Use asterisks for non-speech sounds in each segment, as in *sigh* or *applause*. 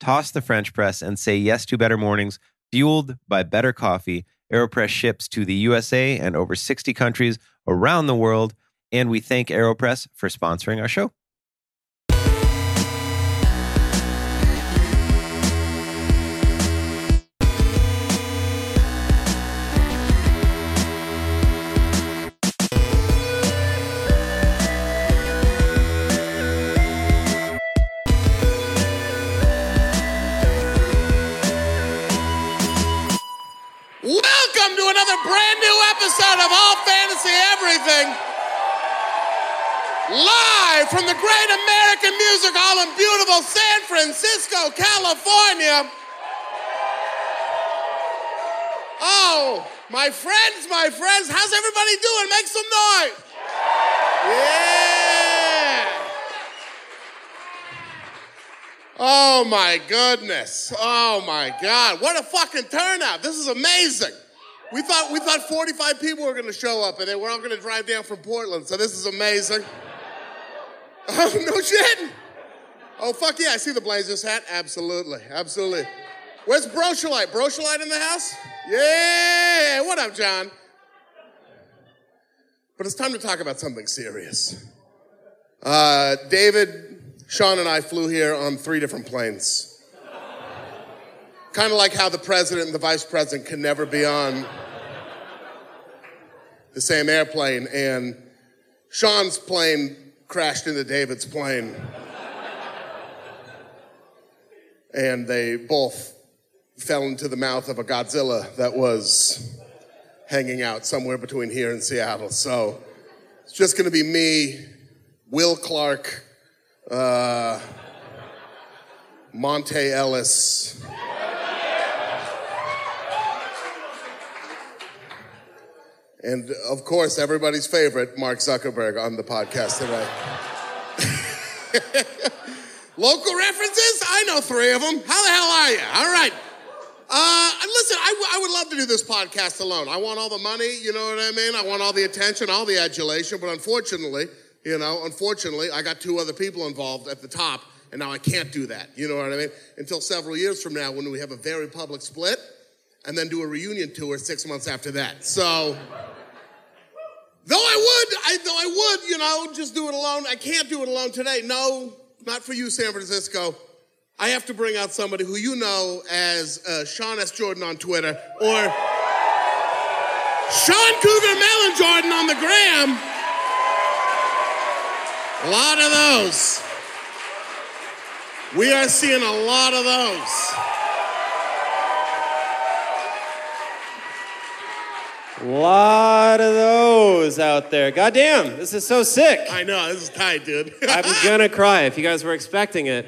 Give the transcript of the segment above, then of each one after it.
toss the french press and say yes to better mornings fueled by better coffee aeropress ships to the usa and over 60 countries around the world and we thank AeroPress for sponsoring our show. Welcome to another brand new episode of All Fantasy Everything. Live from the Great American Music Hall in beautiful San Francisco, California. Oh, my friends, my friends, how's everybody doing? Make some noise. Yeah. Oh my goodness. Oh my God. What a fucking turnout. This is amazing. We thought, we thought 45 people were going to show up and they were all going to drive down from Portland, so this is amazing. *laughs* Oh, no shit. Oh, fuck yeah. I see the Blazers hat. Absolutely. Absolutely. Where's Brochelite? Brochelite in the house? Yeah. What up, John? But it's time to talk about something serious. Uh, David, Sean, and I flew here on three different planes. kind of like how the president and the vice president can never be on the same airplane. And Sean's plane crashed into David's plane. and they both fell into the mouth of a Godzilla that was hanging out somewhere between here and Seattle. So it's just going to be me, Will Clark, uh, Monte Ellis. And of course, everybody's favorite, Mark Zuckerberg, on the podcast today. *laughs* Local references? I know three of them. How the hell are you? All right. Uh, listen, I, w- I would love to do this podcast alone. I want all the money, you know what I mean? I want all the attention, all the adulation, but unfortunately, you know, unfortunately, I got two other people involved at the top, and now I can't do that, you know what I mean? Until several years from now when we have a very public split and then do a reunion tour six months after that. So. Though I would, I, though I would, you know, know, just do it alone. I can't do it alone today. No, not for you, San Francisco. I have to bring out somebody who you know as uh, Sean S. Jordan on Twitter or Sean Cougar Mellon Jordan on the gram. A lot of those. We are seeing a lot of those. Lot of those out there. Goddamn, this is so sick. I know, this is tight, dude. I'm gonna cry if you guys were expecting it.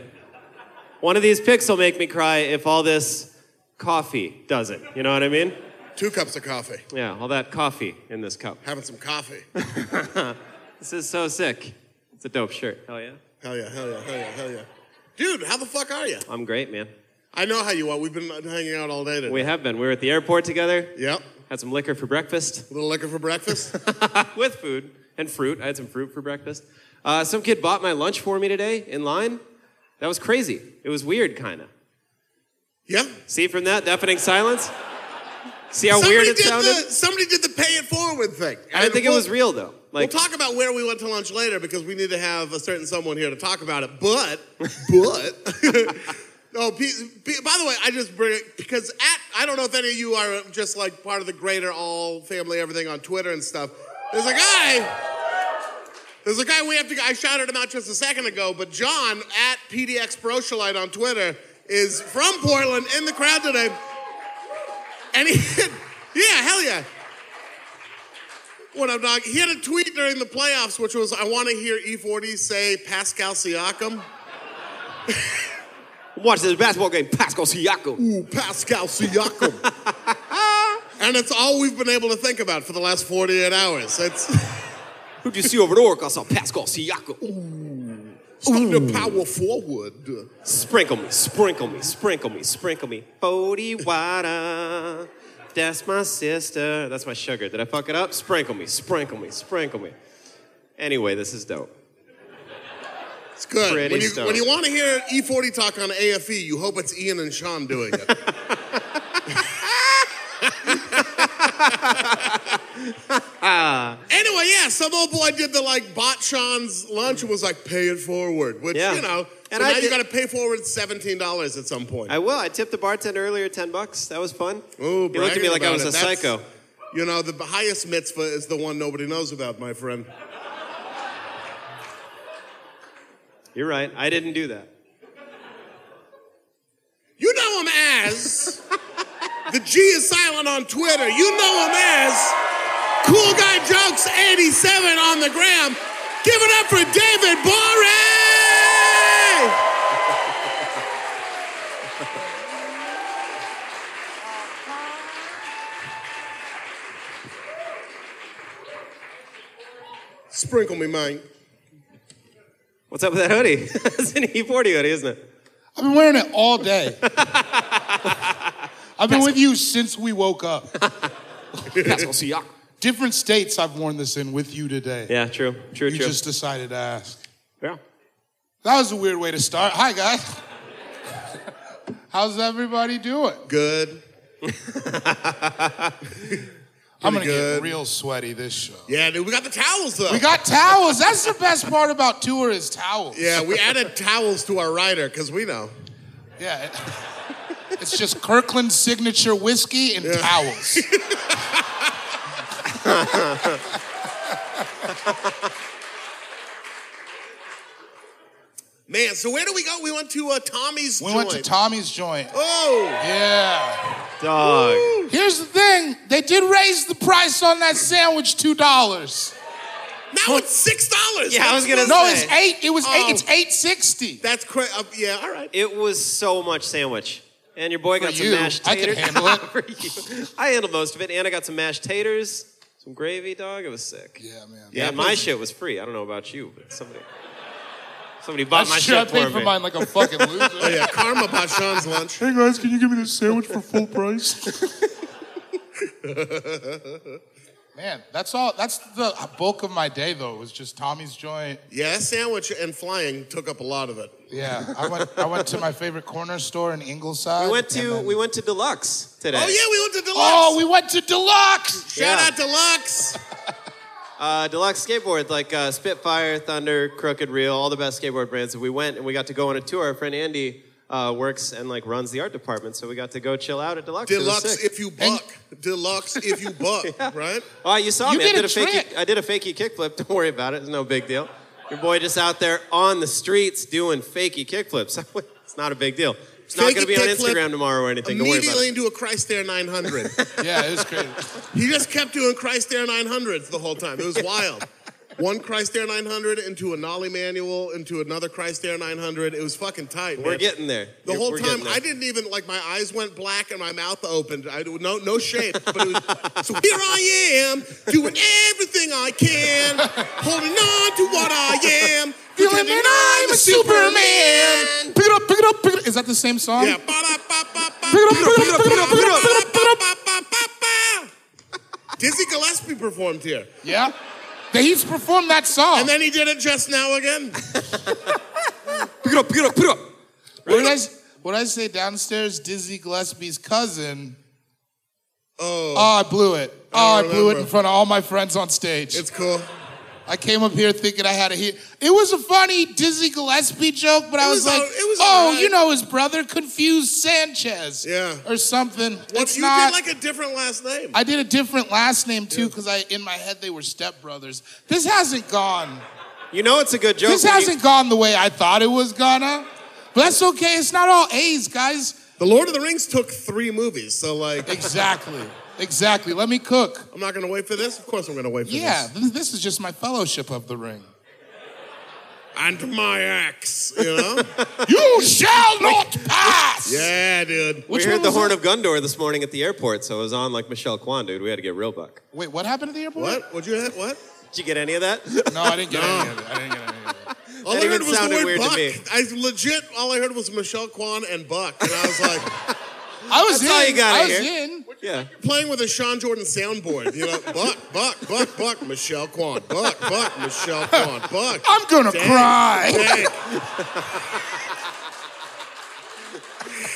One of these picks will make me cry if all this coffee doesn't. You know what I mean? *laughs* Two cups of coffee. Yeah, all that coffee in this cup. Having some coffee. This is so sick. It's a dope shirt. Hell yeah. Hell yeah, hell yeah, hell yeah, hell yeah. Dude, how the fuck are you? I'm great, man. I know how you are. We've been hanging out all day today. We have been. We were at the airport together, Yep. had some liquor for breakfast. *laughs* A little liquor for breakfast. with food and fruit. I had some fruit for breakfast. Uh, some kid bought my lunch for me today in line. That was crazy. It was weird, kind of. yeah. See from that deafening silence? See how somebody weird it did sounded? the somebody did the pay it forward thing. I didn't think it was real, though. Like, we'll talk about where we went to lunch later because we need to have a certain someone here to talk about it. But, but, *laughs* oh, P, P, by the way, I just bring it because at I don't know if any of you are just like part of the greater all family everything on Twitter and stuff. There's a guy. There's a guy we have to. I shouted him out just a second ago, but John at PDX Brochelite on Twitter is from Portland in the crowd today, and he, *laughs* yeah, hell yeah. What up, dog? He had a tweet during the playoffs, which was, "I want to hear E40 say Pascal Siakam." watch this basketball game. Pascal Siakam. Ooh, Pascal Siakam. *laughs* and it's all we've been able to think about for the last 48 hours. It's Who'd you see over there? I saw Pascal Siakam. starting to power forward. Sprinkle me, sprinkle me, sprinkle me, sprinkle me. Bodhi water. That's my sister. That's my sugar. Did I fuck it up? Sprinkle me, sprinkle me, sprinkle me. Anyway, this is dope. It's good. Pretty when you stoked. when you want to hear E40 talk on AFE, you hope it's Ian and Sean doing *laughs* it. anyway, yeah, some old boy did the like bought Sean's lunch and was like, "Pay it forward," which Yeah. you know. And so I now you did- got to pay forward seventeen dollars at some point. I will. I tipped the bartender earlier ten bucks. That was fun. Ooh, he looked at bragging me like I about was it. a That's- psycho. You know, the highest mitzvah is the one nobody knows about, my friend. You're right. I didn't do that. You know him as the G is silent on Twitter. You know him as Cool Guy Jokes 87 on the gram. Give it up for David Borey! Sprinkle me, mine. What's up with that hoodie? *laughs* it's an E40 hoodie, isn't it? I've been wearing it *laughs* all day. I've been with you since we woke up. Pascal Siakam. Different states I've worn this in with you today. Yeah, true, true, you true. just decided to ask. Yeah. That was a weird way to start. Hi, guys. How's everybody doing? Good. I'm going to good. get real sweaty this show. Yeah, dude, we got the towels though. We got towels. That's the best part about tour is towels. Yeah, we added towels to our rider because we know. Yeah. *laughs* It's just Kirkland's signature whiskey *laughs* and towels. Man, so where do we go? We went to uh, Tommy's. We went to joint. Tommy's joint. Oh, Yeah. Dog. Here's the thing: they did raise the price on that sandwich two dollars. now it's six dollars. Yeah, I was gonna No, say. it's eight. It was Oh. eight. It's eight sixty. That's crazy. Uh, yeah, all right. It was so much sandwich. And your boy got some you, mashed I can taters. handle *laughs* it. For you. I handled most of it, and I got some mashed taters, some gravy, dog. It was sick. Yeah, man. Yeah, it my was- shit was free. I don't know about you, but somebody, somebody I bought my should I shit for paid me. for mine like a fucking loser. Oh *laughs* yeah, Karma bought Sean's lunch. Hey guys, can you give me this sandwich for full price? man, that's all. That's the bulk of my day though. Was just Tommy's joint. Yeah, that sandwich and flying took up a lot of it. Yeah, I went. I went to my favorite corner store in Ingleside. We went and to then- we went to Deluxe today. Oh yeah, we went to Deluxe. Oh, we went to Deluxe. Shout Yeah. out Deluxe. Uh, deluxe skateboards like uh, Spitfire, Thunder, Crooked Reel, all the best skateboard brands. We went and we got to go on a tour. Our friend Andy uh, works and like runs the art department, so we got to go chill out at *laughs* Deluxe. It was Deluxe sick. if you buck. Deluxe if you buck, right? Oh, you saw You me. did I did a a fakey. trick. I did a fakey kickflip. *laughs* Don't worry about it. It's no big deal. Your boy just out there on the streets doing fakey kickflips. *laughs* it's not a big deal. It's not Fakey going to be on kickflip Instagram tomorrow or anything. Don't worry about Immediately it. into a Christ Air 900. Yeah, it's *laughs* crazy. he just kept doing Christ Air 900s the whole time. It was wild. One Christ Air 900 into a Nolly manual into another Christ Air 900. It was fucking tight. We're man. getting there. The We're- whole we're time, getting there. I didn't even like my eyes went black and my mouth opened. I no no shape, but it was, *laughs* so here I am doing everything I can, holding on to what I am, pretending I'm a Superman. Pick it up, pick it up, pick it up. Is that the same song? Yeah. Ba-da-ba-ba-ba. Pick it up, pick it up, pick it up, pick it up, pick it up, pick it Ba-da-ba-ba-ba-ba-ba. Dizzy Gillespie performed here, Yeah. They he's performed that song. and then he did it just now again. pick it up, pick it up, pick it up. What did I, s- what did I say downstairs? Dizzy Gillespie's cousin. Oh. I blew it. Oh, I I, blew it remember. in front of all my friends on stage. It's cool. I came up here thinking I had a hit. It was a funny Dizzy Gillespie joke, but I It was, was like, all- it was oh, alright." you know, his brother confused Sanchez. Yeah. Or something. Well, it's you not. did like a different last name. I did a different last name too because I in my head they were stepbrothers. This hasn't gone. You know it's a good joke. This when you- hasn't gone the way I thought it was gonna. But that's okay. It's not all A's, guys. the Lord of the Rings took three movies, so like, Exactly. Exactly. Let me cook. I'm not gonna wait for this. Of course, I'm gonna wait for Yeah, this. th- this is just my fellowship of the ring. and my ex, you know? *laughs* *laughs* You shall not pass. yeah, dude. we Which heard one the was horn that? of Gondor this morning at the airport, so it was on like Michelle Kwan, dude. We had to get real buck. Wait, what happened at the airport? What? What'd you have? What? Did you get any of *laughs* that? No, I didn't get any of it. I didn't get any of it. All That I even heard was the sounded word weird to Buck. me. I legit, all I heard was Michelle Kwan and Buck. And I was like, *laughs* *laughs* I was That's in. all you got I out was here. in. yeah. playing with a Sean Jordan soundboard. You know, Buck, Buck, Buck, Buck, Michelle Kwan. Buck, Buck, Michelle Kwan. Buck. I'm gonna Dang. cry. Dang.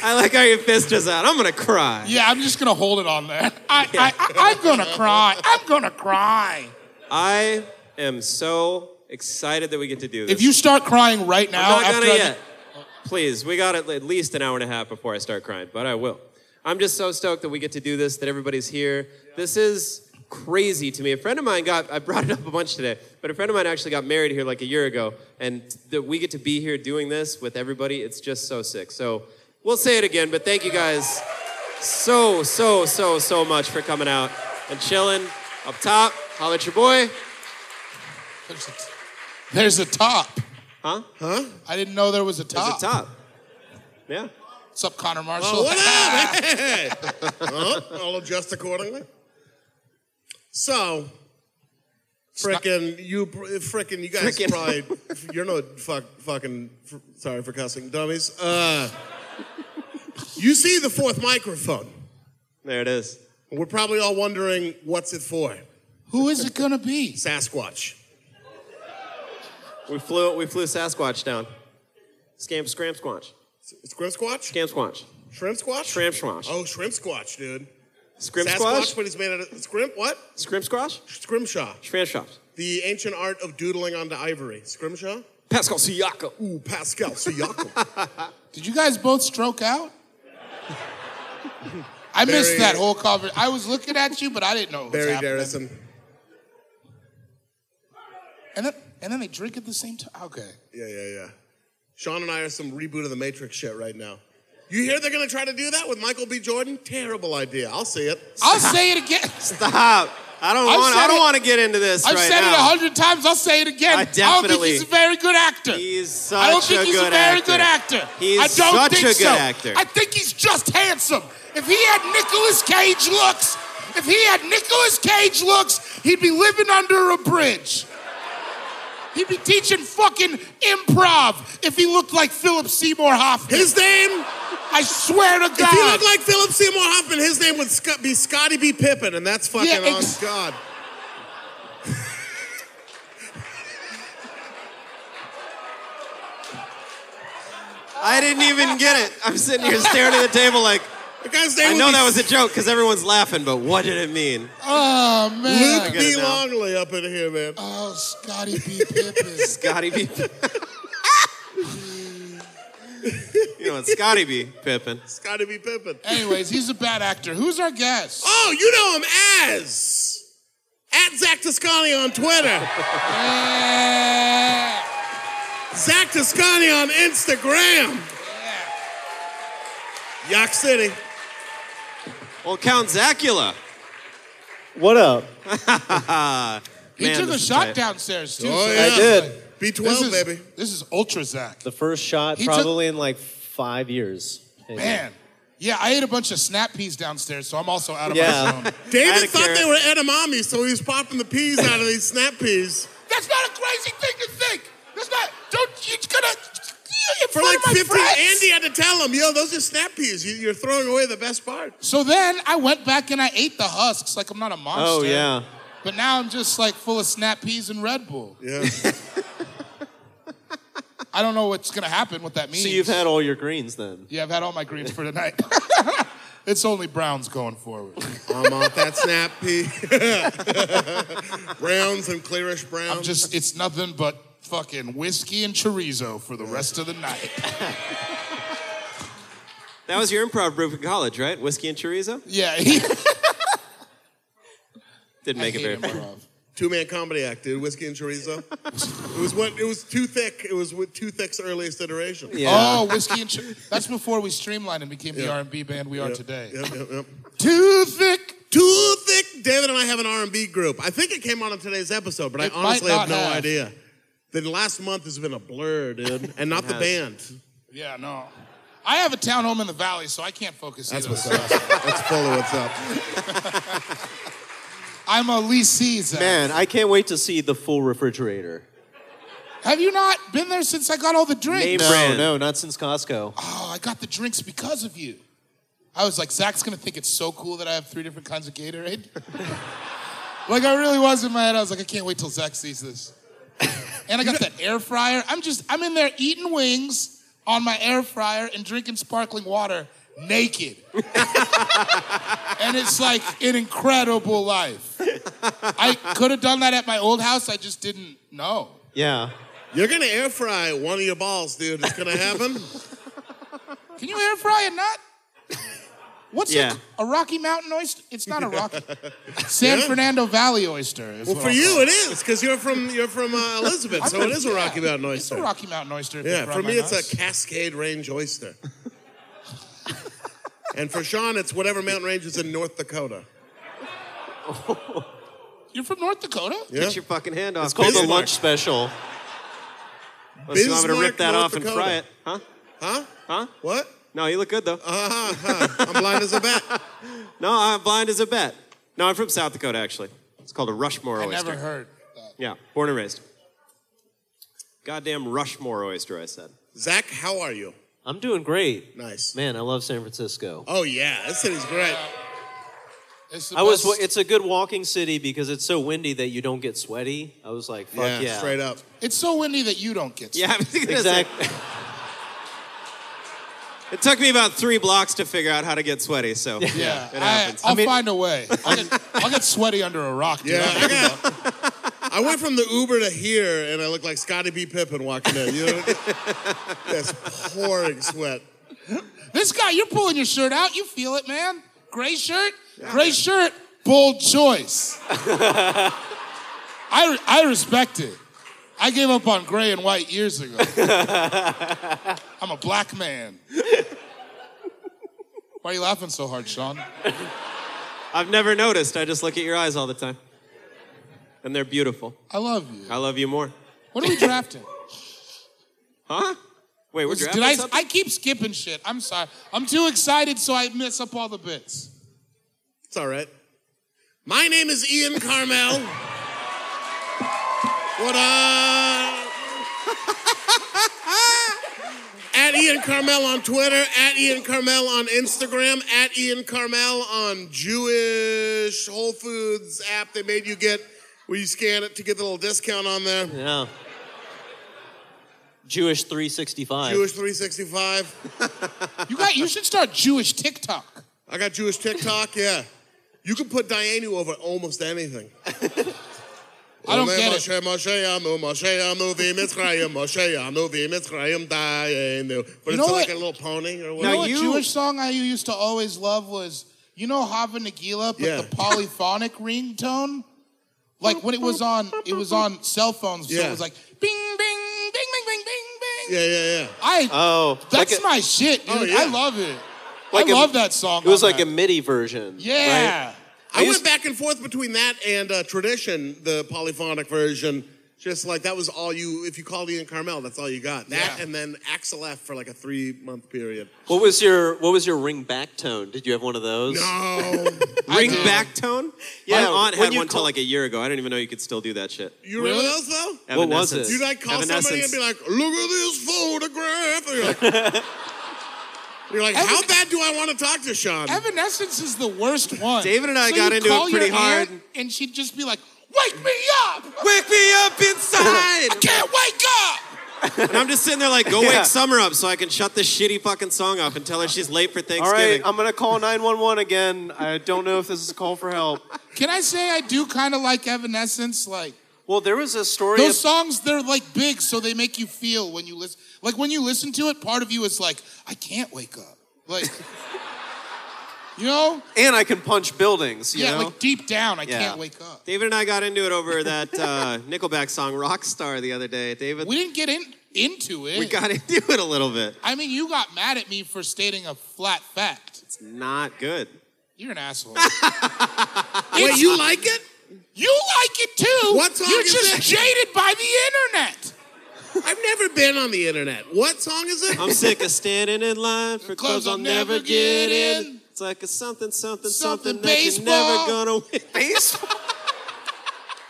I like how your fist is out. I'm gonna cry. Yeah, I'm just gonna hold it on there. *laughs* I, I, I, I'm gonna cry. I'm gonna cry. I am so excited that we get to do this. If you start crying right now, I'm not after gonna I- yet. Please, we got at least an hour and a half before I start crying, but I will. I'm just so stoked that we get to do this, that everybody's here. This is crazy to me. A friend of mine got, I brought it up a bunch today, but a friend of mine actually got married here like a year ago, and that we get to be here doing this with everybody, it's just so sick. So we'll say it again, but thank you guys so, so, so, so much for coming out and chilling. Up top, holla at your boy. There's a, there's a top. Huh? I didn't know there was a There's top. a top. Yeah. What's up, Connor Marshall? Oh, what up? *laughs* Hey. Huh? I'll adjust accordingly. So, frickin' you, frickin' you guys Frickin'. probably, *laughs* you're no fuck, fucking, fr- sorry for cussing, dummies. Uh, you see the fourth microphone. There it is. We're probably all wondering what's it for? *laughs* Who is it gonna be? Sasquatch. We flew we flew Sasquatch down. Scam scram squanch. Scrimp squatch? Scam squanch. Shrimp squatch? Shrimp squash. Oh, shrimp squatch, dude. Scrim Sasquatch, squash. but he's made out of scrimp. What? Scrim squash. Scrimshaw. Shrimp The ancient art of doodling onto ivory. Scrimshaw. Pascal *laughs* Siakam. Ooh, Pascal Siakam. Did you guys both stroke *laughs* out? I missed Barry- that whole cover. I was looking at you, but I didn't know. What was Barry happening. Darrison. And then, and then they drink at the same time. Okay. Yeah, yeah, yeah. Sean and I are some reboot of the Matrix shit right now. You hear they're gonna try to do that with Michael B. Jordan? Terrible idea. I'll see it. I'll say it *laughs* again. Stop. I don't I've want said I don't it- want to get into this I've right said now. it a hundred times. I'll say it again. I don't think definitely- he's a very good actor. He's such I don't think a he's a good very actor. good actor. He's I don't such think a good so. actor. I think he's just handsome. If he had Nicolas Cage looks, if he had Nicolas Cage looks, he'd be living under a bridge. He'd be teaching fucking improv if he looked like Philip Seymour Hoffman. His name? I swear to God. If he looked like Philip Seymour Hoffman, his name would Sc- be Scotty B. Pippen, and that's fucking Yeah, ex- on God. *laughs* I didn't even get it. I'm sitting here staring at the table like The guy's name I know would that be was a joke because everyone's laughing, but what did it mean? Oh man. Luke get it B. now. Longley up in here, man. Oh, Scotty B. Pippen. Scotty *laughs* B. you know, it's Scotty B. Pippin. Scotty B. Pippen. Anyways, he's a bad actor. Who's our guest? Oh, you know him as at Zach Toscani on Twitter, Yeah. Zach Toscani on Instagram. Yak City. Well, Count Zacula. What up? He Man, took a this is shot tight. downstairs too. Oh, so yeah. I did. B12, This is, baby. this is ultra Zach. The first shot He took- probably in like five years. Man. Yeah, I ate a bunch of snap peas downstairs, so I'm also out of Yeah. my zone. *laughs* Atta David thought carrot. they were edamame, so he was popping the peas out of these snap peas. That's not a crazy thing to think. That's not. Don't. You're gonna. You're in For front like of my 50, friends. Andy had to tell him, yo, those are snap peas. You- You're throwing away the best part. So then I went back and I ate the husks like I'm not a monster. Oh, yeah. But now I'm just like full of snap peas and Red Bull. *laughs* Yeah. I don't know what's gonna happen, what that means. So you've had all your greens then. Yeah, I've had all my greens for tonight. *laughs* it's only Browns going forward. I'm off that snap pea. *laughs* browns and clearish browns. I'm just. It's nothing but fucking whiskey and chorizo for the rest of the night. *laughs* That was your improv group in college, right? Whiskey and chorizo? Yeah. *laughs* He, Didn't make I it hate very far. improv. Two man comedy act, dude. Whiskey and chorizo. it was what it was too thick. It was with too thick's earliest iteration. Yeah. Oh, whiskey and chorizo. That's before we streamlined and became the Yeah. R&B band we are today. Yep, yep, yep. Too thick. Too thick. David and I have an R and B group. I think it came on in today's episode, but It I might honestly have not no have. idea. The last month has been a blur, dude, and not the has. band. Yeah, no. I have a town home in the valley, so I can't focus. That's either. what's up. That's fully what's up. I'm a Lee Caesar. Man, I can't wait to see the full refrigerator. Have you not been there since I got all the drinks? Name No, brand. no, not since Costco. Oh, I got the drinks because of you. I was like, Zach's gonna think it's so cool that I have three different kinds of Gatorade. *laughs* like I really was in my head. I was like, I can't wait till Zach sees this. *laughs* and I got that air fryer. I'm just, I'm in there eating wings on my air fryer and drinking sparkling water naked. *laughs* and it's like an incredible life. I could have done that at my old house. I just didn't know. Yeah. You're gonna air fry one of your balls, dude. It's gonna happen. Can you air fry a nut? *laughs* What's Yeah. a, a Rocky Mountain oyster? It's *laughs* not a Rocky. San Fernando Valley oyster. Is Well, what for I'll you call it is, because you're from you're from uh, Elizabeth, so it is a Yeah, Rocky Mountain It's a oyster. Rocky Mountain oyster. if Yeah, they for fry me my it's nuts. a Cascade Range oyster. and for Sean, it's whatever mountain range is in North Dakota. You're from North Dakota? Yeah. Get your fucking hand off. It's called the Bismarck. lunch special. Unless you want me to Bismarck, rip that North off and Dakota. fry it. Huh? Huh? Huh? What? No, you look good though. Uh-huh. I'm blind as a bat. No, I'm blind as a bat. No, I'm from South Dakota actually. It's called a Rushmore I oyster. never heard that. Yeah, born and raised. Goddamn Rushmore oyster, I said. Zach, how are you? I'm doing great. Nice. Man, I love San Francisco. Oh yeah, this city's great. It's the I was. best- It's a good walking city because it's so windy that you don't get sweaty. I was like, fuck yeah, yeah, straight up. it's so windy that you don't get. Yeah, *laughs* I was gonna say- Exactly. It took me about three blocks to figure out how to get sweaty. So yeah, Yeah, it I, happens. I'll find a way. *laughs* I'll get, I'll get sweaty under a rock, dude. Yeah, I got. I went from the Uber to here, and I look like Scotty B. Pippen walking in. You *laughs* know, that's pouring sweat. This guy, you're pulling your shirt out. You feel it, man. Gray shirt, gray shirt, *laughs* bold choice. I, I respect it. I gave up on gray and white *laughs* years ago. I'm a black man. Why are you laughing so hard, Sean? I've never noticed. I just look at your eyes all the time, and they're beautiful. I love you. I love you more. What are we drafting? Huh? Wait, *laughs* we're drafting Did I, something? I keep skipping shit. I'm sorry. I'm too excited, so I mess up all the bits. It's all right. My name is Ian Carmel. what up? at Ian Carmel on Twitter, at Ian Carmel on Instagram, at Ian Carmel on Jewish Whole Foods app they made you get where you scan it to get the little discount on there. yeah. Jewish 365. Jewish 365. You got. You should start Jewish TikTok. I got Jewish TikTok. Yeah, you can put Dianu over almost anything. I don't get it. Moshe, Moshe, Anu, Moshe, Anu, Vimitzrayim, Moshe, Anu, Vimitzrayim, Dianu. But You it's know like what? a little pony or You whatever. know what you- Jewish song I used to always love was, you know, Hava Nagila, but Yeah. the polyphonic ringtone? Like when it was on, it was on cell phones, so Yeah. it was like, bing, bing, bing, bing, bing, bing, bing. Yeah, yeah, yeah. I, Oh, that's like a- my shit, dude. Oh, yeah. I love it. Like I a- love that song. It was on like a that. MIDI version. yeah. right? I, used- went back and forth between that and uh, tradition, the polyphonic version. Just like that was all you. If you called Ian Carmel, that's all you got. That Yeah. and then Axel F for like a three month *laughs* period. What was your What was your ring back tone? Did you have one of those? No, Ring did. back tone? Yeah, My aunt when had you one till call- like a year ago. I didn't even know you could still do that shit. you remember Really? those though? What was Evanescence. it? You'd like call somebody and Evanescence. be like, "Look at this photograph." And you're like, you're *laughs* like, how bad do I want to talk to Sean? Evanescence is *laughs* the worst one. David and I So got you into it call your pretty hard. aunt And she'd just be like, wake me up! Wake me up I inside! can't wake *laughs* up! and I'm just sitting there like, go Yeah. wake Summer up so I can shut this shitty fucking song off and tell her she's late for All right, um, Thanksgiving. I'm gonna call 911 again. I don't know if this is a call for help. Can I say I do kind of like Evanescence? Like, Well, there was a story. those of- songs, they're like big, so they make you feel when you listen. Like, when you listen to it, part of you is like, I can't wake up. Like, *laughs* you know? and I can punch buildings. You yeah, know? like deep down, I Yeah. can't wake up. David and I got into it over that uh, *laughs* Nickelback song "Rockstar" the other day. David, We we, didn't get in into it. got into it a little bit. I mean, you got mad at me for stating a flat fact. It's not good. You're an asshole. *laughs* Wait, you like it? You like it too. What song You're is just it? jaded by the internet. I've never been on the internet. What song is it? I'm sick of standing in line for clubs I'll never get in. It's like a something, something, Something something, that you're baseball. never gonna win. Baseball.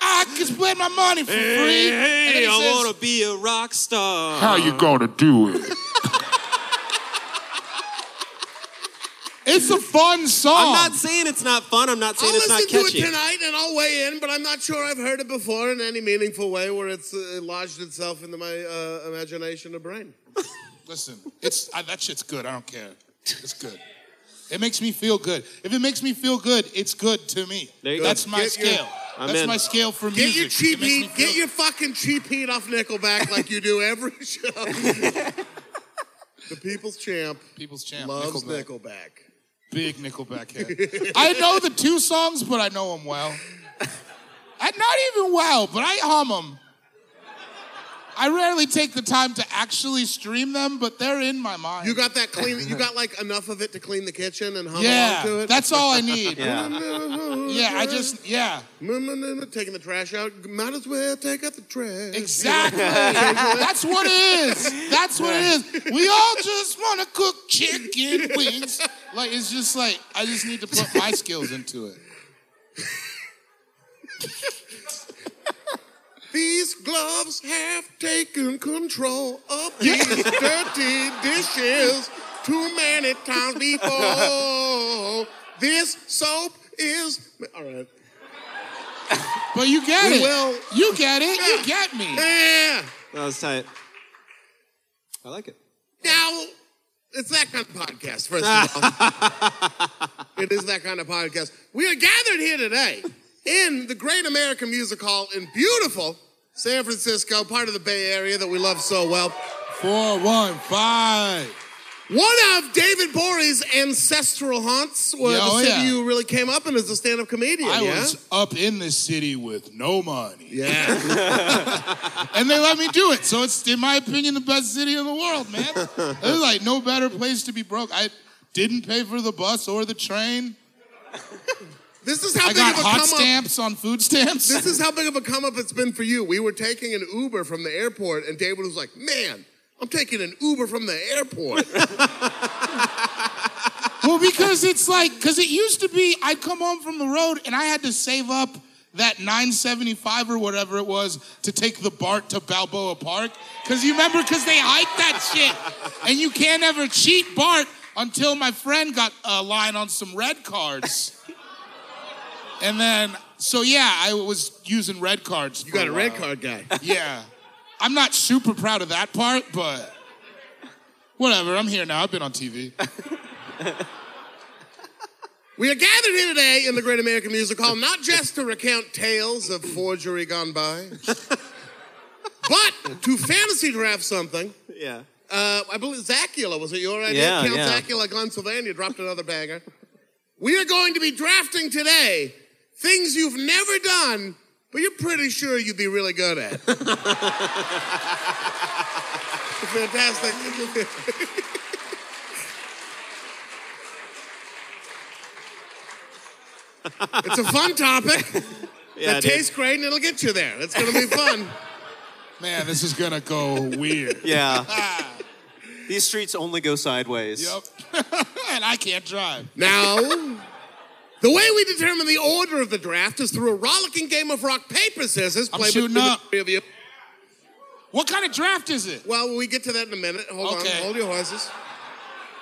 I can split my money for free. And Hey, he I says, wanna be a rock star. How you gonna do it? It's a fun song. I'm not saying it's not fun. I'm not saying I'll it's not listen to catchy. it tonight and I'll weigh in, but I'm not sure I've heard it before in any meaningful way where it's uh, lodged itself into my uh, imagination or brain. Listen, it's I, that shit's good. I don't care. It's good. It makes me feel good. If it makes me feel good, it's good to me. There you go. That's my Get your- scale. I'm That's in. my scale for Get music. your cheap It makes me heat, get feel- your fucking cheap heat off Nickelback like you do every *laughs* show. the People's Champ People's Champ. loves Nickelback. Nickelback. Big Nickelback head. I know the two songs, but I know them well. I, not even well, but I hum them. I rarely take the time to actually stream them, but they're in my mind. You got that clean. You got like enough of it to clean the kitchen and hum yeah, along to it. that's all I need. *laughs* Yeah. Yeah, I just yeah, Mm, taking the trash out. Might as well take out the trash. *laughs* exactly. That's what it is. That's what it is. We all just want to cook chicken wings. Like it's just like I just need to put my skills into it. These gloves have taken control of these dirty dishes too many times before. This soap is. All right. But you get We it. will- You get it. Yeah. You get me. Yeah. That was tight. I like it. Now, it's that kind of podcast, first of all. it is that kind of podcast. We are gathered here today in the Great American Music Hall in beautiful San Francisco, part of the Bay Area that we love so well. Four, one, five. One of David Borie's ancestral haunts was Yeah, the oh, city yeah. you really came up in as a stand up comedian. I yeah? was up in this city with no money, Yeah. and they let me do it. So it's, in my opinion, the best city in the world, man. There's like no better place to be broke. I didn't pay for the bus or the train. this is how I big got of a hot come up. stamps on food stamps. This is how big of a come up it's been for you. We were taking an Uber from the airport, and David was like, "Man, I'm taking an Uber from the *laughs* airport." well, because it's like, because it used to be, I'd come home from the road and I had to save up that 975 or whatever it was to take the BART to Balboa Park. Because you remember, because they hiked that shit. And you can't ever cheat BART until my friend got a line on some red cards. and then, so yeah, I was using red cards. you got a red card guy. Yeah. I'm not super proud of that part, but whatever. I'm here now. I've been on TV. We are gathered here today in the Great American Music Hall not just to recount tales of forgery gone *laughs* by, but to fantasy draft something. Yeah. Uh, I believe Zacula was it your idea? Yeah, Count yeah. Zacula, Pennsylvania dropped another banger. We are going to be drafting today things you've never done, but you're pretty sure you'd be really good at. *laughs* Fantastic. *laughs* it's a fun topic. Yeah, it dude. tastes great and it'll get you there. It's going to be fun. Man, this is gonna go weird. *laughs* *laughs* Yeah. These streets only go sideways. Yep. *laughs* and I can't drive. Now, the way we determine the order of the draft is through a rollicking game of rock paper scissors. played shooting between the up. three of you. What kind of draft is it? Well, we get to that in a minute. Hold Okay. on, hold your horses.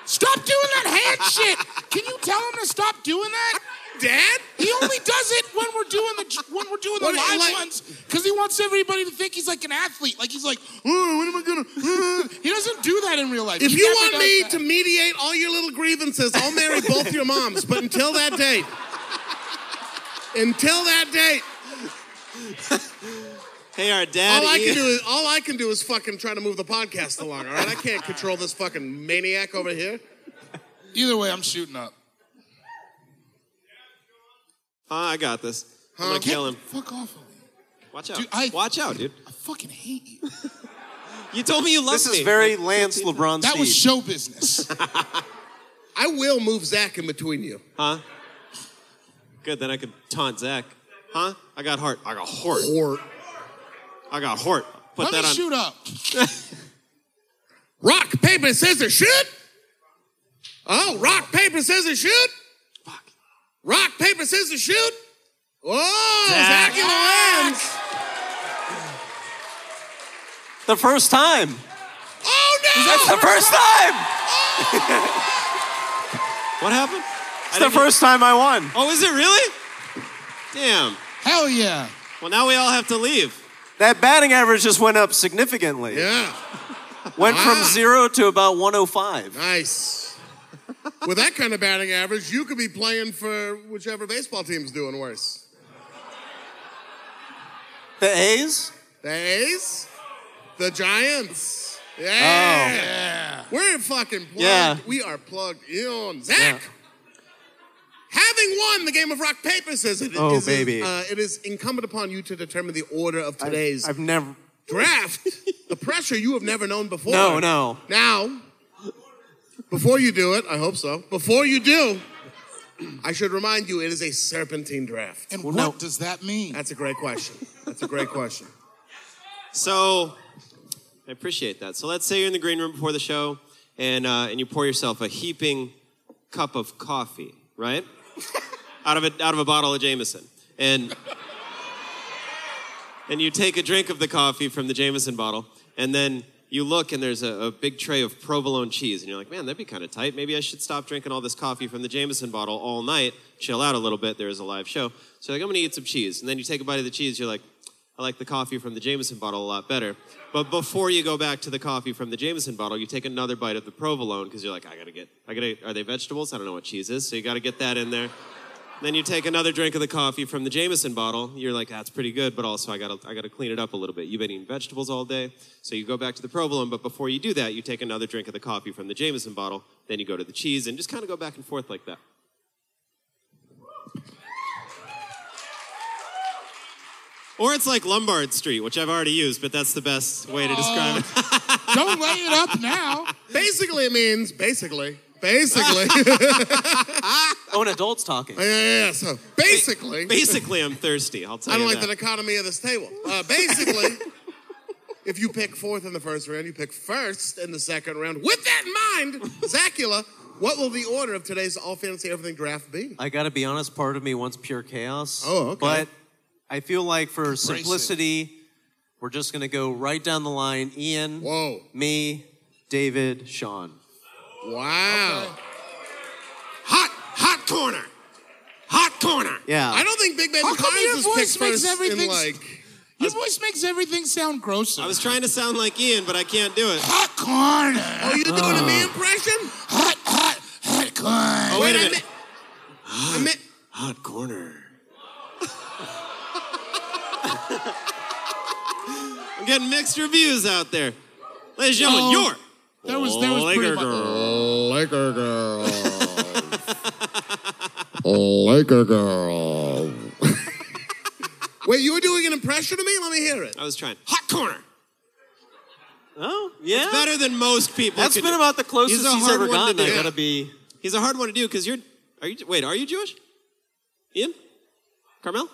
Stop doing that hand shit. Can you tell him to stop doing that? Dad, He only does it when we're doing the when we're doing the What, live like- ones because he wants everybody to think he's like an athlete. Like he's like, oh, what am I gonna? uh?" He doesn't do that in real life. if He you never want does me that. to mediate all your little grievances, I'll marry both your moms. But until that date, until that date, Hey, our dad. all I can Ian- do is all I can do is fucking try to move the podcast along. All right, I can't control this fucking maniac over here. either way, I'm shooting up. Huh, I got this. I'm gonna Get kill him. the Fuck off of me. Watch out. Dude, I- Watch out, dude. I fucking hate you. You told me you loved This me. is very Lance LeBron That was Steve. show business. I will move Zach in between you. Huh? Good. Then I could taunt Zach. Huh? I got heart. I got heart. Or I got heart. Put Let that me on. shoot up. *laughs* Rock, paper, scissors, shoot! Oh, rock, paper, scissors, shoot! Fuck. Rock, paper, scissors, shoot! Oh, Zach. Zacula wins! the first time. Oh no! That's the first time. What happened? It's the first time I won. Oh, is it really? Damn. Hell yeah. Well, now we all have to leave. That batting average just went up significantly. yeah, Went Wow. from zero to about 105. nice. With that kind of batting average, you could be playing for whichever baseball team's doing worse. The A's? The A's, the Giants. Yeah, we're fucking plugged. Yeah. We are plugged in. Zach, having won the game of rock paper scissors, it Oh, is- baby. uh, it is incumbent upon you to determine the order of today's I've never. draft. the pressure you have never known before. No, no. Now, before you do it, I hope so. Before you do, I should remind you it is a serpentine draft. And what no. does that mean? That's a great question. That's a great question. So, I appreciate that. So let's say you're in the green room before the show, and uh, and you pour yourself a heaping cup of coffee, right? out of a out of a bottle of Jameson, and and you take a drink of the coffee from the Jameson bottle, and then you look and there's a, a big tray of provolone cheese, and you're like, man, that'd be kind of tight. Maybe I should stop drinking all this coffee from the Jameson bottle all night, chill out a little bit. There is a live show, so you're like, I'm gonna eat some cheese, and then you take a bite of the cheese, you're like. I like the coffee from the Jameson bottle a lot better. But before you go back to the coffee from the Jameson bottle, you take another bite of the provolone because you're like, I gotta get, I gotta, are they vegetables? I don't know what cheese is, so you gotta get that in there. Then you take another drink of the coffee from the Jameson bottle. You're like, that's pretty good, but also I gotta, I gotta clean it up a little bit. You've been eating vegetables all day, so you go back to the provolone. But before you do that, you take another drink of the coffee from the Jameson bottle. Then you go to the cheese and just kind of go back and forth like that. Or it's like Lombard Street, which I've already used, but that's the best way to describe it. Don't lay it up now. Basically, it means basically, *laughs* basically, Oh, an adult's talking. yeah, yeah, yeah. So basically, Basically, I'm thirsty. I'll tell I don't you like the that. economy of this table. Uh, basically, if you pick fourth in the first round, you pick first in the second round. With that in mind, Zacula, what will the order of today's All Fantasy Everything draft be? I gotta be honest, part of me wants pure chaos. Oh, okay. But I feel like for it. simplicity, we're just gonna go right down the line. Ian, Whoa. me, David, Sean. Wow. Hot, hot corner. Hot corner. Yeah. I don't think Big Baby How come your Pines was voice picked makes first in everything s- like. Your voice makes everything sound grosser. I was trying to sound like Ian, but I can't do it. hot corner. Oh, you're doing a me impression? Hot, hot, hot corner. Oh, wait a I minute. mi- I mean, Hot corner. I'm getting mixed reviews out there. Ladies and gentlemen, Oh. your That was that was Oh, pretty Laker mu- girl. Laker girl. Laker girl. wait, you were doing an impression of me? Let me hear it. I was trying. Hot corner. Oh, yeah. It's better than most people. That's could been do. about the closest He's he's, a hard ever one to gotten. I do. gotta be. He's a hard one to do because you're. Are you? Wait, are you Jewish? Ian, Carmel.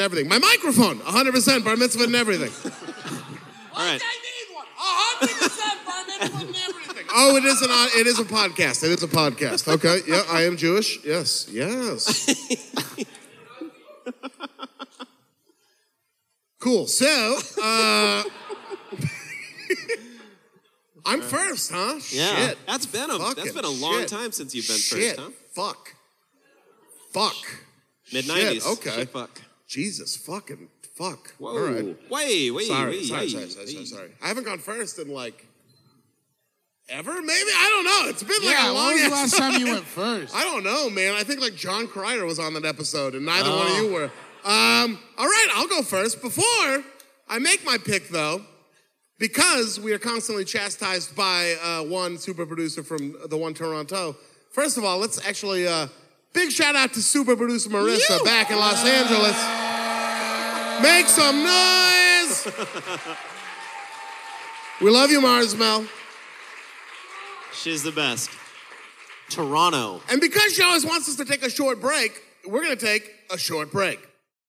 Everything. My microphone, 100%, bar mitzvah and everything. All right. need one. 100% bar mitzvah and everything. Oh, it is, an, it is a podcast. It is a podcast. Okay. Yeah, I am Jewish. Yes. Yes. cool. So, uh, *laughs* I'm first, huh? Yeah. Shit. That's been a. Fucking that's been a long shit. time since you've been Shit. first, huh? Fuck. Fuck. Mid nineties. okay. fuck. Jesus fucking fuck. Whoa. All right. Wait. Wait. Sorry, wait, sorry, wait, sorry, sorry, sorry, wait. sorry. I haven't gone first in like ever, maybe? I don't know. It's been like Yeah, a when long was the ass last time you went first? I don't know, man. I think like John Cryer was on that episode, and neither Oh. one of you were. Um, all right, I'll go first. Before I make my pick, though, because we are constantly chastised by uh, one super producer from the one Toronto. First of all, let's actually uh, big shout out to super producer Marissa back in Los Angeles. Make some noise. *laughs* we love you, Marsmell. She's the best. Toronto. And because she always wants us to take a short break, we're going to take a short break. *laughs*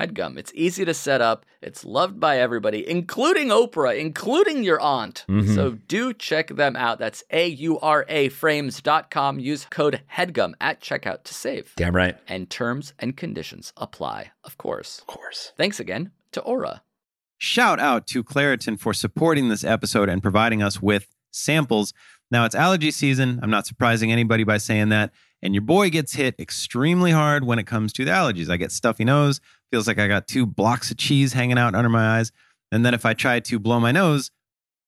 HEADGUM. It's easy to set up, it's loved by everybody, including Oprah, including your aunt. So do check them out. That's A U R A frames.com. Use code HEADGUM at checkout to save. Damn right. Of And terms and conditions apply, of course. course. Thanks again to Aura. Shout out to Claritin for supporting this episode and providing us with samples. Now it's allergy season. I'm not surprising anybody by saying that. And your boy gets hit extremely hard when it comes to the allergies. I get stuffy nose, feels like I got two blocks of cheese hanging out under my eyes. And then if I try to blow my nose,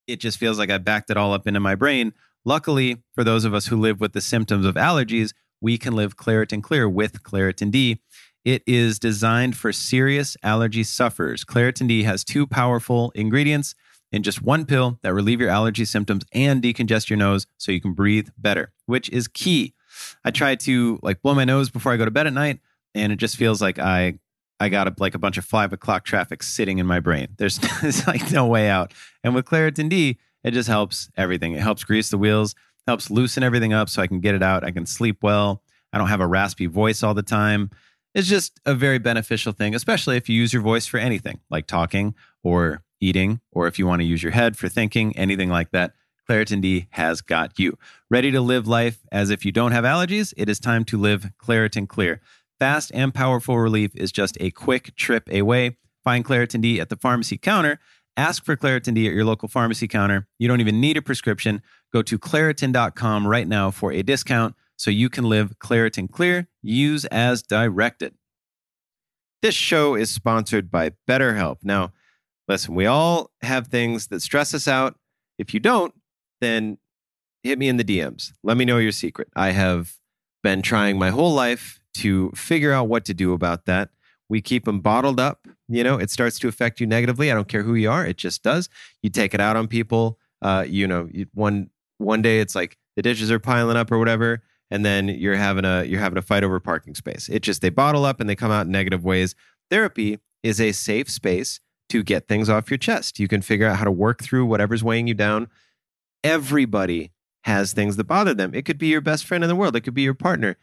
it just feels like I backed it all up into my brain. Luckily, for those of us who live with the symptoms of allergies, we can live Claritin Clear with Claritin D. It is designed for serious allergy sufferers. Claritin D has two powerful ingredients in just one pill that relieve your allergy symptoms and decongest your nose so you can breathe better, which is key. I try to like blow my nose before I go to bed at night, and it just feels like I I got a, like a bunch of five o'clock traffic sitting in my brain. There's, *laughs* there's like no way out. And with Claritin D, it just helps everything. It helps grease the wheels, helps loosen everything up so I can get it out. I can sleep well. I don't have a raspy voice all the time. It's just a very beneficial thing, especially if you use your voice for anything like talking or eating, or if you want to use your head for thinking, anything like that. Claritin D has got you. Ready to live life as if you don't have allergies? It is time to live Claritin Clear. Fast and powerful relief is just a quick trip away. Find Claritin D at the pharmacy counter. Ask for Claritin D at your local pharmacy counter. You don't even need a prescription. Go to Claritin.com right now for a discount so you can live Claritin Clear. Use as directed. This show is sponsored by BetterHelp. Now, Listen, we all have things that stress us out. If you don't, then hit me in the DMs. Let me know your secret. I have been trying my whole life to figure out what to do about that. We keep them bottled up. You know, it starts to affect you negatively. I don't care who you are, it just does. You take it out on people. Uh, you know, you- one one day it's like the dishes are piling up or whatever, and then you're having a you're having a fight over parking space. It just they bottle up and they come out in negative ways. Therapy is a safe space to get things off your chest. You can figure out how to work through whatever's weighing you down. Everybody has things that bother them. It could be your best friend in the world, it could be your partner.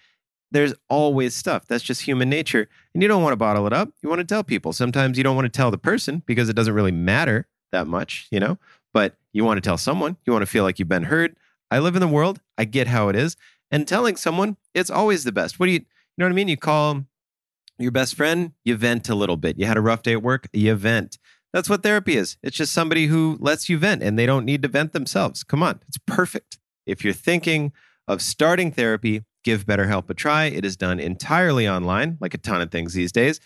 There's always stuff. That's just human nature. And you don't want to bottle it up. You want to tell people. Sometimes you don't want to tell the person because it doesn't really matter that much, you know, but you want to tell someone. You want to feel like you've been heard. I live in the world. I get how it is. And telling someone, it's always the best. What do you, you know what I mean? You call your best friend, you vent a little bit. You had a rough day at work, you vent. That's what therapy is. It's just somebody who lets you vent and they don't need to vent themselves. Come on, it's perfect. If you're thinking of starting therapy, give BetterHelp a try. It is done entirely online, like a ton of things these days.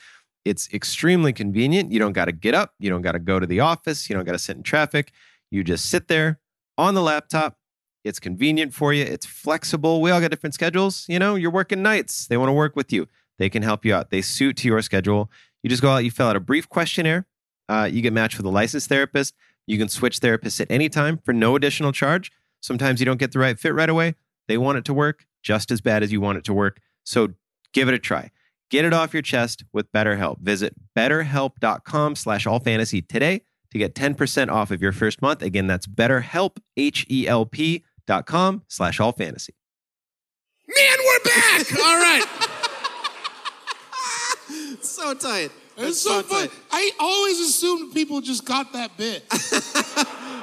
It's extremely convenient. You don't got to get up, you don't got to go to the office, you don't got to sit in traffic. You just sit there on the laptop. It's convenient for you, it's flexible. We all got different schedules. You know, you're working nights, they want to work with you. They can help you out. They suit to your schedule. You just go out, you fill out a brief questionnaire. Uh, you get matched with a licensed therapist. You can switch therapists at any time for no additional charge. Sometimes you don't get the right fit right away. They want it to work just as bad as you want it to work. So give it a try. Get it off your chest with BetterHelp. Visit betterhelp.com slash allfantasy today to get 10% off of your first month. Again, that's betterhelp, E H-E-L-P dot com slash allfantasy. Man, we're back. All right. So tight. It's so funny. I always assumed people just got *laughs* that bit. Like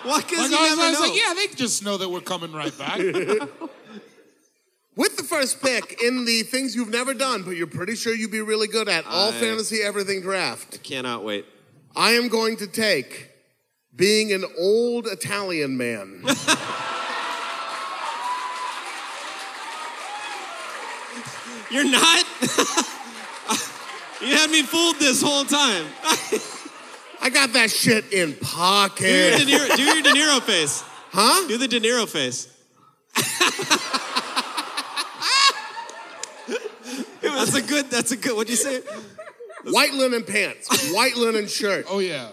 What? Because you I was, never I was know. like, yeah, they just know that we're coming right *laughs* back. With the first pick in the things you've never done, but you're pretty sure you'd be really good at, all fantasy everything draft, Cannot wait. I am going to take being an old Italian man. You're not? *laughs* you had me fooled this whole time. I got that shit in Do your, De pocket. Niro, do your De Niro face. Huh? Do the De Niro face. that's a good, that's a good, what'd you say? White linen pants, white linen shirt, Oh yeah.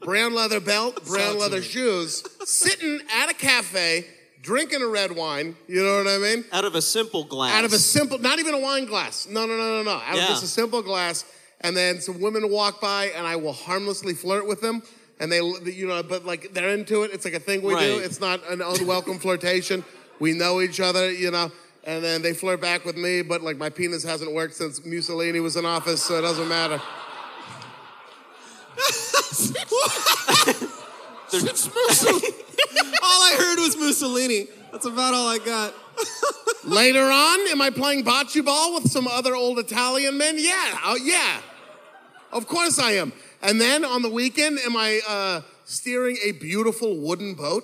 brown leather belt, brown leather shoes, sitting at a cafe, drinking a red wine, you know what I mean? Out of a simple glass. Out of a simple, not even a wine glass. No, no, no, no, no. Out Yeah. of just a simple glass, and then some women walk by, and I will harmlessly flirt with them, and they, you know, but like they're into it. It's like a thing we do. Right. It's not an unwelcome flirtation. We know each other, you know, and then they flirt back with me, but like my penis hasn't worked since Mussolini was in office, so it doesn't matter. Since Mussolini- All I heard was Mussolini. That's about all I got. Later on, am I playing bocce ball with some other old Italian men? Yeah, oh, yeah. Of course I am. And then on the weekend, am I uh, steering a beautiful wooden boat?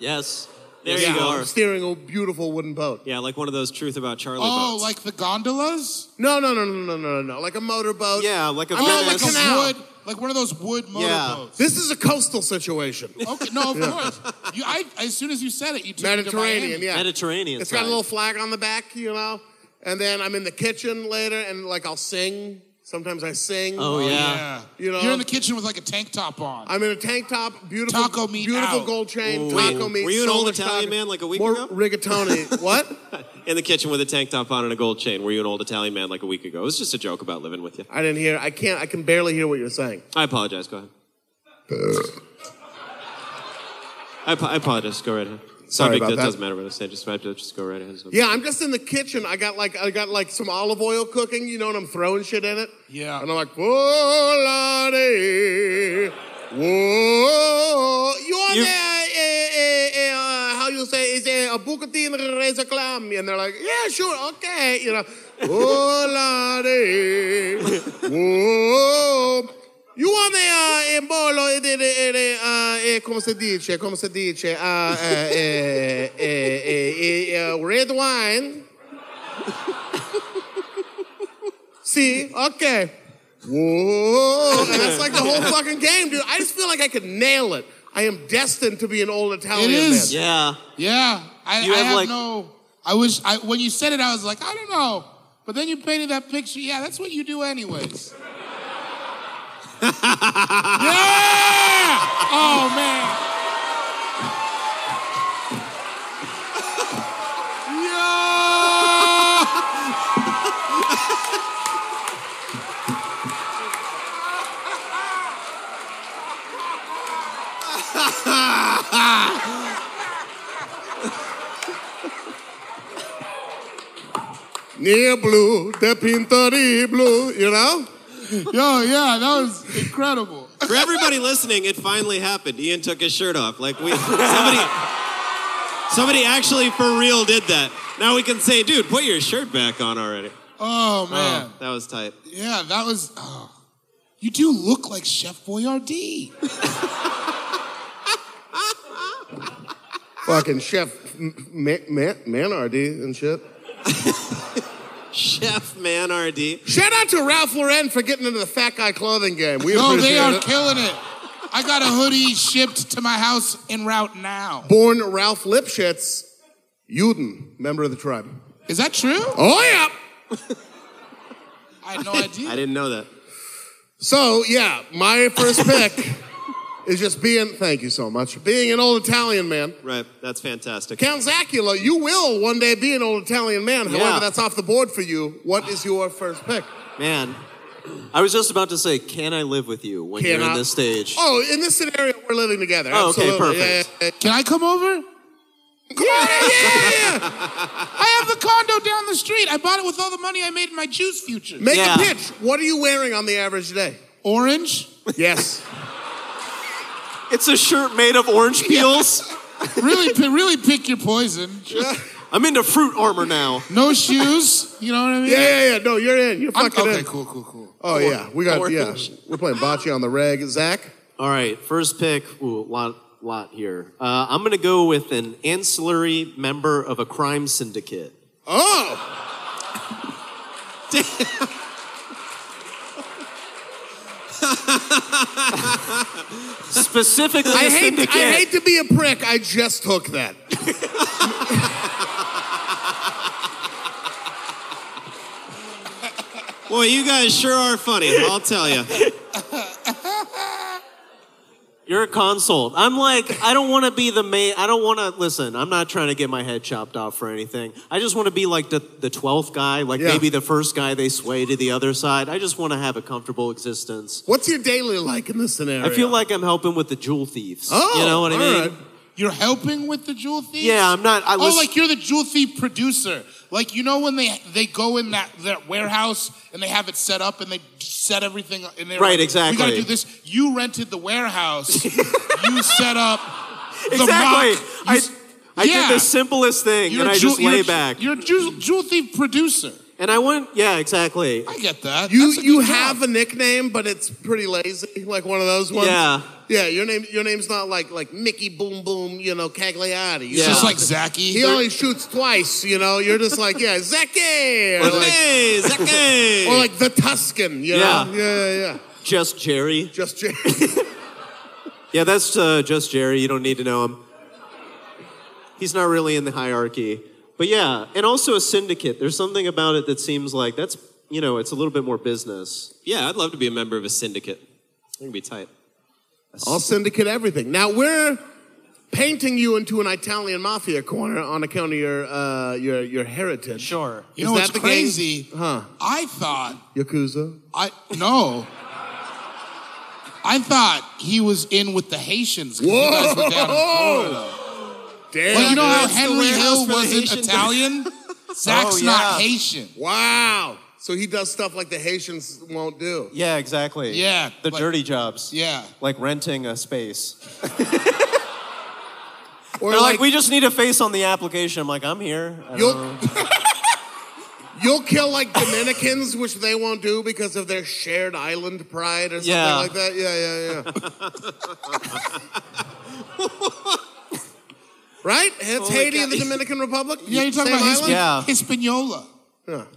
yes. There yeah, you I'm are. steering a beautiful wooden boat. Yeah, like one of those truth about Charlie Oh, boats. like the gondolas? No, no, no, no, no, no, no, no. Like a motorboat. yeah, like a I'm on Like the Venice. canal. a wood, like one of those wood motorboats. This is a coastal situation. Okay, no, of course. You, I, as soon as you said it, you took Mediterranean, Me to Miami. yeah. Mediterranean It's got a side. little flag on the back, you know. And then I'm in the kitchen later, and like I'll sing. Sometimes I sing. Oh, yeah. You You know- are in the kitchen with like a tank top on. I'm in a tank top, beautiful, Taco meat beautiful out. gold chain, taco wait. meat. Were you an so old much taco- Italian man like a week More ago? *laughs* Rigatoni. what? In the kitchen with a tank top on and a gold chain. Were you an old Italian man like a week ago? It was just a joke about living with you. I didn't hear. I can't. I can barely hear what you're *laughs* saying. I apologize. Go ahead. I, apo- I apologize. Go right ahead. Sorry Subject about that, that. doesn't matter what I say. Just, just go right ahead. Yeah, I'm just in the kitchen. I got like I got like some olive oil cooking, you know, and I'm throwing shit in it. Yeah. And I'm like, whoa, lady, whoa. You want You- a, a, a, a, uh, how you say, is a, a bucatine razor clam? And they're like, yeah, sure, okay. You know, whoa, lady, whoa. You want a, uh, a bolo, e de- de- e de- uh, e come si dice, come si dice, uh, eh, eh, eh, eh, eh, eh, red wine? Sì, ok. whoa, and that's like the *laughs* whole fucking game, dude. I just feel like I could nail it. I am destined to be an old Italian It is. man. Yeah. Yeah, I, You I have, have like- no. I wish I, when you said it, I was like, I don't know. But then you painted that picture. Yeah, that's what you do, anyways. yeah! Oh man. Yeah! Near blue, the Pintari blue, you know? Yo, yeah, that was incredible. For everybody listening, it finally happened. Ian took his shirt off. Like we somebody somebody actually for real did that. Now we can say, dude, put your shirt back on already. Oh Uh. man. That was tight. Yeah, that was. Oh. You do look like Chef Boyardee. Fucking Chef M- Man- Man- Manardi and shit. Chef Man RD. Shout out to Ralph Lauren for getting into the fat guy clothing game. We No, appreciate Oh, they are it. killing it. I got a hoodie shipped to my house en route now. Born Ralph Lipschitz, Juden, member of the tribe. Is that true? Oh, yeah. I had no I idea. didn't know that. So yeah, my first pick is just being. Thank you so much. Being an old Italian man, Right. That's fantastic. Count Zacula, you will one day be an old Italian man. However, Yeah. that's off the board for you. What is your first pick? Man. I was just about to say, can I live with you when Can you're I- in this stage? Oh, in this scenario, we're living together. Oh, okay, Absolutely. perfect. Yeah, Can I come over? yeah, yeah. Come on in, yeah, yeah, yeah. I have the condo down the street. I bought it with all the money I made in my juice future. Make Yeah. a pitch. What are you wearing on the average day? Orange? Yes. It's a shirt made of *laughs* orange peels. Really, pi- really pick your poison. I'm into fruit armor now. No shoes. You know what I *laughs* mean? Yeah, yeah, yeah. No, you're in. You're I'm- fucking okay, in. cool, cool, cool. Oh yeah, we got yeah. Orange. We're playing bocce on the reg. Zach, All right, first pick. Ooh, lot, lot here. Uh, I'm gonna go with an ancillary member of a crime syndicate. Oh! *laughs* Specifically, I a hate, syndicate. I hate to be a prick. I just took that. Boy, you guys sure are funny. I'll tell you. You're a consult. I'm like, I don't want to be the main. I don't want to listen. I'm not trying to get my head chopped off for anything. I just want to be like the the twelfth guy, like Yeah. maybe the first guy they sway to the other side. I just want to have a comfortable existence. What's your daily like in this scenario? I feel like I'm helping with the jewel thieves. Oh, you know what I all mean? right. You're helping with the jewel thieves? Yeah, I'm not. I oh, listen- like you're the jewel thief producer. Like you know when they they go in that, that warehouse and they have it set up and they set everything in there. Right, We gotta exactly. do this. You rented the *laughs* warehouse. you set up. The exactly. Mock. You I, s- I yeah. did the simplest thing, You're and a I jewel- just you're a lay ju- back. You're a jewel, jewel thief producer. And I went, yeah, exactly. I get that. You That's a you good job. have a nickname, but it's pretty lazy, like one of those ones. Yeah. yeah. Your name your name's not like like Mickey Boom Boom, you know Cagliotti. You Yeah. know? Just like Zachy. he only shoots twice, you know. You're just like yeah, Zeki, or like, Hey, Zeke. or like the Tuscan, you know. Yeah. Yeah, yeah, yeah. Just Jerry. Just *laughs* J- Yeah, that's uh, just Jerry. You don't need to know him. He's not really in the hierarchy. But yeah, and also a syndicate. There's something about it that seems like that's, you know, it's a little bit more business. yeah, I'd love to be a member of a syndicate. I think it'd be tight. I'll syndicate everything. Now we're painting you into an Italian mafia corner on account of your uh your your heritage. Sure. You Is know that what's the gang- crazy? Huh? I thought Yakuza. I no. I thought he was in with the Haitians. 'cause You guys were down in Whoa! Florida. *laughs* Damn. Well, you know how that's the Henry warehouse Hill for the wasn't Haitians. Italian? Zach's Oh, yeah. not Haitian. Wow. So he does stuff like the Haitians won't do. *laughs* Yeah, exactly. Yeah, The like- dirty jobs. Yeah. Like renting a space. Or They're like, we just need a face on the application. I'm like, I'm here. I don't know. you'll You'll kill like Dominicans, which they won't do because of their shared island pride or something Yeah. like that. Yeah, yeah, yeah. *laughs* right? It's Haiti and the Dominican Republic. Yeah, you're talking Same about island? Hispan- Yeah. Hispaniola.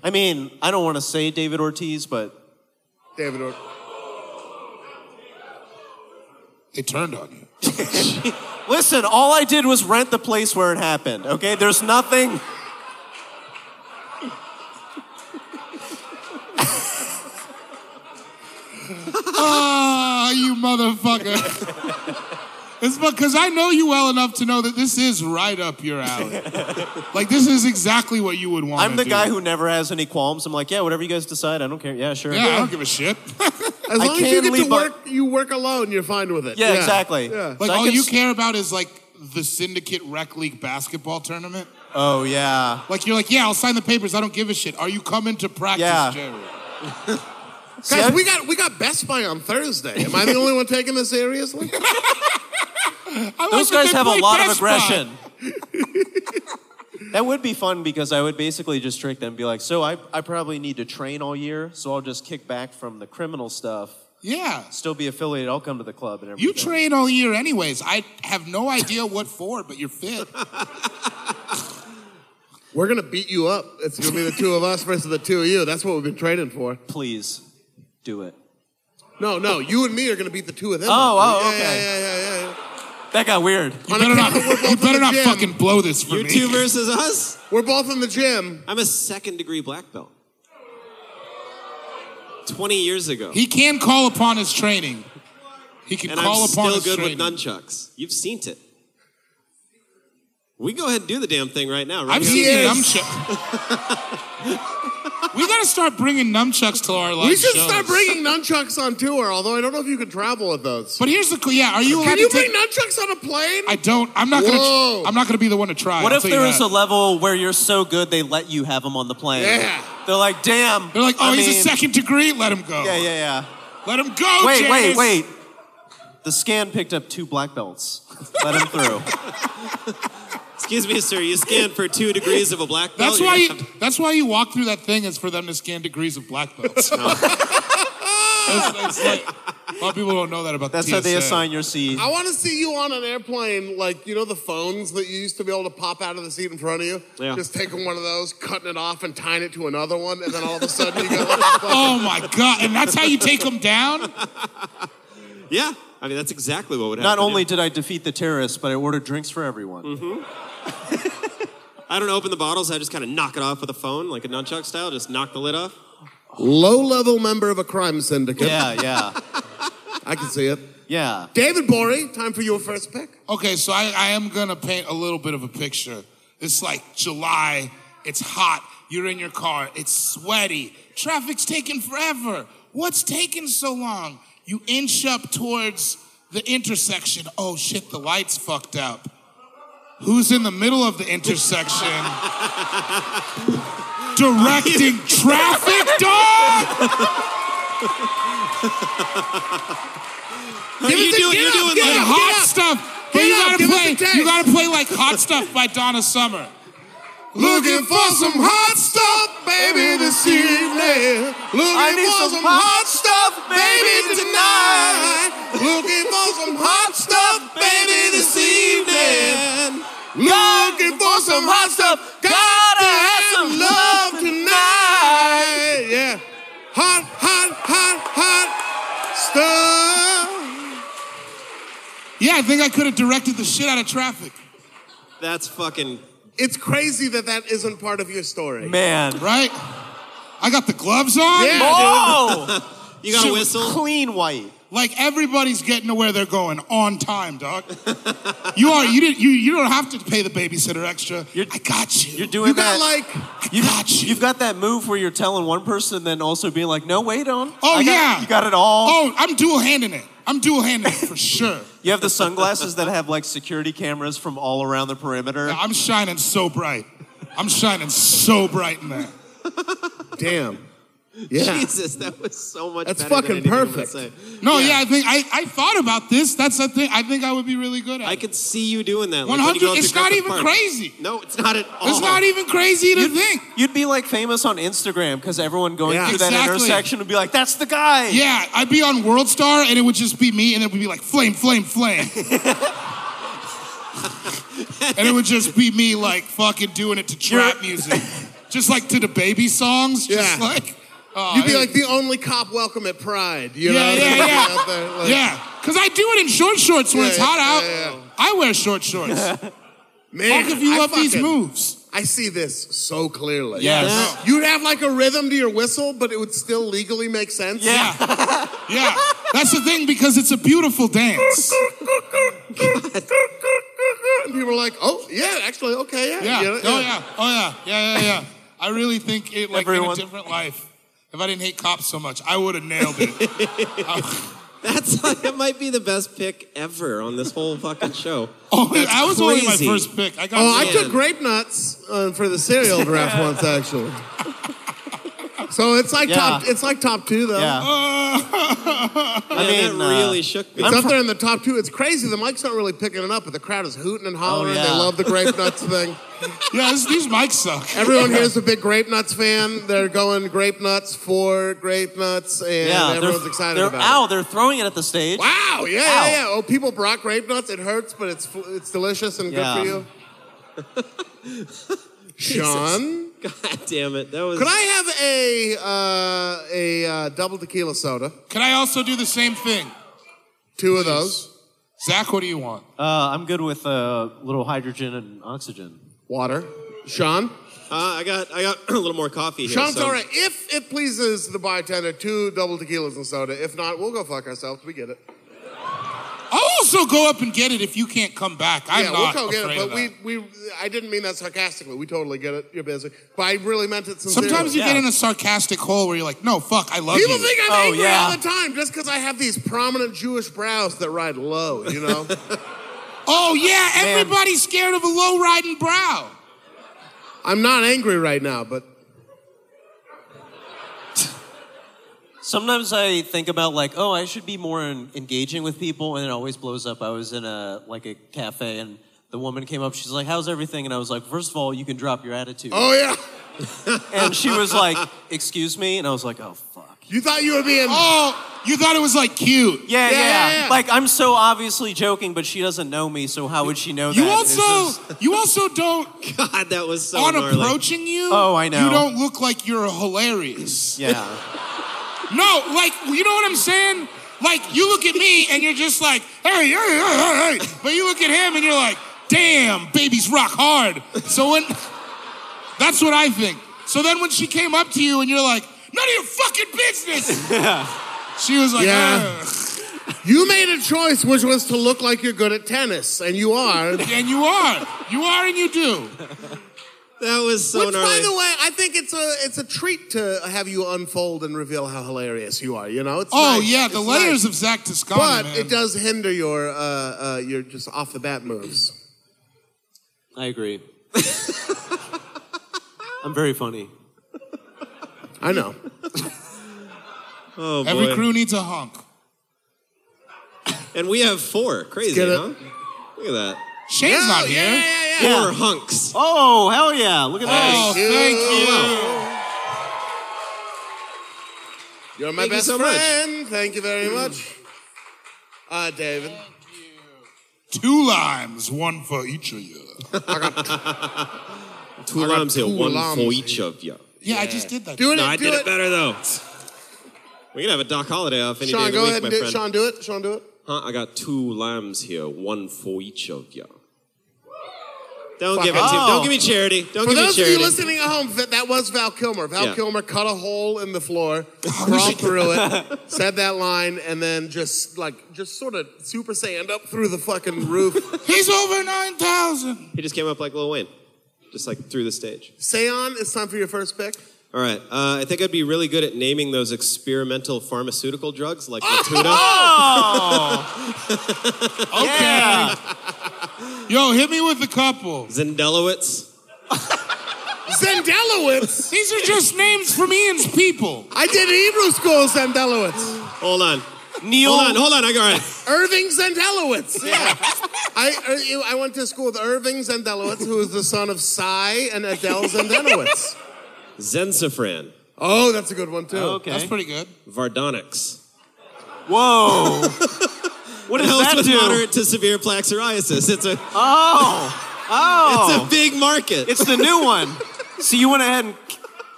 I mean, I don't want to say David Ortiz, but David Orton. They turned on you. Listen, all I did was rent the place where it happened, okay? There's nothing. Ah, you motherfucker. *laughs* It's because I know you well enough to know that this is right up *laughs* your alley. Like this is exactly what you would want. I'm the guy who never has any qualms. I'm like, yeah, whatever you guys decide, I don't care. Yeah, sure. Yeah, I don't give *laughs* a shit. As I long as you can get to leave, but- work, you work alone. You're fine with it. Yeah, exactly. Yeah. Like So I all can you s- care about is like the Syndicate Rec League basketball tournament. Oh, yeah. Like you're like, yeah, I'll sign the papers. I don't give a shit. Are you coming to practice, Yeah. Jerry? See, I- Guys, we got we got Best Buy on Thursday. Am I the only one taking this seriously? I Those like that guys they have a play lot of Best Buy. aggression. *laughs* that would be fun because I would basically just trick them and be like, so I, I probably need to train all year, so I'll just kick back from the criminal stuff, Yeah. still be affiliated, I'll come to the club and everything. You train all year, anyways. I have no idea what for, but you're fit. *laughs* We're gonna beat you up. It's gonna be the two of us versus the two of you. That's what we've been training for. Please do it. No, no, you and me are gonna beat the two of them. Oh, up. oh, yeah, okay. Yeah, yeah, yeah, yeah. That got *laughs* weird. You better not, you better not gym. fucking blow this for me. versus us? We're both in the gym. I'm a second degree black belt. 20 years ago. He can call upon his training. He can and call I'm upon still his good training. with nunchucks. You've seen it. We go ahead and do the damn thing right now, right? I've here. seen the is. nunchuck. we gotta start bringing nunchucks to our live We should shows. start bringing nunchucks on tour. Although I don't know if you can travel with those. But here's the cool. Yeah, are you allowed Can you to take? bring nunchucks on a plane? I don't. I'm not gonna. Whoa. I'm not gonna be the one to try. What I'll if tell you there is that. a level where you're so good they let you have him on the plane? Yeah. They're like, damn. They're like, oh, I he's mean- a second degree. Let him go. Yeah, yeah, Let him go. yeah. Wait, James. wait, wait. The scan picked up two black belts. *laughs* Let him through. *laughs* Excuse me, sir. You scanned for two degrees of a black belt. Oh, That's why. You're You, gonna have- that's why you walk through that thing is for them to scan degrees of black belts. *laughs* That's- that's like- a lot of people don't know that about. the That's how they TSA. assign your seat. I want to see you on an airplane, like you know the phones that you used to be able to pop out of the seat in front of you. Yeah. Just taking one of those, cutting it off, and tying it to another one, and then all of a sudden you go. Like, *laughs* Oh my god! And that's how you take them down. yeah. I mean, that's exactly what would happen. Not only yeah. did I defeat the terrorists, but I ordered drinks for everyone. I don't open the bottles. I just kind of knock it off with a phone, like a nunchuck style. Just knock the lid off. Low-level member of a crime syndicate. Yeah, *laughs* yeah, I can see it. yeah. David Bory, time for your first pick. Okay, so I, I am gonna paint a little bit of a picture. It's like July, it's hot, you're in your car, it's sweaty, traffic's taking forever. What's taking so long? You inch up towards the intersection. Oh shit, the light's fucked up. Who's in the middle of the intersection? Directing traffic, dog! Are you the- doing? get You're up, doing get Like like up. hot stuff. But Get you up, gotta give us a play. taste. You gotta play like hot stuff by Donna Summer. Looking for some hot stuff, baby, this evening. I Looking need for some some hot hot stuff, baby, baby, tonight. Looking for some hot stuff, baby, this evening. Looking for some hot stuff, gotta have some *laughs* love tonight. Yeah. Hot, hot, hot, hot stuff. Yeah, I think I could have directed the shit out of traffic, That's fucking. It's crazy that that isn't part of your story. Man. right? I got the gloves on. Yeah. Oh! You got She a was whistle. Clean white. Like everybody's getting to where they're going on time, dog. you are. You didn't. You, you don't have to pay the babysitter extra. I got you. You're doing You got that. like, I you got you. have got that move where you're telling one person, and then also being like, "No, wait on." I Oh got- yeah. you got it all. Oh, I'm dual handing it. I'm dual *laughs* handing it for sure. You have the sunglasses that have like security cameras from all around the perimeter. I'm shining so bright. I'm shining so bright in there. *laughs* damn. Yeah. *laughs* Jesus, that was so much. That's better than fucking anything I'm gonna perfect. say. No, yeah, I think I, I thought about this. That's the thing. I think I would be really good at. I it. could see you doing that. One like when you go hundred. up to It's not Griffith even Park. crazy. No, it's not at all. *laughs* It's not e- even crazy to think. You'd be like famous on Instagram because everyone going Yeah. through that Exactly. intersection would be like, "That's the guy." Yeah, I'd be on World Star and it would just be me and it would be like flame, *laughs* flame, flame. and it would just be me like fucking doing it to trap music. Just like to the baby songs. Just Yeah. like Oh, You'd be yeah. like the only cop welcome at Pride. You know? yeah, yeah, Out there, yeah, like- yeah. Because I do it in short shorts when Yeah, it's yeah, hot out. yeah, yeah. I wear short *laughs* shorts. Fuck Man, if you I love these fucking- moves. I see this so clearly. Yes. Yeah. You'd have like a rhythm to your whistle, but it would still legally make sense. Yeah, *laughs* yeah. That's the thing because it's a beautiful dance. And people are like, oh, yeah, actually, okay, yeah. Yeah. you know, Oh yeah. Oh yeah. Yeah yeah yeah. I really think it like in a Everyone- different life. If I didn't hate cops so much, I would have nailed *laughs* it. That's like, it might be the best pick ever on this whole fucking show. Oh, I was only my crazy. first pick. I got. Oh, I Yeah. took grape nuts uh, for the cereal draft once, actually. So it's like Yeah. top. It's like top two though. Yeah. I mean, mean, uh, really shook me. It's up there in the top two. It's crazy. The mic's not really picking it up, but the crowd is hooting and hollering. They Oh, yeah. love the grape nuts thing. *laughs* Yeah, this, these mics suck. Everyone here is a big grape nuts fan. They're going grape nuts for grape nuts, and Yeah, everyone's they're, excited they're, about Ow, it. they're throwing it at the *laughs* stage. Wow! Yeah, yeah, Ow. yeah. Oh, people brought grape nuts. It hurts, but it's it's delicious and Yeah. good for you. *laughs* Sean, God damn it. That was. could I have a uh, a uh, double tequila soda? Can I also do the same thing? Two of those. Zach, what do you want? Uh, I'm good with a uh, little hydrogen and oxygen. Water. Sean. Uh, I got I got *clears throat* a little more coffee here. Sean's so- all right. If it pleases the bartender, two double tequilas and soda. If not, we'll go fuck ourselves. We get it. I'll also go up and get it if you can't come back. I'm yeah, not we'll go get afraid it. But of we, that. we, I didn't mean that sarcastically. We totally get it. You're busy. But I really meant it sincerely. Sometimes you get in a sarcastic hole where you're like, "No, fuck, I love People you." think I'm Oh, angry yeah. all the time just because I have these prominent Jewish brows that ride low, you know? *laughs* oh yeah, everybody's scared of a low riding brow. I'm not angry right now, but Sometimes I think about like, oh, I should be more en- engaging with people, and it always blows up. I was in a like a cafe, and the woman came up. She's like, "How's everything?" And I was like, first of all, you can drop your attitude." oh yeah. And she was like, "Excuse me," and I was like, "Oh fuck." You thought you were being. Oh, you thought it was like cute. Yeah, yeah, Yeah, yeah, yeah, yeah. Like I'm so obviously joking, but she doesn't know me, so how would she know You that? It's also, just- you also *laughs* don't *laughs* God, that was so on gnarly. approaching you. Oh, I know. You don't look like you're hilarious. yeah. No, like you know what I'm saying. Like you look at me and you're just like, hey, hey, hey, hey, hey. But you look at him and you're like, damn, babies rock hard. So when, *laughs* that's what I think. So then when she came up to you and you're like, none of your fucking *laughs* business. She was like, Yeah. "Ugh." You made a choice, which was to look like you're good at tennis, and you *laughs* are. *laughs* and you are, you are, and you do. That was so Which, gnarly. by the way, I think it's a it's a treat to have you unfold and reveal how hilarious you are. You know, it's Oh nice. yeah, the It's layers nice. of Zach Toscano. But man. it does hinder your uh, uh, your just off the bat moves. I agree. I'm very funny. I know. oh, boy. Every crew needs a honk. And we have four. Crazy, get it. huh? Look at that. Shane's not here. yeah, Four hunks. Oh hell yeah! Look at Oh, that. thank you. You're my Thank you best so much. Mm. friend. Thank you very much. Uh, David. Two limes, one for each *laughs* of you. Two Oh, I got lambs here, two one lambs for here. each of you. Yeah, I just did that. Do it. No, I do did it better though. We can have a Doc Holiday off any Sean, day go of the ahead and week, do my it. friend. Sean, do it. Sean, do it. Huh? I got two lambs here, one for each of you. Don't Fuck give it off. to me. Don't Oh. give me charity. Don't For give me those of charity. you listening at home, that, that was Val Kilmer. Val Yeah. Oh, Kilmer cut a hole in the *laughs* floor, crawled through it, said that line, and then just like just sort of super saiyan up through the *laughs* fucking roof. *laughs* He's over 9,000. he just came up like Lil Wayne, just like through the stage. Saiyan, it's time for your first pick. All right, uh, I think I'd be really good at naming those experimental pharmaceutical drugs like Ah! Latuda. Oh! *laughs* Okay. Yo, hit me with a couple. Zendelowitz. Zendelowitz. These are just names from Ian's people. I did Hebrew school, Zendelowitz. Hold on. Neil. Hold on, hold on. I got all right. Irving Zendelowitz. Yeah. I, I went to school with Irving Zendelowitz, who is the son of Cy and Adele Zendelowitz. Zensafran. Oh, that's a good one, too. Okay. That's pretty good. Vardonyx. Whoa. what does Helps that with do? moderate to severe plaque psoriasis. It's a Oh. Oh. it's a big market. It's the new one. So you went ahead and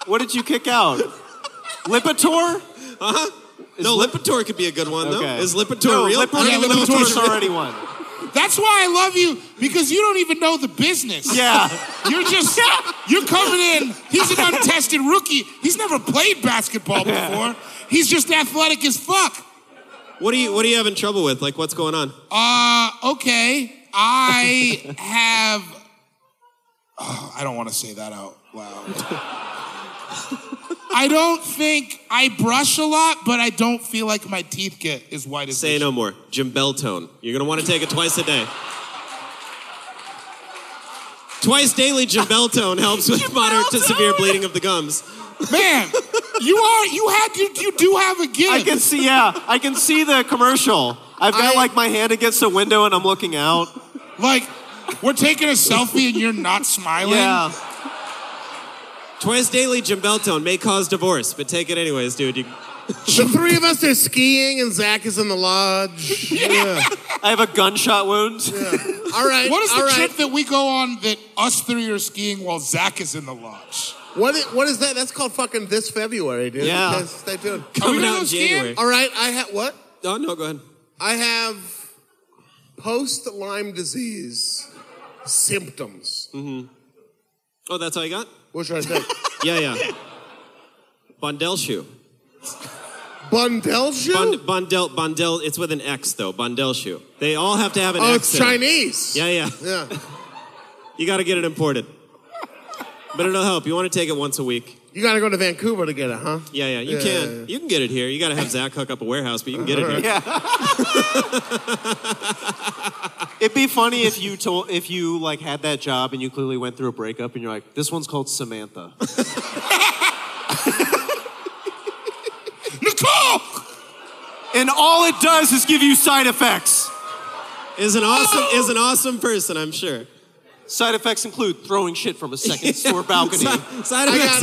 what did you kick out? Lipitor? Huh? No, Lipitor could be a good one, though. Is Lipitor No, real? I don't even know if Lipitor's Lipitor's already one. That's why I love you because you don't even know the business. Yeah. *laughs* You're just you're coming in. He's an untested rookie. He's never played basketball before. He's just athletic as fuck. What are you What are you having trouble with? Like, what's going on? Uh, okay. I have. Ugh, I don't want to say that out loud. I don't think I brush a lot, but I don't feel like my teeth get as white as Say they no more. Jim Beltone. You're gonna want to take it twice a day. Twice daily Jim Beltone helps with moderate to severe bleeding of the gums. should. Man, you are you had you you do have a gift. I can see, yeah, I can see the commercial. I've got I- like my hand against the window and I'm looking out. Like, we're taking a selfie and *laughs* you're not smiling. Yeah. Twice daily Jim Beltone may cause divorce, but take it anyways, dude. You, The three of us are skiing and Zach is in the lodge. Yeah. I have a gunshot wound. *laughs* All right. What is the all right. trip that we go on that us three are skiing while Zach is in the lodge? What is, what is that? That's called fucking this February, dude. Yeah. Okay, Stay tuned. Coming gonna out go in skiing? January. All right. I have what? Oh, no, go ahead. I have post Lyme disease symptoms. Oh, that's all you got? What should I *laughs* take? Yeah, yeah. Bondel shoe. Bundel shoe? Bond, Bondel, Bondel, it's with an X though, Bondel shoe. They all have to have an oh, it's X. in it. Chinese. Yeah, yeah. Yeah. You gotta get it imported. But it'll help. You wanna take it once a week. You got to go to Vancouver to get it, huh? Yeah, yeah, you Yeah, can. yeah, yeah. You can get it here. You gotta have Zach hook up a warehouse, but you can get it here. It'd be funny if you told if you like had that job and you clearly went through a breakup and you're like, this one's called Samantha. Nicole! and all it does is give you side effects. Is an awesome is an awesome person, I'm sure. Side effects include throwing shit from *laughs* a second store balcony. Side, side I effects.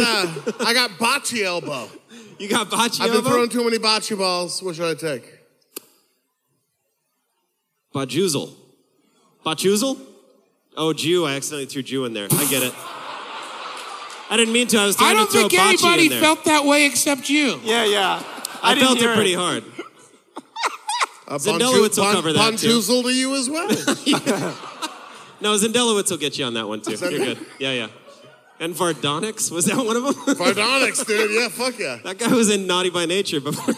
got uh, I got bocce elbow. you got bocce I've been elbow? throwing too many bocce balls. What should I take? Bajuzel. Bajuzel? Oh, Jew. I accidentally threw Jew in there. I get it. I didn't mean to. I was I trying don't to throw think bocce anybody in there. felt that way except you. yeah, yeah. I, didn't felt hear it pretty hard. Uh, Zendelowitz will cover that, too. Bonjuzel to you as *laughs* well. No, Zendelowitz will get you on that one, too. that You're it? good. Yeah, yeah. And Vardonix? Was that one of them? Bardonics, dude. Yeah, fuck yeah. that guy was in Naughty by Nature before.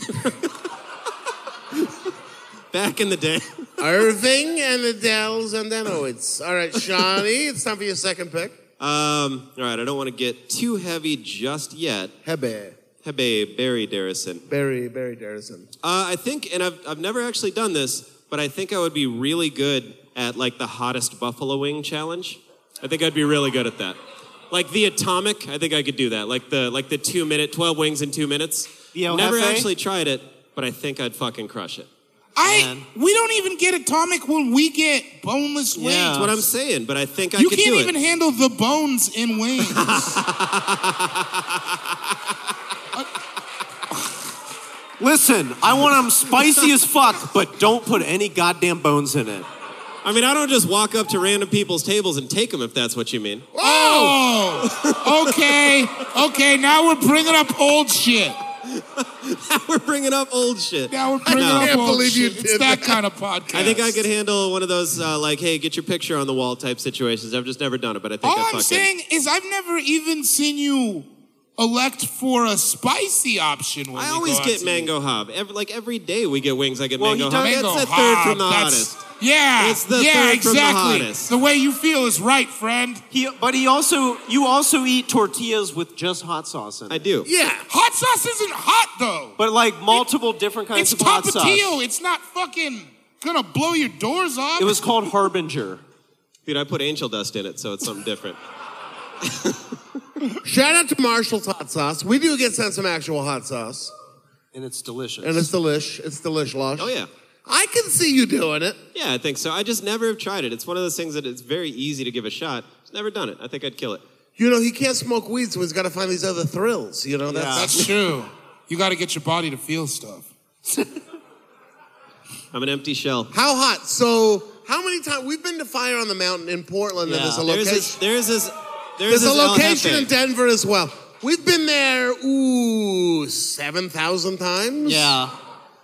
Back in the day. Irving and Adele's and then oh, it's all right, Shawnee. It's time for your second pick. Um, all right, I don't want to get too heavy just yet. Hebe, Hebe Barry Darrison. Barry, Barry Darrison. Uh, I think, and I've, I've never actually done this, but I think I would be really good at like the hottest buffalo wing challenge. I think I'd be really good at that. Like the atomic, I think I could do that. Like the like the two minute, twelve wings in two minutes. The El never Jefe? actually tried it, but I think I'd fucking crush it. I Man. we don't even get atomic when we get boneless wings. That's what I'm saying. But I think I you could can't do even it. handle the bones *laughs* in wings. Listen, I want them spicy as fuck, but don't put any goddamn bones in it. I mean, I don't just walk up to random people's tables and take them if that's what you mean. oh, okay, okay. Now we're bringing up old shit. *laughs* We're bringing up old shit. Now we're bringing No. up can't old believe you shit. did it's that, that. kind of podcast. I think I could handle one of those uh, like, hey, get your picture on the wall type situations. I've just never done it, but I think All I I'm fucking saying is I've never even seen you elect for a spicy option. When I we always go out get to mango hob. Every, like every day we get wings. I get Well, mango he hob. does- That's Mango the third Hob, from the that's- hottest. Yeah, It's the yeah, third from the exactly. hottest. way you feel is right, friend. He, but he also, you also eat tortillas with just hot sauce in I it. do. Yeah, Hot sauce isn't hot though. But like multiple different kinds it's of hot sauce. tapatio. It's not fucking gonna blow your doors off. It was called Harbinger. Dude, I put angel dust in it, so it's *laughs* something different. shout out to Marshall's hot sauce. We do get sent some actual hot sauce, And it's delicious. and it's delish. It's delish, lush. Oh yeah, I can see you doing it. yeah, I think so. I just never have tried it. It's one of those things that it's very easy to give a shot. Just never done it. I think I'd kill it. You know, he can't smoke weed, so he's got to find these other thrills. You know, that's That's true. You got to get your body to feel stuff. I'm an empty shell. how hot. So, how many times we've been to Fire on the Mountain in Portland? and Yeah, there's a There's location. this. There's this. There's There's, this a El location Jefe. in Denver as well. We've been there, ooh, 7,000 times? Yeah.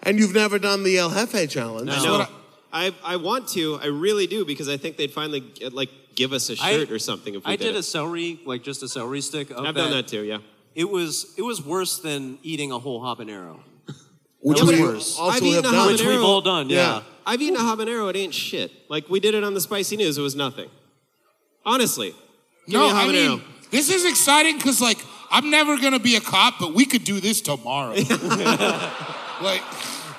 And you've never done the El Jefe challenge? I know. I, I want to. I really do because I think they'd finally get, like give us a shirt or something if we I did, did a it. celery, like just a celery stick. Of I've done that too. Yeah. It was it was worse than eating a whole habanero, Which That was we worse. also I've eaten have a done. which Habanero- we've all done. Yeah. I've eaten a habanero. It ain't shit. Like we did it on the spicy news. It was nothing. Honestly. Give no, me a I habanero. mean, this is exciting because, like, I'm never going to be a cop, but we could do *laughs* this tomorrow. like,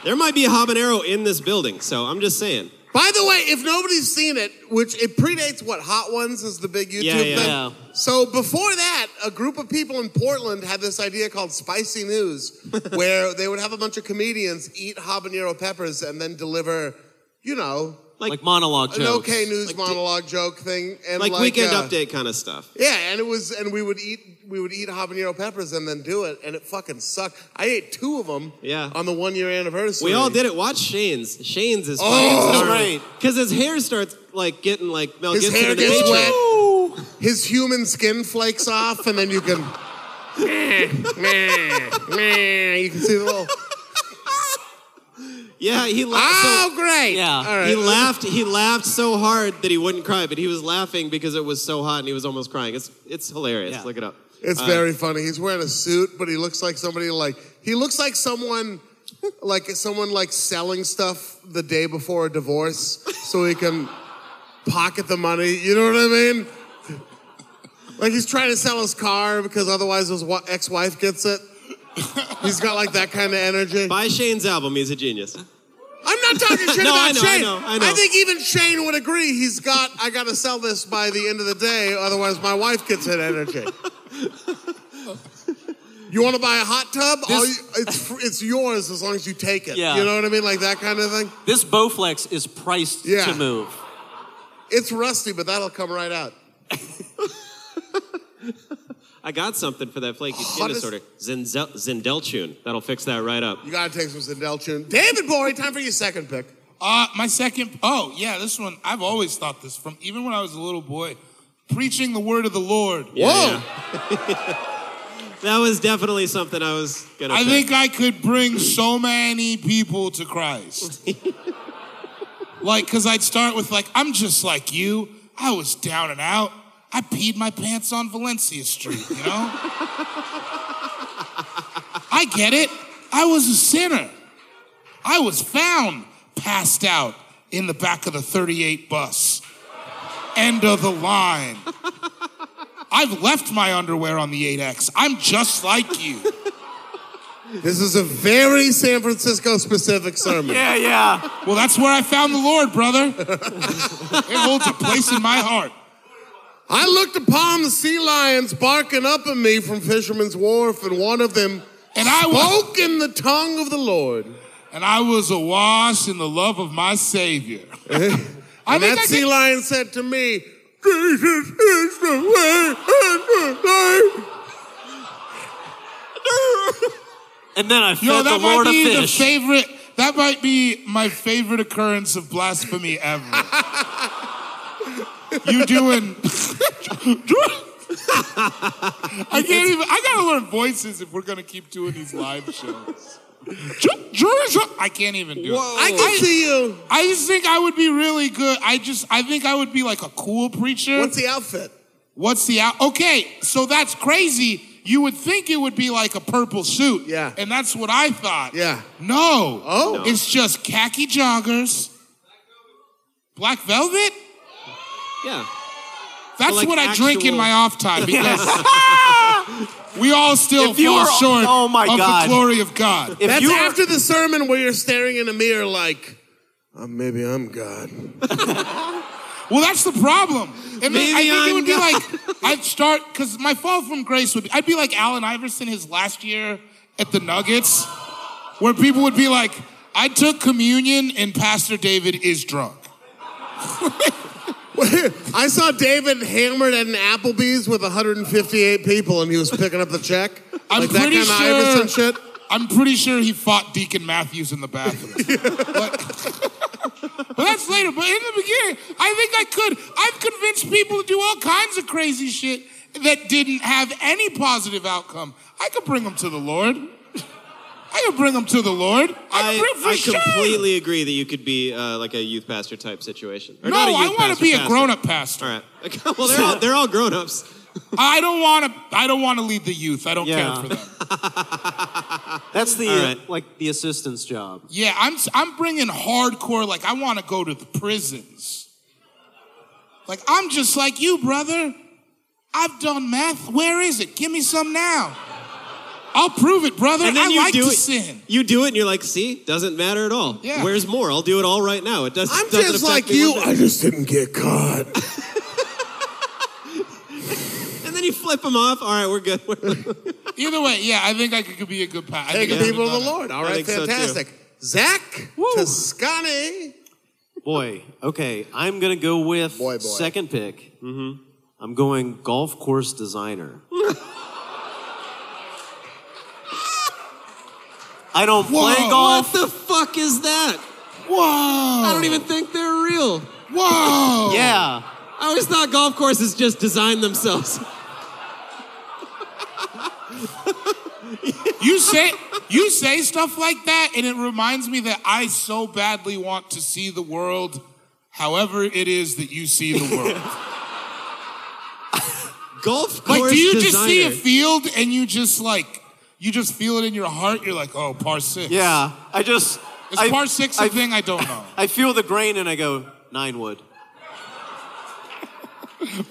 there might be a habanero in this building, so I'm just saying. By the way, if nobody's seen it, which it predates what Hot Ones is the big YouTube Yeah, yeah. thing. Yeah. So before that, a group of people in Portland had this idea called Spicy *laughs* News, where they would have a bunch of comedians eat habanero peppers and then deliver, you know, Like, monologue an jokes. okay news monologue joke thing and Like, like, weekend uh, update kind of stuff. Yeah, and it was, and we would eat, we would eat habanero peppers and then do it, and it fucking sucked. I ate two of them. Yeah. On the one year anniversary. We all did it. Watch Shane's. Shane's is Oh, fucking right. Because his hair starts like getting like Mel His Gibson hair in the gets Matrix. wet. His human skin flakes off, and then you can. meh, meh, meh. You can see the little. Yeah, he la- Oh, so- great! Yeah. All right. he laughed. He laughed so hard that he wouldn't cry, but he was laughing because it was so hot and he was almost crying. It's it's hilarious. Yeah. Look it up. It's very funny. He's wearing a suit, but he looks like somebody like he looks like someone, like someone like selling stuff the day before a divorce, so he can pocket the money. You know what I mean? Like he's trying to sell his car because otherwise his wa- ex-wife gets it. He's got like that kind of energy. Buy Shane's album. He's a genius. I'm not *laughs* talking shit No, about I know, I Shane. know, I know. think even Shane would agree. He's got. I got to sell this by the end of the day, otherwise my wife gets it energy. you want to buy a hot tub? All This- you- it's fr- it's yours as long as you take it. Yeah. You know what I mean, like that kind of thing. This Bowflex is priced Yeah. to move. It's rusty, but that'll come right out. I got something for that Oh, flaky skin Hottest- disorder. Zinzel- Zindeltune. That'll fix that right up. You got to take some Zindel tune. David Bowie, time for your second pick. uh, my second, oh, yeah, this one, I've always thought this from even when I was a little boy. Preaching the word of the Lord. Whoa. That was definitely something I was gonna. I pick. think I could bring so many people to Christ. like, because I'd start with, like, I'm just like you. I was down and out. I peed my pants on Valencia Street, you know? I get it. I was a sinner. I was found passed out in the back of the 38 bus. End of the line. I've left my underwear on the 8X. I'm just like you. This is a very San Francisco specific sermon. Yeah, yeah. Well, that's where I found the Lord, brother. it holds a place in my heart. I looked upon the sea lions barking up at me from Fisherman's Wharf, and one of them And I was, spoke in the tongue of the Lord. and I was awash in the love of my Savior. I And think that I sea did, lion said to me, Jesus is the way and the life. And then I fed yo, that the Lord might a be the fish. favorite. That might be my favorite occurrence of blasphemy ever. you doing? *laughs* I can't even. I gotta learn voices if we're gonna keep doing these live shows. *laughs* I can't even do it. I can see you. I just think I would be really good. I just I think I would be like a cool preacher. What's the outfit? What's the out? Okay, so that's crazy. You would think it would be like a purple suit. Yeah. And that's what I thought. Yeah. No. Oh. No. It's just khaki joggers. Black velvet? Yeah. That's like, what I drink in actual- my off time *laughs* because we all still If you fall were- short oh my of God. the glory of God. If That's you were- after the sermon where you're staring in a mirror like, "Uh, maybe I'm God. Well, that's the problem. And Maybe I think it I'm would God. be *laughs* like I'd start because my fall from grace would be I'd be like Allen Iverson his last year at the Nuggets, where people would be like, "I took communion and Pastor David is drunk." I saw David hammered at an Applebee's with 158 people and he was picking up the *laughs* check. I'm like pretty that kind sure. of Iverson shit. I'm pretty sure he fought Deacon Matthews in *laughs* the bathroom. but, but that's later. But in the beginning, I think I could. I've convinced people to do all kinds of crazy shit. that didn't have any positive outcome. I could bring them to the Lord. I could bring them to the Lord. I, could I, bring for I sure. completely agree that you could be uh, like a youth pastor type situation. Or No, not a I youth want to pastor, be a pastor. grown-up pastor. All right. *laughs* Okay, well, they're all, they're all grown ups. I don't want to. I don't want to lead the youth. I don't Yeah. care for them. That's the uh, like the assistant's job. Yeah, I'm. I'm bringing hardcore. Like I want to go to the prisons. Like I'm just like you, brother. I've done meth. Where is it? Give me some now. I'll prove it, brother. And then I you like do to it. sin. You do it, and you're like, "See, doesn't matter at all. Yeah. Where's more? I'll do it all right now. It does, I'm doesn't just affect like me you. one I bit." just didn't get caught. And then you flip them off. All right, we're good. *laughs* We're- Either way, yeah, I think I could, could be a good pastor. Taking I people to the Lord. All I right, think so, too. fantastic. Zach Toscani. Boy, okay, I'm gonna go with Boy, boy. second pick. Mm-hmm. I'm going golf course designer. I don't play Whoa. golf. what the fuck is that? *laughs* Whoa! I don't even think they're real. Whoa! Yeah, I always thought golf courses just designed themselves. *laughs* You say you say stuff like that, and it reminds me that I so badly want to see the world, however it is that you see the world. Golf course like, do you designer. just see a field and you just like you just feel it in your heart? You're like, oh, par six. yeah. I just Is I, par six a I- thing? I don't know. I feel the grain and I go nine wood.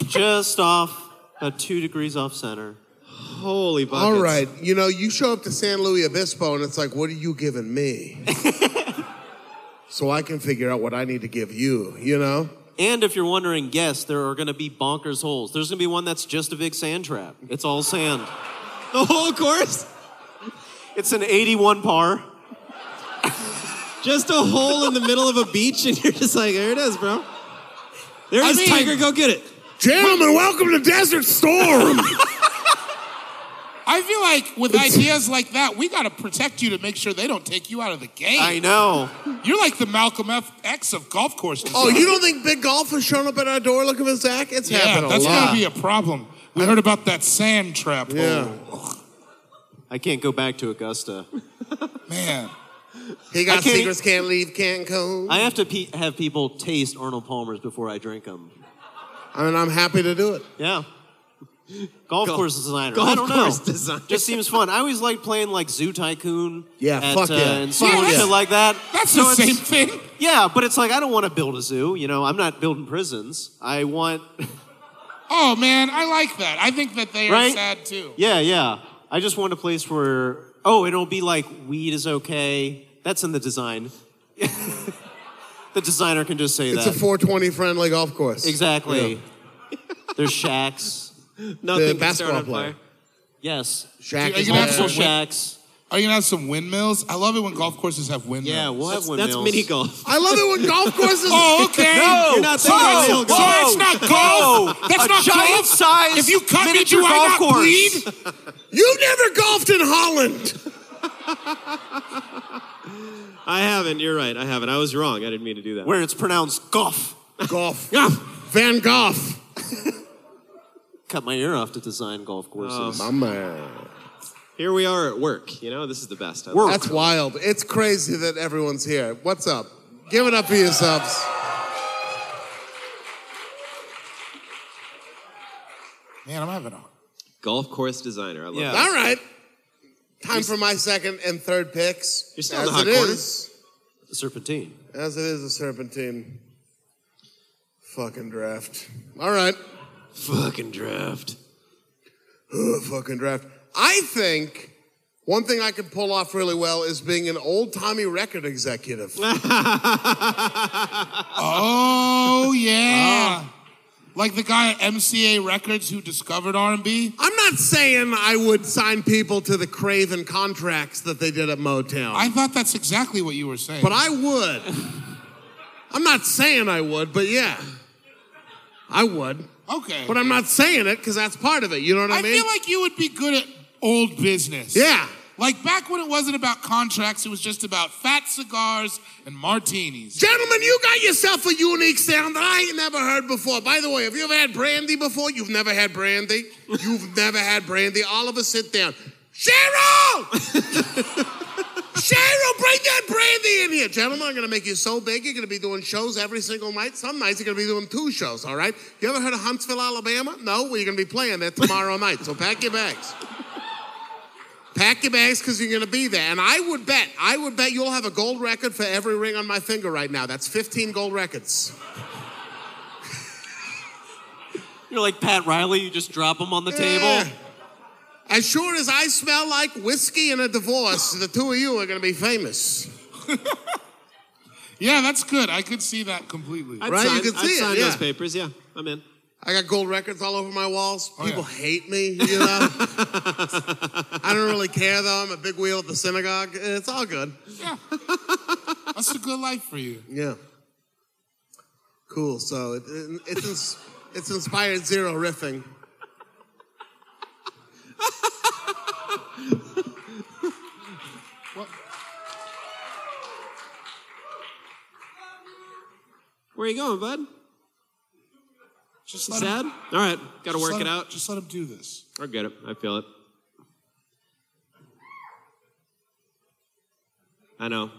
just off, about two degrees off center. Holy buckets. All right, you know, you show up to San Luis Obispo, and it's like, what are you giving me? *laughs* so I can figure out what I need to give you. You know, And if you're wondering, yes, there are going to be bonkers holes. There's going to be one that's just a big sand trap. It's all sand. The whole course? It's an 81 par. Just a hole in the middle of a beach, and you're just like, there it is, bro. There it I is, mean- Tiger. Go get it. gentlemen, welcome to Desert *laughs* Storm. I feel like with ideas like that, we gotta protect you to make sure they don't take you out of the game. I know. You're like the Malcolm F. X of golf courses. oh, you don't think Big Golf has shown up at our door looking for Zach? It's yeah, happened a that's lot. gonna be a problem. We heard about that sand trap. Yeah. I can't go back to Augusta. Oh, man. he got I can't- secrets can't leave Cancun. I have to pe- have people taste Arnold Palmer's before I drink them. I mean, I'm happy to do it. Yeah. *laughs* Golf Golf- course designer. golf I don't course know. designer. Just seems fun. I always like playing like Zoo Tycoon. Yeah, at, fuck uh, yeah. And Fuck school and yeah. shit like that. That's So the it's- same thing. Yeah, but it's like I don't want to build a zoo. You know, I'm not building prisons. I want. Oh man, I like that. I think that they Right? are sad too. Yeah, yeah. I just want a place where. Oh, it'll be like weed is okay. That's in the design. *laughs* the designer can just say It's that. a 420 friendly golf course. exactly. *laughs* There's shacks. Nothing can basketball start on player. fire. Yes. Shaq Are is you gonna have there. Multiple some- shacks. Are you gonna have some windmills? I love it when golf courses have windmills. Yeah, we'll have That's, windmills. that's mini golf. I love it when golf courses. *laughs* *laughs* Oh, okay. You're not so, thinking of real so golf. it's not golf. Whoa. That's not A golf. giant-sized if you cut me, miniature do I golf not course. bleed? You never golfed in Holland. *laughs* I haven't. You're right. I haven't. I was wrong. I didn't mean to do that. Where it's pronounced golf. Golf. Yeah. Van Gogh. Cut my ear off to design golf courses. Oh, My man. Here we are at work. You know, this is the best. I love Work. That's wild. It's crazy that everyone's here. What's up? Give it up for yourselves. Man, I'm having a Golf course designer. I love Yeah. that. All right. Time for my second and third picks. You're still in as the hot it corner. is- Serpentine. as it is a serpentine. Fucking draft. All right. *sighs* Fucking draft. Ugh, fucking draft. I think one thing I could pull off really well is being an old timey record *laughs* executive. Oh yeah. Like the guy at MCA Records who discovered R&B. I'm not saying I would sign people to the Craven contracts that they did at Motown. I thought that's exactly what you were saying. But I would. I'm not saying I would, but yeah. I would. okay. But I'm not saying it because that's part of it. You know what I, I mean? feel like you would be good at old business. yeah. Like back when it wasn't about contracts, it was just about fat cigars and martinis. Gentlemen, you got yourself a unique sound that I ain't never heard before. By the way, have you ever had brandy before? You've never had brandy. You've never had brandy. Oliver, sit down. Cheryl! *laughs* Cheryl, bring that brandy in here. Gentlemen, I'm going to make you so big, you're going to be doing shows every single night. Some nights you're going to be doing two shows, all right? You ever heard of Huntsville, Alabama? No? Well, you're going to be playing there tomorrow night, so pack your bags. Pack your bags because you're going to be there. And I would bet, I would bet you'll have a gold record for every ring on my finger right now. That's 15 gold records. You're like Pat Riley, you just drop them on the Yeah. table. As sure as I smell like whiskey and a divorce, the two of you are going to be famous. Yeah, that's good. I could see that completely. I'd Right, you sign, can I'd see it, sign yeah. those papers. Yeah, I'm in. I got gold records all over my walls. yeah. People hate me, you know. *laughs* I don't really care though. I'm a big wheel at the synagogue. It's all good. That's a good life for you. Yeah. Cool. So it, it, it's ins- it's inspired zero riffing. Where you going, bud? Just You let sad? him, All right, gotta just work let it him- out. Just let him do this. I get it. I feel it. I know.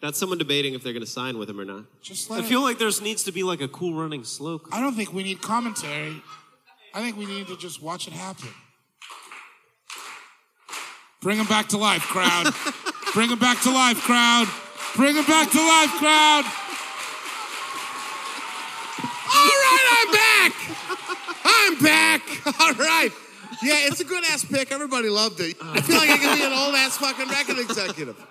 That's someone debating if they're gonna sign with him or not. Just I let. feel him. like there's needs to be like a cool running slow. I don't think we need commentary. I think we need to just watch it happen. Bring him back to life, crowd. Bring him back to life, crowd. Bring him back to life, crowd. All right, I'm back. *laughs* I'm back. All right. Yeah, it's a good ass pick. Everybody loved it. I feel like I could be an old ass fucking record executive.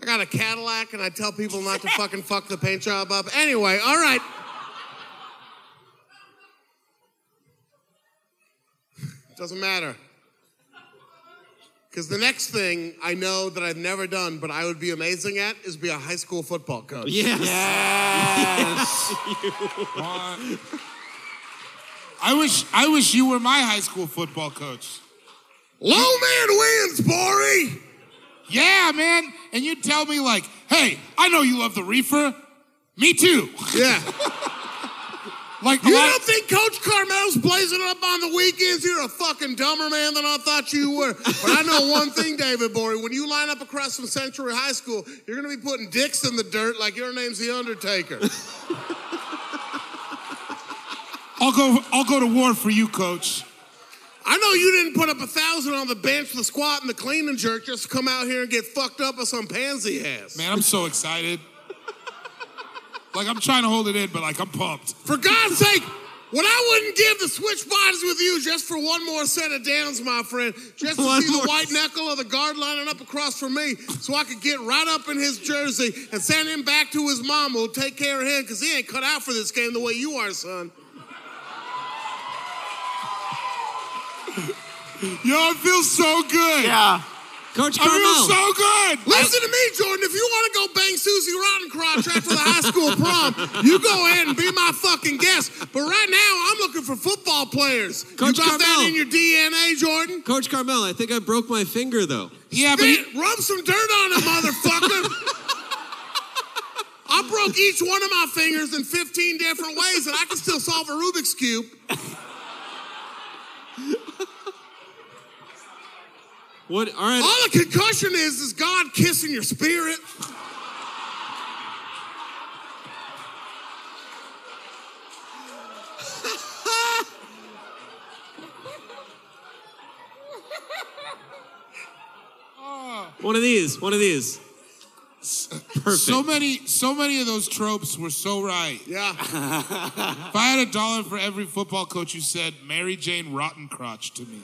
I got a Cadillac and I tell people not to fucking fuck the paint job up. Anyway, all right. Doesn't matter. Because the next thing I know that I've never done, but I would be amazing at, is be a high school football coach. Yes. I wish I wish you were my high school football coach. Low man wins, Bori. Yeah, man. And you'd tell me like, hey, I know you love the reefer. Me too. Yeah. Like a You lot- don't think Coach Carmel's blazing up on the weekends? You're a fucking dumber man than I thought you were. But I know one thing, David Bori. When you line up across from Century High School, you're going to be putting dicks in the dirt like your name's The Undertaker. I'll go I'll go to war for you, coach. I know you didn't put up a thousand on the bench, the squat, and the clean and jerk just to come out here and get fucked up with some pansy ass. Man, I'm so excited. like I'm trying to hold it in, but like I'm pumped. For God's sake, what I wouldn't give to switch bodies with you just for one more set of downs, my friend. Just to One see the more white knuckle of the guard lining up across from me so I could get right up in his jersey and send him back to his mom who'll take care of him because he ain't cut out for this game the way you are, son. Yo, I feel so good. Yeah. Coach I feel Carmel. so good. Listen to me, Jordan. If you want to go bang Susie Rottencrotch after the high school prom, you go ahead and be my fucking guest. But right now, I'm looking for football players. Coach you got that Carmel. in your DNA, Jordan? Coach Carmel, I think I broke my finger though. Yeah, but Spit, he- rub some dirt on it, motherfucker. I broke each one of my fingers in 15 different ways, and I can still solve a Rubik's Cube. What? All right. All a concussion is is God kissing your spirit. One of these. One of these. Perfect. so many so many of those tropes were so right. Yeah. If I had a dollar for every football coach who said Mary Jane Rottencrotch to me.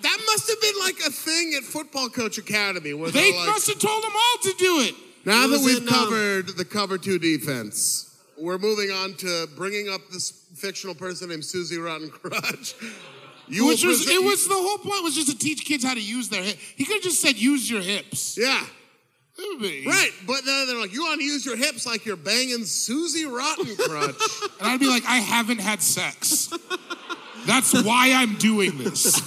That must have been like a thing at Football Coach Academy where They they're like, must have told them all to do it. Now It that was we've in, um, covered the cover two defense, we're moving on to bringing up this fictional person named Susie Rotten Crutch. *laughs* You Which will was presen- it was the whole point was just to teach kids how to use their hip. He could have just said use your hips. yeah, That would be- right. But then they're like, you want to use your hips like you're *laughs* banging Susie Rotten Crutch. And I'd be like, I haven't had sex. That's why I'm *laughs* doing this.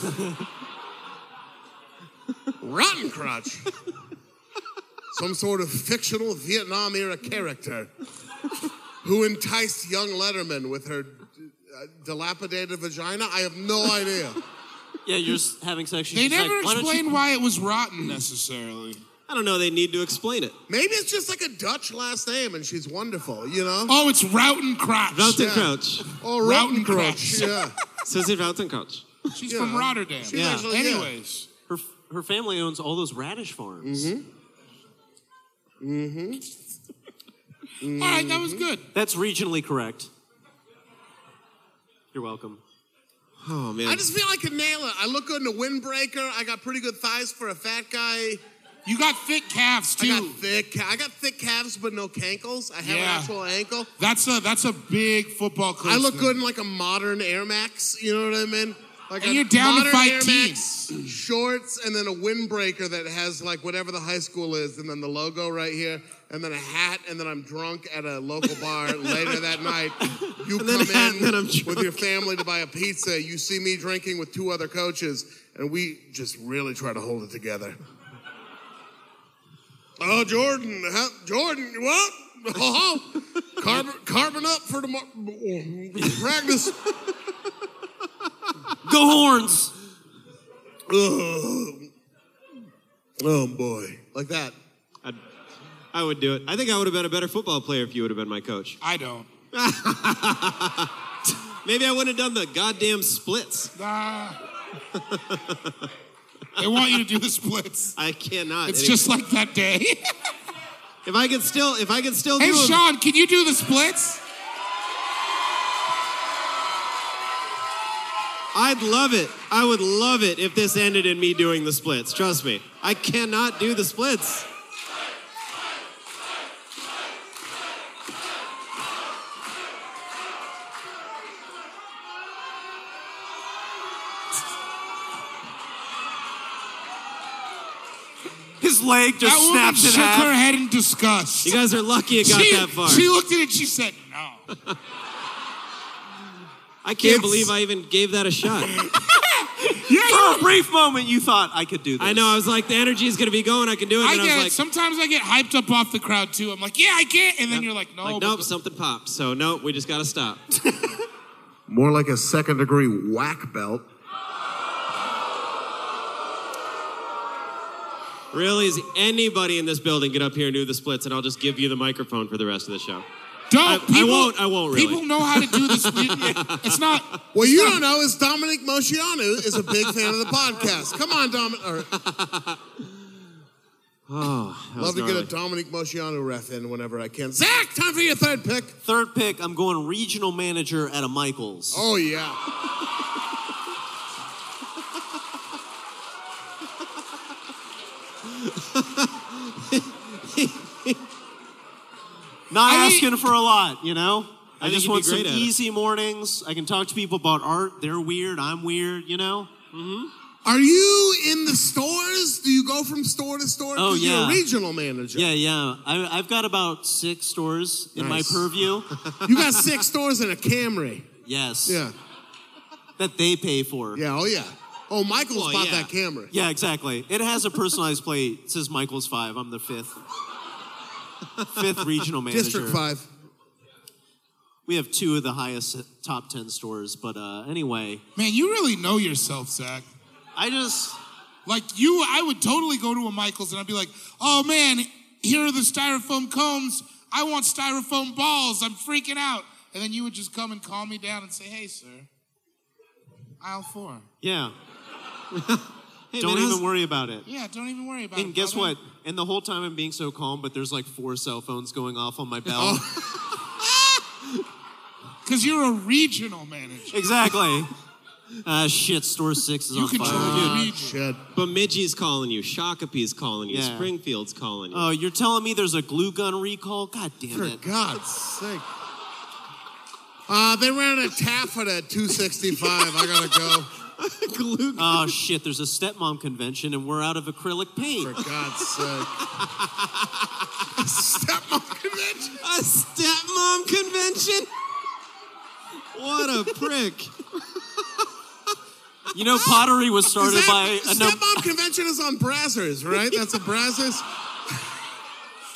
Rotten Crotch. Some sort of fictional Vietnam era character who enticed young Letterman with her uh, dilapidated vagina. I have no idea. Yeah, you're s- having sex. she's They just never like, "Why don't you explain why it was *laughs* rotten necessarily. I don't know. They need to explain it. Maybe it's just like a Dutch last name and she's wonderful, you know? Oh, it's Routenkranz. Vauten Yeah. Crouch. Oh, Routenkranz. Routenkranz. Yeah. Says it Vauten Crouch. She's from Rotterdam. She's Oh, Yeah. actually- Anyways, Her, her family owns all those radish farms. Mm-hmm. all right, that was good. That's regionally correct. You're welcome. Oh man. I just feel I could nail it. I look good in a windbreaker. I got pretty good thighs for a fat guy. You got thick calves I got too. thick. ca- I got thick calves, but no cankles. I have an Yeah. actual ankle. That's a that's a big football coach. I look thing. good in like a modern Air Max. You know what I mean? Like And a you're down to modern fight Air Max, shorts, and then a windbreaker that has like whatever the high school is, and then the logo right here, and then a hat, and then I'm drunk at a local *laughs* bar later that night. You And come then a hat, and then I'm in with drunk. your family to buy a pizza. You see me drinking with two other coaches, and we just really try to hold it together. Oh, Jordan, how, Jordan, what? *laughs* Oh, carbon, carbon up for tomorrow *laughs* practice. Go horns! Ugh. Oh boy, like that. I'd, I would do it. I think I would have been a better football player if you would have been my coach. I don't. Maybe I wouldn't have done the goddamn splits. Nah. they want you to do *laughs* the splits. I cannot. It's Any- just like that day. *laughs* if I could still, if I could still hey, do 'em- Sean, can you do the splits? I'd love it. I would love it if this ended in me doing the splits. Trust me, I cannot do the splits. His leg just that woman snaps in shook half. her head in disgust. You guys are lucky it got she, that far. she looked at it. She said, "No." I can't It's- believe I even gave that a shot. For a brief moment, you thought I could do this. I know. I was like, the energy is going to be going. I can do it. I and get I it. was like, Sometimes I get hyped up off the crowd too. I'm like, "Yeah, I can't," and then you're like, "No." like but nope, the- something popped. So nope, we just got to stop. More like a second degree whack belt. really, is anybody in this building get up here and do the splits, and I'll just give you the microphone for the rest of the show. Don't. I- I people, won't- I won't really. People know how to do this. It's not. Well, you don't know is Dominic Mosciano is a big fan of the podcast. Come on, Dominic. Or, Oh, that was love to get gnarly. a Dominic Mosciano ref in whenever I can. Zach, time for your third pick. Third pick, I'm going regional manager at a Michaels. Oh yeah. Not I- asking for a lot, you know? I, I think just you'd be want some great at it. easy mornings. I can talk to people about art. They're weird. I'm weird, you know? Are you in the stores? Do you go from store to store? 'Cause Oh, You're a yeah. regional manager. Yeah, yeah. I, I've got about six stores in Nice. my *laughs* purview. You got six stores and a Camry. yes. Yeah. That they pay for. Yeah. Oh yeah. Oh, Michael's Well, bought yeah. that Camry. Yeah, exactly. It has a personalized plate. It says Michael's Five. I'm the fifth. *laughs* Fifth regional manager. District five. We have two of the highest top 10 stores. But uh, anyway, Man, you really know yourself, Zach. I just. Like you, I would totally go to a Michaels and I'd be like, "Oh man, here are the styrofoam combs. I want styrofoam balls. I'm freaking out." And then you would just come and calm me down and say, "Hey, sir, aisle four. Yeah. Hey, Don't man, how's- even worry about it. Yeah, don't even worry about it." And guess brother." what? And the whole time I'm being so calm, but there's like four cell phones going off on my bell. Because you're a regional manager. *laughs* exactly. Uh, shit, store six is You on fire. control dude. the region. Shit. Bemidji's calling you. Shakopee's calling you. Yeah. Springfield's calling you. Oh, you're telling me there's a glue gun recall? God damn For it. God's sake. Uh, they ran a taffeta at 265. I gotta go. glue gun. Oh shit, there's a stepmom convention and we're out of acrylic paint. For God's sake. Stepmom convention. A Uh, stepmom convention? What a prick. You know, pottery was started Is by that, a num- Stepmom convention is on Brazzers, right? That's a Brazzers.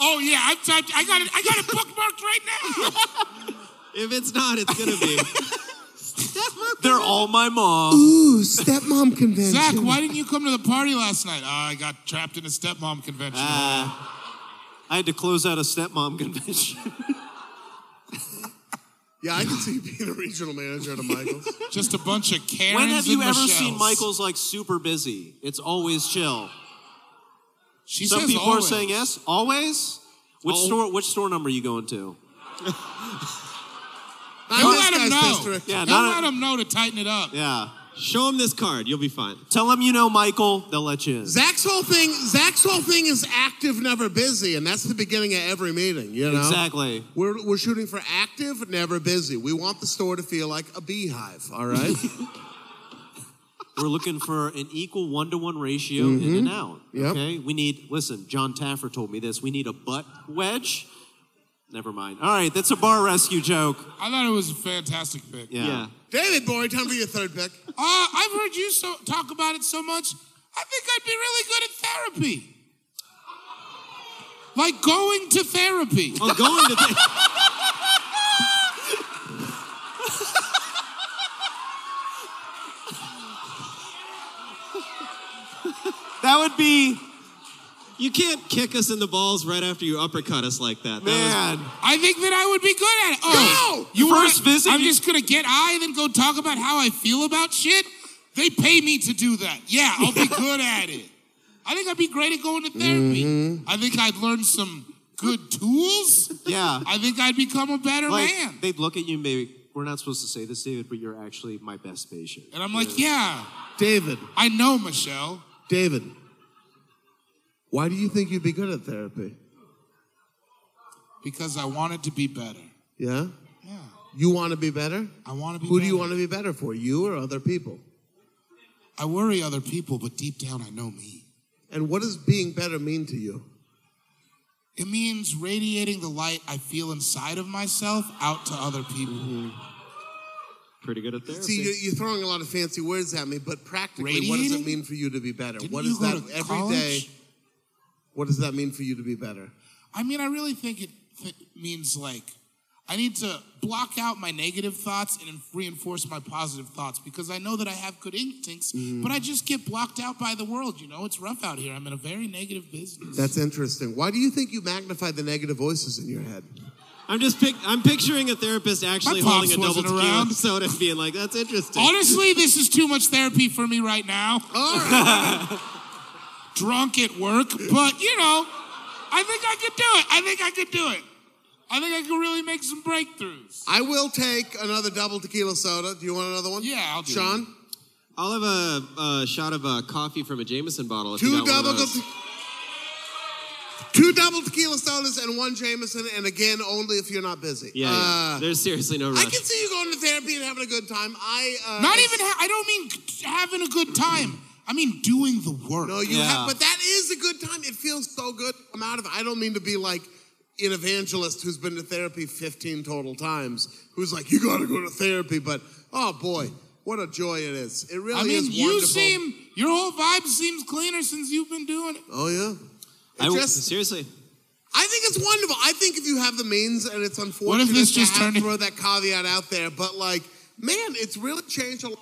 Oh yeah, I typed. I got it. I got it bookmarked *laughs* right now. If it's not, it's *laughs* gonna be. They're all my mom. Ooh, stepmom convention. Zach, why didn't you come to the party last night? Ah, I got trapped in a stepmom convention. Ah. I had to close out a *laughs* stepmom convention. Yeah, I can see you being a regional manager at a Michaels. Just a bunch of Karens. when have you and ever Michelles. seen Michael's like super busy? It's always chill. She Some says people always. are saying yes. Always. Which Al- store? Which store number are you going to? Don't this let guy's him know. district. Yeah, Don't not a- let him know to tighten it up. Yeah. Show him this card. You'll be fine. Tell them you know Michael. They'll let you in. Zach's whole thing, Zach's whole thing is active, never busy, and that's the beginning of every meeting. You know, Exactly. We're we're shooting for active, never busy. We want the store to feel like a beehive. All right. We're looking for an equal one to one ratio in and out. Yep. Okay. We need. Listen, John Taffer told me this. We need a butt wedge. Never mind. All right, that's a bar rescue joke. I thought it was a fantastic pick. Yeah. David Bory, time for your third pick. Uh, I've heard you so, talk about it so much. I think I'd be really good at therapy. Like going to therapy. Well, going to. thi- *laughs* that would be You can't kick us in the balls right after you uppercut us like that. That was man. I think that I would be good at it. Oh, Go! You First wanna- visit, I'm you- just gonna get high and then go talk about how I feel about shit. They pay me to do that. Yeah, I'll *laughs* be good at it. I think I'd be great at going to therapy. Mm-hmm. I think I'd learn some good tools. Yeah. I think I'd become a better Like, man. they'd look at you and maybe we're not supposed to say this, David, but you're actually my best patient. And I'm like, yeah, David, I know, Michelle. David, why do you think you'd be good at therapy? because I wanted to be better. Yeah. Yeah, You want to be better? I want to be. Who do you better. want to be better for? You or other people? I worry other people, but deep down, I know me. And what does being better mean to you? It means radiating the light I feel inside of myself out to other people. Mm, pretty good at therapy. See, you're, you're throwing a lot of fancy words at me, but practically, what does Radiating? it mean for you to be better? Didn't what you is go that to every day? college? What does that mean for you to be better? I mean, I really think it th- means like I need to block out my negative thoughts and inf- reinforce my positive thoughts because I know that I have good instincts, Mm. but I just get blocked out by the world. You know, it's rough out here. I'm in a very negative business. That's interesting. Why do you think you magnify the negative voices in your head? I'm just pic- I'm picturing a therapist actually My holding pops a double wasn't tequila around. soda and being like, "That's interesting." Honestly, this is too much therapy for me right *laughs* now. *laughs* Drunk at work, but you know, I think I could do it. I think I could do it. I think I could really make some breakthroughs. I will take another double tequila soda. Do you want another one? Yeah, I'll do Sean, one. I'll have a, a shot of uh, coffee from a Jameson bottle. If you two got double one of those. te- two double tequila sodas and one Jameson, and again only if you're not busy. yeah, yeah. Uh, There's seriously no I rush. can see you going to therapy and having a good time. I uh, Not even, ha- I don't mean having a good time. I mean doing the work. No, you Yeah. have, but that is a good time. It feels so good. I'm out of. I don't mean to be like an evangelist who's been to therapy 15 total times, who's like, you got to go to therapy. But oh boy, what a joy it is! It really I mean, is you wonderful. seem, your whole vibe seems cleaner since you've been doing it. oh yeah. I w- just- seriously. I think it's wonderful. I think if you have the means, and it's unfortunate What if this just to have turned to in- throw that caveat out there, but like, man, it's really changed a lot.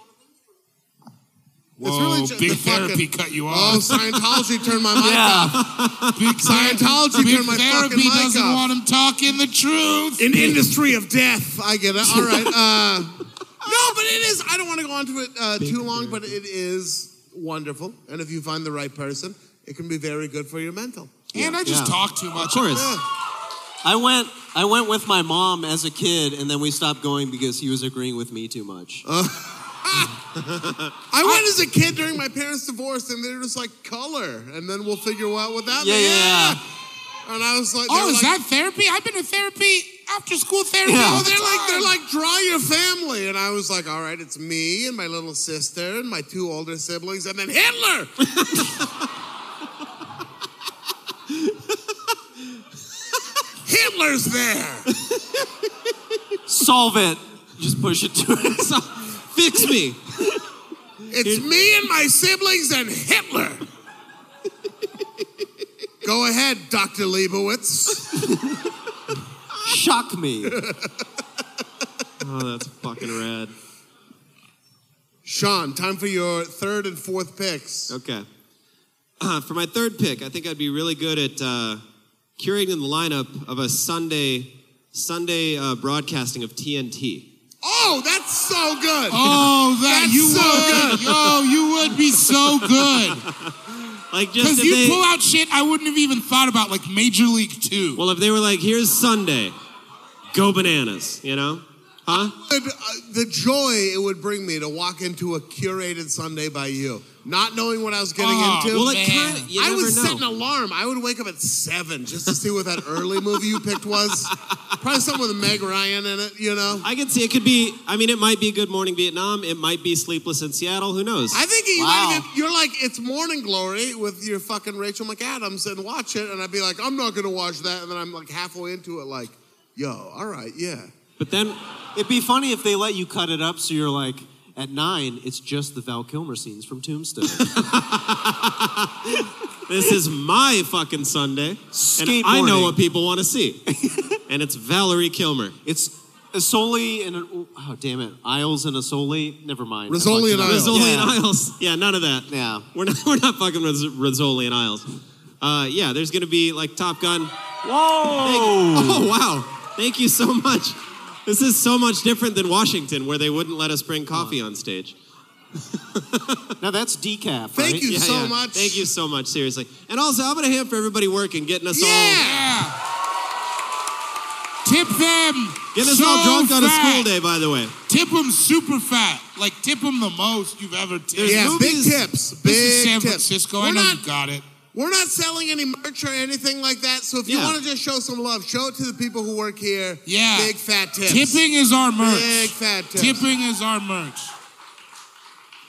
it's really cha- big the fucking- therapy cut you Oh, off. Scientology turned my mic off. *laughs* big Scientology big turned my therapy fucking mic doesn't off. want him talking the truth. An industry of death. I get it. All right. Uh, no, but it is. I don't want to go on to it uh, too long, but it is wonderful. And if you find the right person, it can be very good for your mental. and I just yeah. talk too much. Of course. Yeah. I went I went with my mom as a kid and then we stopped going because he was agreeing with me too much. Oh, I went as a kid during my parents' divorce, and they're just like color, and then we'll figure out what that yeah, means. yeah, And I was like, Oh, they're is like- that therapy? I've been to therapy after school therapy. Yeah. Oh, all the they're like time. they're like draw your family, and I was like, all right, it's me and my little sister and my two older siblings, and then Hitler. Hitler's there. *laughs* Solve it. Just push it to us. Fix me. It's me and my siblings and Hitler. Go ahead, Dr. Leibowitz. Shock *laughs* me. Oh, that's fucking rad. Sean, time for your third and fourth picks. Okay. Uh, for my third pick, I think I'd be really good at uh, curating the lineup of a Sunday Sunday uh, broadcasting of TNT. Oh, that's so good. Oh, that That's you so would. good. Oh, you would be *laughs* so good. Like just Because if you they, pull out shit I wouldn't have even thought about, like Major League Two. well, if they were like, here's Sunday, go bananas, you know? Huh? Good, uh, the joy it would bring me to walk into a curated Sunday by you, not knowing what I was getting Oh, into. Well, it man. kind of, you I never would know. set an alarm. I would wake up at seven just to see what that early movie you picked *laughs* was. Probably something with Meg Ryan in it, you know. I could see it could be. I mean, it might be Good Morning Vietnam. It might be Sleepless in Seattle. Who knows? I think you Wow. might even, you're like it's Morning Glory with your fucking Rachel McAdams and watch it, and I'd be like, I'm not gonna watch that, and then I'm like halfway into it, like, yo, all right, yeah. But then it'd be funny if they let you cut it up so you're like, at nine, it's just the Val Kilmer scenes from Tombstone. this is my fucking Sunday, and I know Skateboarding. what people want to see, and it's Valerie Kilmer. it's Asoli and oh damn it, Isles and Asoli. Never mind. I Rizzoli fucked and it up. Isles. Rizzoli Yeah. and Isles. Yeah, none of that. Yeah. We're not, we're not fucking with Rizzoli and Isles. Uh, yeah, there's going to be like Top Gun. *laughs* Whoa! Oh, wow. Thank you so much. This is so much different than Washington, where they wouldn't let us bring coffee on stage. now that's decaf. Thank right? you Yeah, so yeah. much. Thank you so much, seriously. And also, how about a hand for everybody working, getting us all Yeah. Tip them. getting us so all drunk fat. on a school day, by the way. Tip them super fat. Like tip them the most you've ever tipped. Yeah, movies- big tips. Big This is San tips. Francisco. We're I know not you got it. We're not selling any merch or anything like that. So if you Yeah. want to just show some love, show it to the people who work here. Yeah. Big fat tips. Tipping is our merch. Big fat tips. Tipping is our merch.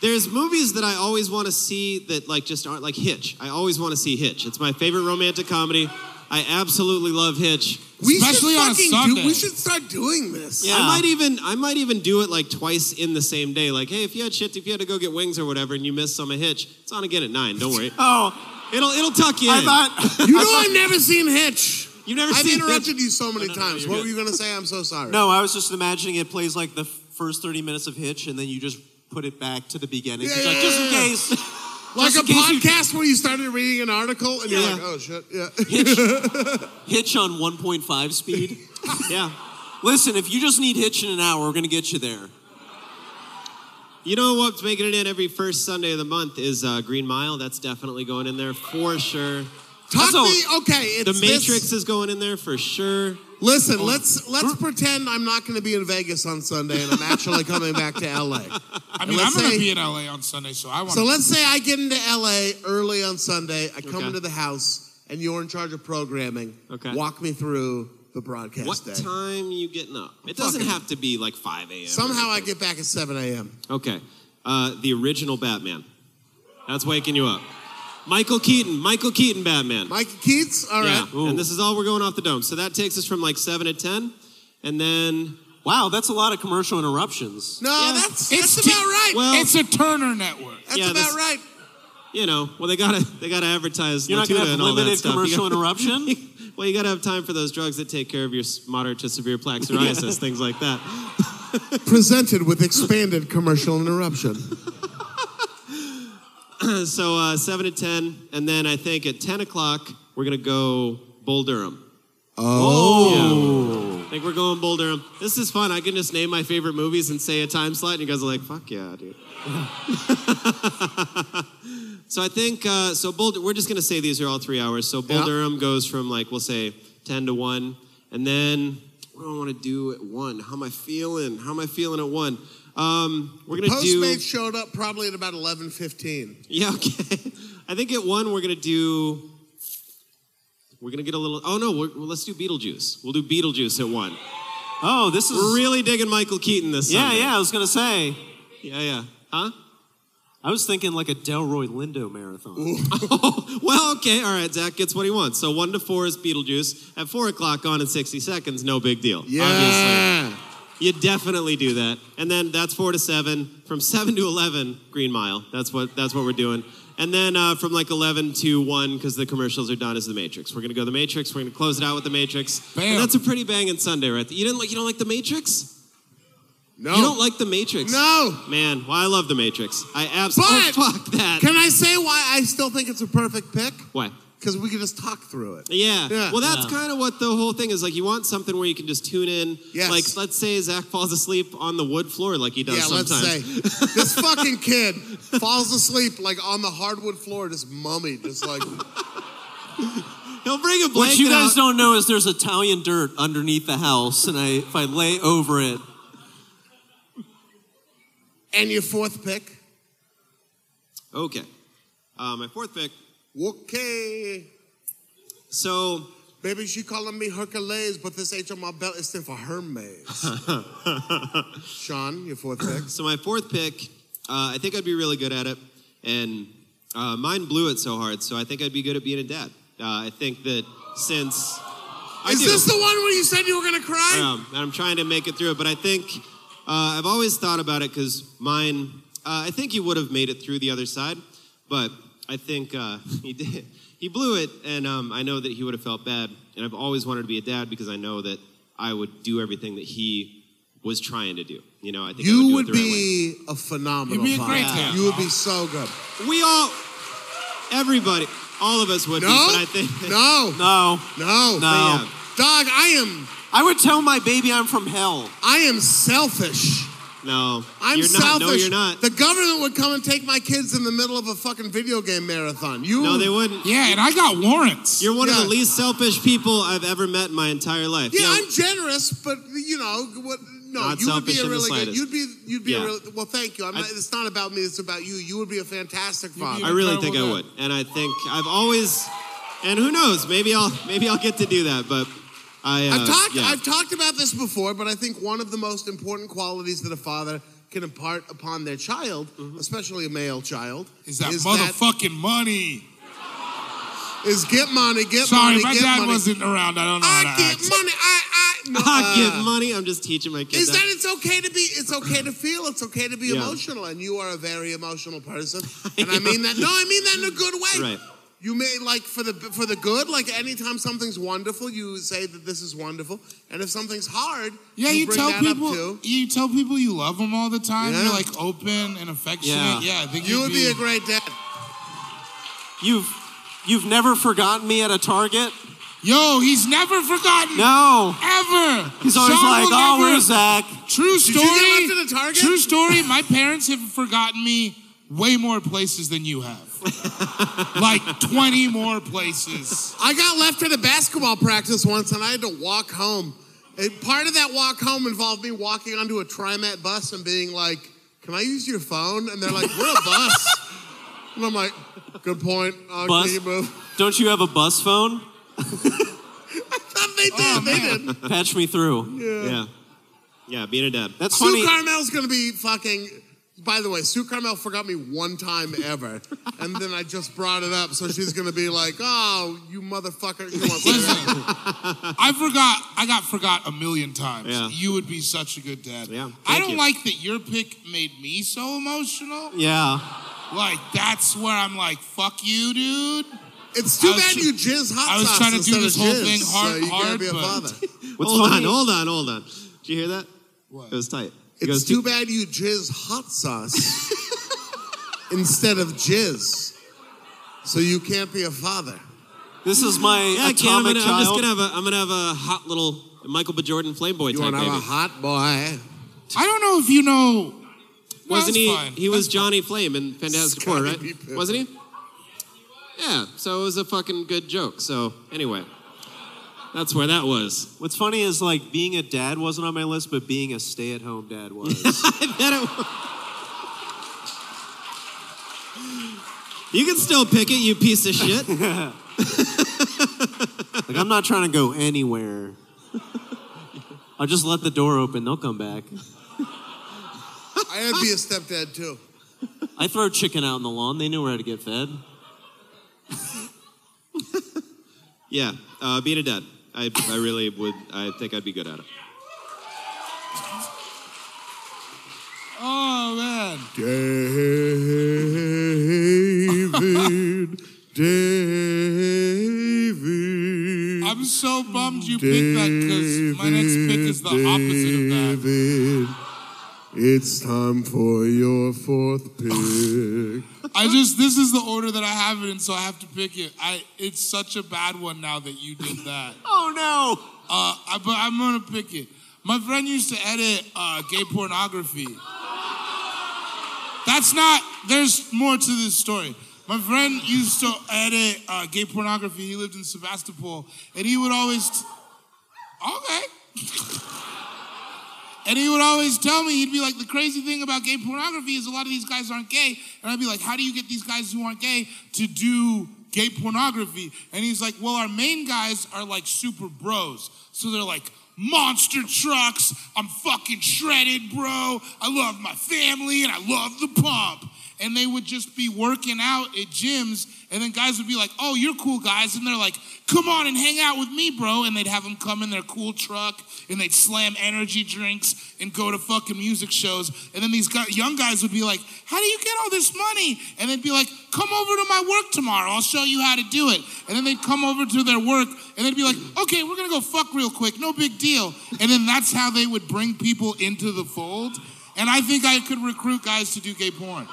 There's movies that I always want to see that like just aren't like Hitch. I always want to see Hitch. It's my favorite romantic comedy. I absolutely love Hitch. We Especially should on a fucking Sunday. Do, we should start doing this. I might even I might even do it like twice in the same day. Like, hey, if you had shit, if you had to go get wings or whatever, and you missed some of Hitch, it's on again at nine. Don't *laughs* worry. Oh, It'll it'll tuck you I in. *laughs* thought You know *laughs* I've never seen Hitch. You've never I've seen interrupted Hitch? you so many No, no, no, times. you're what good. were you gonna say? I'm so sorry. No, I was just imagining it plays like the f- first 30 minutes of Hitch, and then you just put it back to the beginning. Yeah, It's yeah, like, yeah, just in yeah. case. Like Just a in case you- podcast where you started reading an article and you're Yeah. like, oh shit, yeah. Hitch on *laughs* 1.5 speed. Yeah. Listen, if you just need Hitch in an hour, we're going to get you there. You know what's making it in every first Sunday of the month is uh, Green Mile. That's definitely going in there for sure. Talk That's all- me. Okay, it's The this- Matrix Oh. is going in there for sure. Listen, let's let's pretend I'm not going to be in Vegas on Sunday and I'm *laughs* actually coming back to LA. I mean, let's I'm going say- to be in LA on Sunday, so I want So let's say I get into LA early on Sunday. I come Okay. into the house and you're in charge of programming. Okay. Walk me through the broadcast What day. time you getting up? It doesn't Fucking- have to be like 5 a.m. or Somehow I anything. get back at 7 a.m. Okay. Uh, the original Batman. That's waking you up. Michael Keaton. Michael Keaton Batman. Mike Keats, all yeah. right. And this is all we're going off the dome. So that takes us from like 7 to 10. And then. Wow, that's a lot of commercial interruptions. *laughs* No, Yeah. that's, It's that's t- about right. Well- It's a Turner network. that's yeah, about this- right. You know, well they gotta they gotta advertise You're Latuda not going to have and all that limited stuff. commercial You gotta- *laughs* interruption? well, you gotta have time for those drugs that take care of your s- moderate to severe plaque *laughs* psoriasis, things like that. Presented with expanded commercial interruption. *laughs* So uh, seven to ten, and then I think at ten o'clock we're gonna go Bull Durham. Oh, I think we're going Bull Durham. This is fun. I can just name my favorite movies and say a time slot, and you guys are like, "Fuck yeah, dude." *laughs* so I think uh, so. Bull, we're just gonna say these are all three hours. So Bull Yeah. Durham goes from like we'll say ten to one, and then what do I want to do at one? How am I feeling? How am I feeling at one? Um, we're gonna do. Postmates showed up probably at about 11:15. *laughs* Yeah, okay. I think at one we're gonna do. We're gonna get a little. Oh no, we're, well, let's do Beetlejuice. We'll do Beetlejuice at one. Oh, this is. We're really digging Michael Keaton this. yeah, Sunday. yeah, I was going to say. yeah, yeah. Huh? I was thinking like a Delroy Lindo *laughs* marathon. *laughs* Well, okay, all right. Zach gets what he wants. So one to four is Beetlejuice. At four o'clock, on in sixty seconds. No big deal. Yeah. Obviously. You definitely do that. And then that's four to seven. From seven to eleven, Green Mile. That's what that's what we're doing. And then uh, from like eleven to one, because the commercials are done, is the Matrix. We're gonna go the Matrix. We're gonna close it out with the Matrix. And that's a pretty banging Sunday, right? there. You didn't like you don't like the Matrix? No. You don't like the Matrix? No. Man, well, I love the Matrix. I absolutely But- fuck that. Can I say why I still think it's a perfect pick? Why? Because we can just talk through it. Yeah. Yeah. Well, that's Yeah. kind of what the whole thing is. Like, you want something where you can just tune in. Yes. Like, let's say Zach falls asleep on the wood floor, like he does yeah, sometimes. *laughs* let's say this fucking kid falls asleep like on the hardwood floor, just mummy, just like *laughs* He'll bring a What blanket you guys out. don't know is there's Italian dirt underneath the house, and I, if I lay over it, And your fourth pick? Okay. Uh, my fourth pick. Okay. So. Baby, she calling me Hercules, but this H on my belt is stands for *laughs* Hermes. Sean, your fourth pick. so my fourth pick, uh, I think I'd be really good at it, and uh, mine blew it so hard. So I think I'd be good at being a dad. Uh, I think that since *clears throat* I is do. this the one where you said you were gonna cry? Um, and I'm trying to make it through it, but I think uh, I've always thought about it because mine. Uh, I think you would have made it through the other side, but I think uh, *laughs* he did. He blew it, and um, I know that he would have felt bad. And I've always wanted to be a dad because I know that I would do everything that he was trying to do. You know, I think I you do it would the right way. be a phenomenal You'd be a father. great dad. You would be so good. We all, everybody, all of us would no, be, but I *laughs* think no, no, no, No. Dog, I am. I would tell my baby I'm *laughs* from hell. I am selfish. no, I'm you're selfish. Not, no, you're not. The government would come and take my kids in the middle of a fucking video game marathon. You? No, they wouldn't. Yeah, and I got warrants. You're one of the least selfish people I've ever met in my entire life. Yeah, I'm generous, but you know what? No, Not you would be selfish a in the really good. slightest. You'd be. You'd be Yeah. a real. Well, thank you. I'm I- not, it's not about me. It's about you. You would be a fantastic father. I really think I would, and I think I've always, and who knows? Maybe I'll maybe I'll get to do that. But I, uh, I've talked. yeah. I've talked about this before, but I think one of the most important qualities that a father can impart upon their child, Mm-hmm. especially a male child, Is that motherfucking money? Is get money, get Sorry, money, my get dad money. wasn't around. I don't know how to get act. money. I, I, no, I uh, give money. I'm just teaching my kids. Is that it's okay to be? It's okay to feel. It's okay to be Yeah. emotional, and you are a very emotional *laughs* person. And I mean that. No, I mean that in a good way. right? You may like for the for the good. Like anytime something's wonderful, you say that this is wonderful. And if something's hard, Yeah, you, you, bring tell that people up too. you tell people you love them all the time. Yeah. You're like open and affectionate. Yeah, I think you you'd would be, a great dad. You've you've never forgotten me at a Target. Yo, he's never forgotten. No, ever. He's always Sean like, will "Oh, never- where's Zach?" True Did you story. get left at a Target? True story. My parents have forgotten me way more places than you *laughs* have. like twenty more places. I got left at a basketball practice once, and I had to walk home. And part of that walk home involved me walking onto a TriMet bus and being like, "Can I use your phone?" And they're like, "We're a bus." *laughs* and I'm like, "Good point. Uh, Bus? Can you move?" *laughs* Don't you have a bus phone? They did. Oh, they did. Patch me through. Yeah. Yeah, yeah. Being a dad. That's Sue funny. Carmel's gonna be fucking. By the way, Sue Carmel forgot me one time ever, and then I just brought it up, so she's gonna be like, "Oh, you motherfucker!" You *laughs* want Listen, I forgot. I got forgot a million times. Yeah. You would be such a good dad. Yeah. I thank don't you. like that your pick made me so emotional. Yeah. Like that's where I'm like, fuck you, dude. It's too bad you jizz hot I was sauce trying to do instead this of whole jizz, thing hard, so you gotta hard, be a but father. hold funny- on, hold on, hold on. Did you hear that? It was tight. It It's goes too bad you jizz hot *laughs* sauce instead of jizz, so you can't be a father. This is my Yeah, I can't. I'm, gonna, I'm just gonna have a. I'm gonna have a hot little Michael B. Jordan flame boy You type wanna have baby. a hot boy? I don't know if you know. Wasn't that's he? fine. He was Johnny Flame in Fantastic Four, Scotty right? B. Pippen. Wasn't he? Yeah. So it was a fucking good joke. So anyway, that's where that was. What's funny is like being a dad wasn't on my list, but being a stay-at-home *laughs* dad was. I bet it was. You can still pick it, you piece of *laughs* shit. like I'm not trying to go anywhere. I'll just let the door open. They'll come back. I had to be a stepdad *laughs* too. I throw chicken out on the lawn. They know where to get fed. *laughs* yeah, uh, being a dad, I, I really would. I think I'd be good at it. Oh man. David, David. I'm so bummed you picked that because my next pick is the opposite of that. David, it's time for your fourth pick. I just this is the order that I have it in, so I have to pick it. I it's such a bad one now that you did that. Oh no! Uh, I, but I'm gonna pick it. My friend used to edit uh, gay pornography. That's not. There's more to this story. My friend used to edit uh, gay pornography. He lived in Sebastopol, and he would always. T- okay. *laughs* And he would always tell me, he'd be like, the crazy thing about gay pornography is a lot of these guys aren't gay. And I'd be like, how do you get these guys who aren't gay to do gay pornography? And he's like, well, our main guys are like super bros. So they're like, monster trucks, I'm fucking shredded, bro. I love my family and I love the pump. And they would just be working out at gyms. And then guys would be like, oh, you're cool guys. And they're like, come on and hang out with me, bro. And they'd have them come in their cool truck and they'd slam energy drinks and go to fucking music shows. And then these guy, young guys would be like, how do you get all this money? And they'd be like, come over to my work tomorrow. I'll show you how to do it. And then they'd come over to their work and they'd be like, okay, we're going to go fuck real quick. No big deal. And then that's how they would bring people into the fold. And I think I could recruit guys to do gay porn.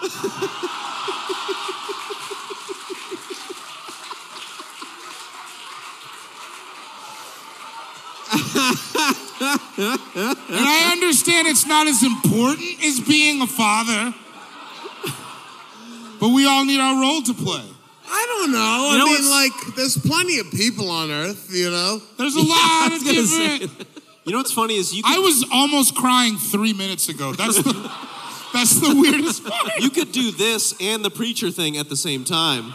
and I understand it's not as important as being a father, but we all need our role to play. *laughs* I don't know. You I mean, know what's- like, there's plenty of people on Earth, you know? There's a lot of different. You know what's funny is you. I was almost crying three minutes ago. That's the, that's the weirdest part. You could do this and the preacher thing at the same time.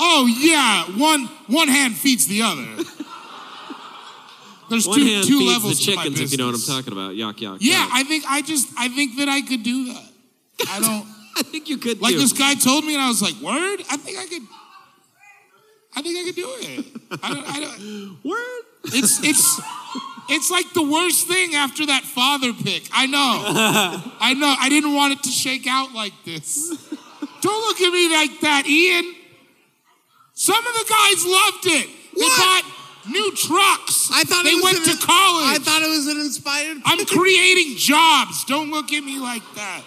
Oh yeah, one one hand feeds the other. There's One two hand two feeds levels the to my chickens, if you know what I'm business. talking about. Yuck, yuck. Yeah, I think I just I think that I could do that. I don't I think you could like do. this guy told me, and I was like, "Word, I think I could." I think I could do it. I don't, I don't, Word. It's it's it's like the worst thing after that father pick. *laughs* I know. I know. I didn't want it to shake out like this. Don't look at me like that, Ian. Some of the guys loved it. They bought new trucks. I thought they it was went an- to college. I thought it was an inspired. I'm creating jobs. Don't look at me like that.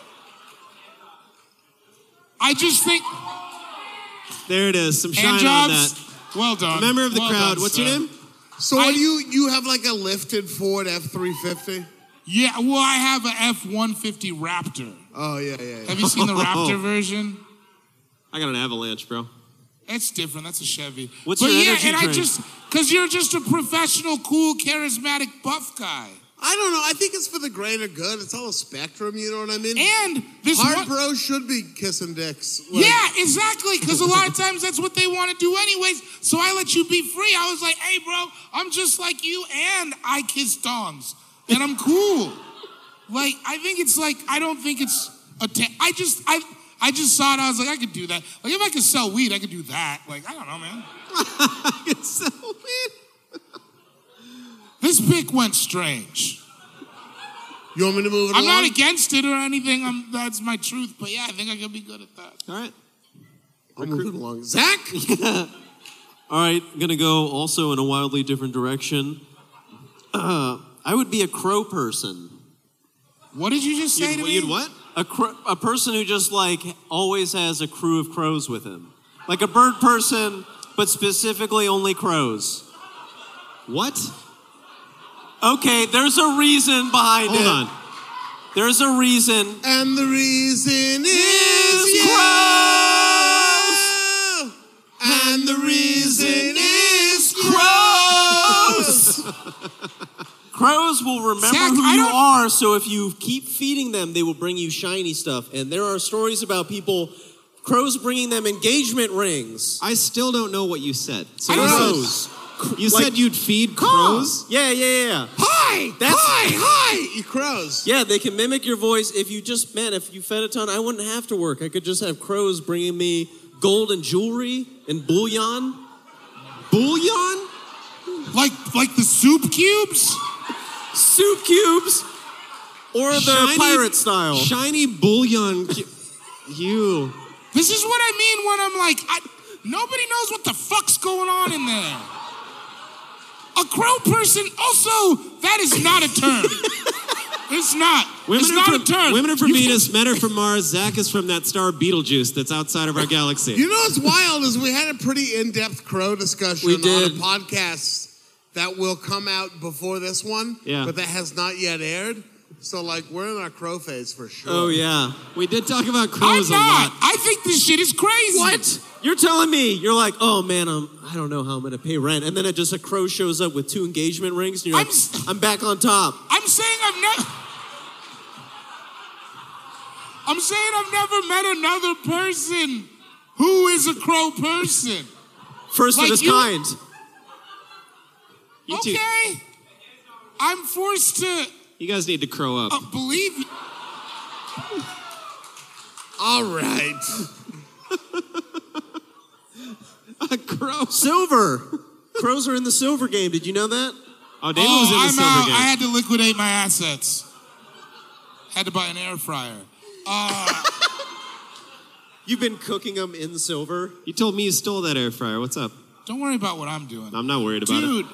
I just think there it is. Some shine hand on jobs. that. Well done. Member of the Well crowd. done, What's your sir. name? So I- do you you have like a lifted Ford F three fifty? Yeah, well, I have a F one fifty Raptor. Oh yeah, yeah. yeah. Have you seen the *laughs* Raptor version? I got an avalanche, *laughs* bro. It's different. That's a Chevy. What's but your yeah, energy and I drink? just because you're just a professional, cool, charismatic buff guy, I don't know. I think it's for the greater good. It's all a spectrum. You know what I mean? and this hard one- bros should be kissing dicks. Like, Yeah, exactly. Because a lot of times that's what they want to do, anyways. So I let you be free. I was like, hey, bro, I'm just like you, and I kiss dongs, and I'm cool. like, I think it's like I don't think it's a. Ta- I just I I just saw it. I was like, I could do that. Like, if I could sell weed, I could do that. Like, I don't know, man. This pick went strange. You want me to move it I'm along? not against it or anything. I'm, that's my truth. But yeah, I think I could be good at that. All right. I'll move it along. Zach. All right, gonna go also in a wildly different direction. Uh, I would be a crow person. What did you just say You'd, to you'd me? what? A, cro- a person who just like always has a crew of crows with him. Like a bird person, but specifically only crows. What? Okay, there's a reason behind Hold it. on. There's a reason. And the reason Is is you. And the reason is gross. Crows will remember Zach, who I you don't- are, so if you keep feeding them, they will bring you shiny stuff. And there are stories about people, crows bringing them engagement rings. I still don't know what you said. So I you don't know. said- You Like- said you'd feed crows? Yeah, yeah, yeah. Hi. That's- hi. Hi. You crows. Yeah, they can mimic your voice. If you just, man, if you fed a ton, I wouldn't have to work. I could just have crows bringing me gold and jewelry and bullion. Bullion? Like like the soup cubes? Soup cubes? Or the pirate style. Shiny bullion. cu- you. This is what I mean when I'm like, I, nobody knows what the fuck's going on in there. A crow person, also, that is not a *laughs* term. it's not. Women it's are not from, a term. Women are from You- Venus, men are from Mars, Zach is from that star Beetlejuice that's outside *laughs* of our galaxy. You know what's wild is we had a pretty in-depth crow discussion We on a did. podcast that will come out before this one, Yeah. but that has not yet aired. So like we're in our crow phase for sure. Oh yeah, we did talk about crows crows I'm a not. a lot. I think this shit is crazy. What? You're telling me? You're like, oh man, I'm, I don't know how I'm gonna pay rent, and then it just a crow shows up with two engagement rings, and you're like, I'm back on top. I'm saying I've never. I'm saying I've never met another person who is a crow person. First Like of his you- kind. okay. I'm forced to You guys need to crow up. believe. All right. a *laughs* crow. Silver. Crows are in the silver game. Did you know that? Oh, I'm out. I had to liquidate my assets. Had to buy an air fryer. Uh, You've been cooking them in silver. You told me you stole that air fryer. What's up? don't worry about what I'm doing. I'm not worried about Dude, it.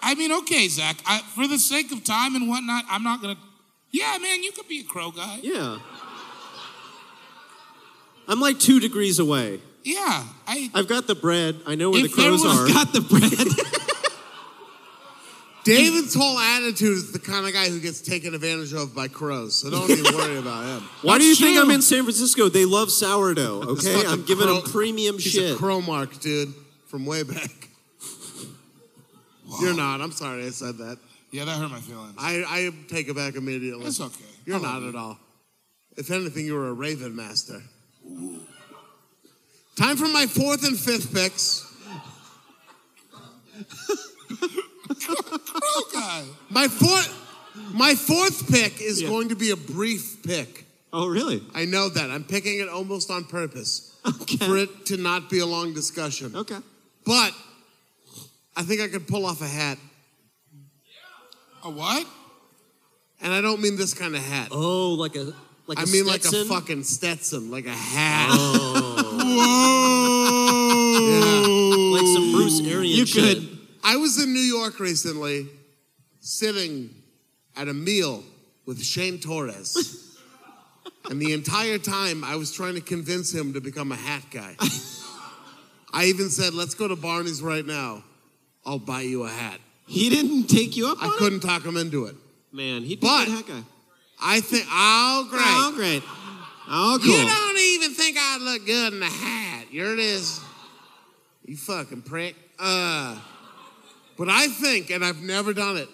I mean, okay, Zach. I, for the sake of time and whatnot, I'm not gonna. Yeah, man, you could be a crow guy. Yeah. I'm like two degrees away. Yeah, I. I've got the bread. I know where If the there crows was- are. I've got the bread. *laughs* David's whole attitude is the kind of guy who gets taken advantage of by crows, so don't even worry about him. Why do you think I'm in San Francisco? They love sourdough. Okay, fucking I'm giving crow- them premium He's shit. a crow mark, dude, from way back. You're not. I'm sorry I said that. Yeah, that hurt my feelings. I, I take it back immediately. It's okay. You're not at all. If anything, you were a Raven master. Time for my fourth and fifth *laughs* picks. crow guy. My fourth, my fourth pick is going to be a brief pick. Oh, really? *laughs* I know that. I'm picking it almost on *laughs* purpose for it to not be a long discussion. Okay. But I think I could pull off a hat, A what? and I don't mean this kind of hat. Oh, like a like. I I mean like a fucking Stetson, like a hat. Oh. *laughs* Whoa. like some Bruce Arian You shit. could. I was in New York recently, sitting at a meal with Shane *laughs* Torres. and the entire time I was trying to convince him to become a hat *laughs* guy. I even said, let's go to Barney's right now. I'll buy you a hat. He didn't take you up I on couldn't talk him into it. it? Man, he did But- that guy. I think, oh, great. Oh, great. Oh, cool. You don't even think I look good in a hat. You're this, you fucking prick. Uh, but I think, and I've never done it,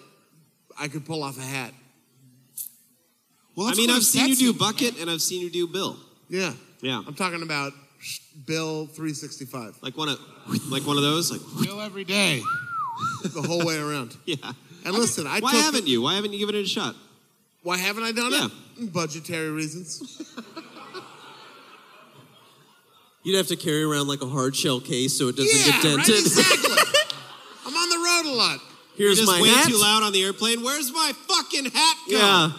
I could pull off a hat. Well, I let's mean, go to I've seen you do Stetson. bucket and I've seen you do bill. Yeah, Yeah, I'm talking about sh- Bill 365 like one of, like one of those. Like, *laughs* Bill every day. the whole way around. yeah. And listen, I Why took- haven't you? Why haven't you given it a shot? Why haven't I done Yeah. it? Budgetary reasons. You'd have to carry around like a hard shell case so it doesn't get yeah, right, dented. exactly. *laughs* I'm on the road a lot. *laughs* Here's Just my way hat. too loud on the airplane. Where's my fucking hat? Go? Yeah.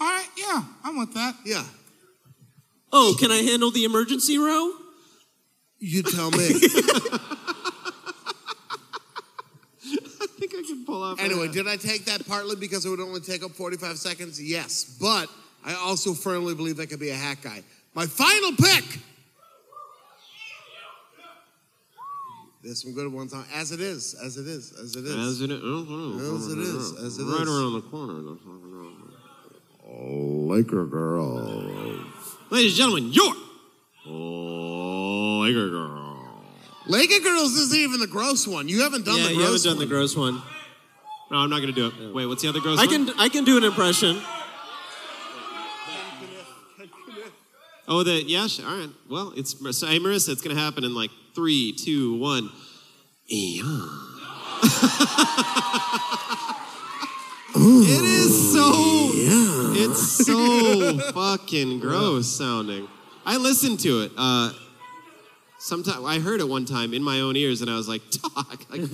All right, yeah, I'm with that. Yeah, Oh, can I handle the emergency row? you tell *laughs* me. *laughs* I think I can pull off. a Anyway, hat. did I take that partly because it would only take up 45 seconds? Yes. But I also firmly believe I could be a hat guy. My final pick. There's some good ones on. As it is, as it is, as it is. As it is, Oh, as it is, as it oh. right is. around the corner. Laker girl. Ladies and gentlemen, your Laker girl. Laker girls isn't even the gross one. You haven't done yeah, the you haven't gross done the one. gross one. No, I'm not gonna do it. Wait, what's the other gross? I one? can I can do an impression. Oh, the yeah. Sure, all right. Well, it's Mar- so, hey, Marissa. It's gonna happen in like three, two, one. Yeah. it is so. It's so fucking gross sounding. I listened to it. Uh, sometime I heard it one time in my own *laughs* ears, and I was like, "Talk." Like,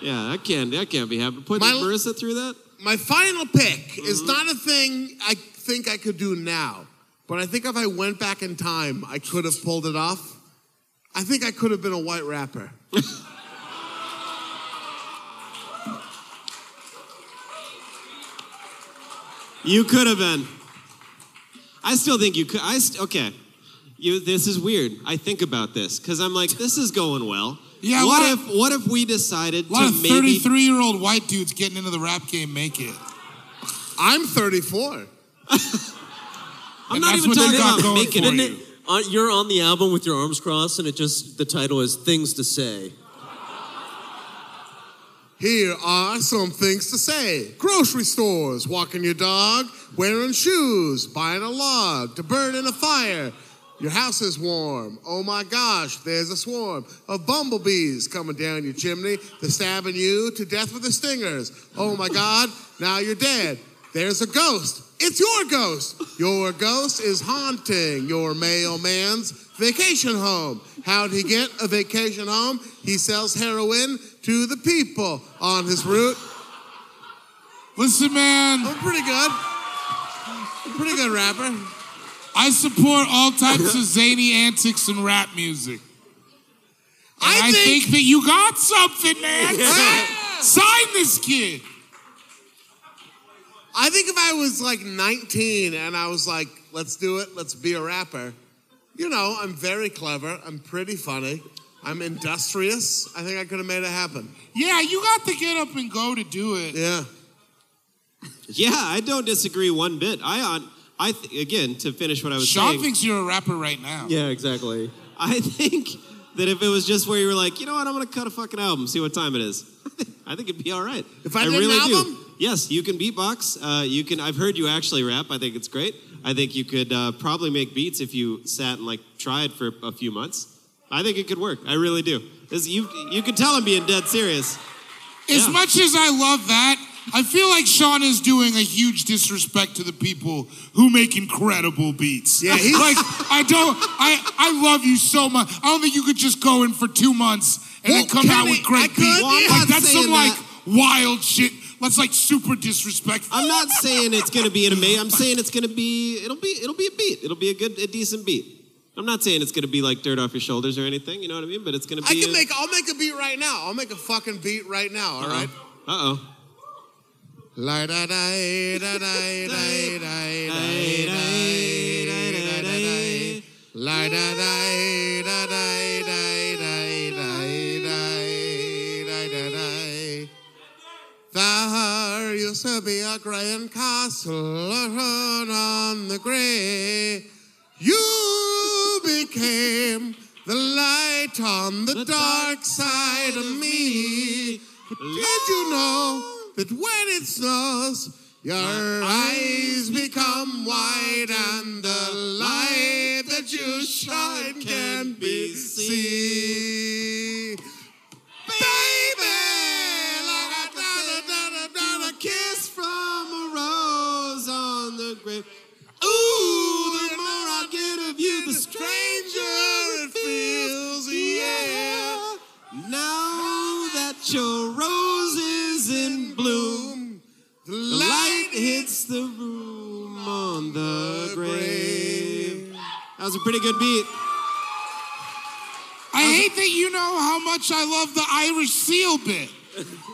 yeah, that can't. That can't be happening. Put My- Marissa through that. My final pick is not a thing I think I could do now, but I think if I went back in time, I could have pulled it off. I think I could have been a white rapper. You could have been. I still think you could. I st- okay. You. This is weird. I think about this because I'm like, this is going well. Yeah, What why- if? What if we decided A lot to of maybe? 33 year old white dudes getting into the rap game make it. I'm 34. I'm not even talking about making for it. you. Uh, you're on the album with your arms crossed, and it just the title is "Things to Say." Here are some things to say. Grocery stores, walking your dog, wearing shoes, buying a log to burn in a fire. Your house is warm. Oh my gosh, there's a swarm of bumblebees coming down your chimney. They're stabbing you to death with their stingers. Oh my god, now you're dead. There's a ghost. It's your ghost. Your ghost is haunting your mailman's vacation home. How'd he get a vacation home? He sells heroin to the people on his route. Listen, man. I'm pretty good. I'm pretty good rapper. I support all types of zany antics and rap music. And I, think, that you got something, man. *laughs* Sign this kid. I think if I was like 19 and I was like, let's do it, let's be a rapper, you know, I'm very clever, I'm pretty funny, I'm industrious. I think I could have made it happen. Yeah, you got to get up and go to do it. Yeah. Yeah, I don't disagree one bit. I on. I th- again to finish what I was Sean saying. thinks you're a rapper right now. yeah, exactly. I think that if it was just where you were like, you know what, I'm gonna cut a fucking album, see what time it is. *laughs* I think it'd be all right. If I did an album? do. Yes, you can beatbox. Uh, you can. I've heard you actually rap. I think it's great. I think you could uh, probably make beats if you sat and like tried for a few months. I think it could work. I really do. This- you you could tell I'm being dead serious. As Yeah. much as I love that, I feel like Sean is doing a huge disrespect to the people who make incredible beats. Yeah, he's- like I don't. I I love you so much. I don't think you could just go in for two months and Well, then come out Kenny, with great I could- beats. Well, I'm like not that's some saying like that. wild shit. That's like super disrespectful. I'm not saying it's gonna be an amazing. I'm saying it's gonna be. It'll be. It'll be a beat. It'll be a good, a decent beat. I'm not saying it's gonna be like dirt off your shoulders or anything. You know what I mean? But it's gonna be. I can make, I'll make a beat right now. I'll make a fucking beat right now, Uh-huh. all right? Uh oh. La da da da da da da da da da da La da da da da da da da da da da There used to be a grand castle on the grey. You became the light on the, dark side of me. But did you know that when it snows, your eyes become wide and the light that you shine can be seen? Baby, like a da-da-da-da-da-da kiss from a rose on the grave. Ooh, the more I get of you, the stranger it feels. Yeah. Now that your rose is in bloom, The the light hits the room on the grave. That was a pretty good beat. I hate that you know how much I love the Irish seal bit.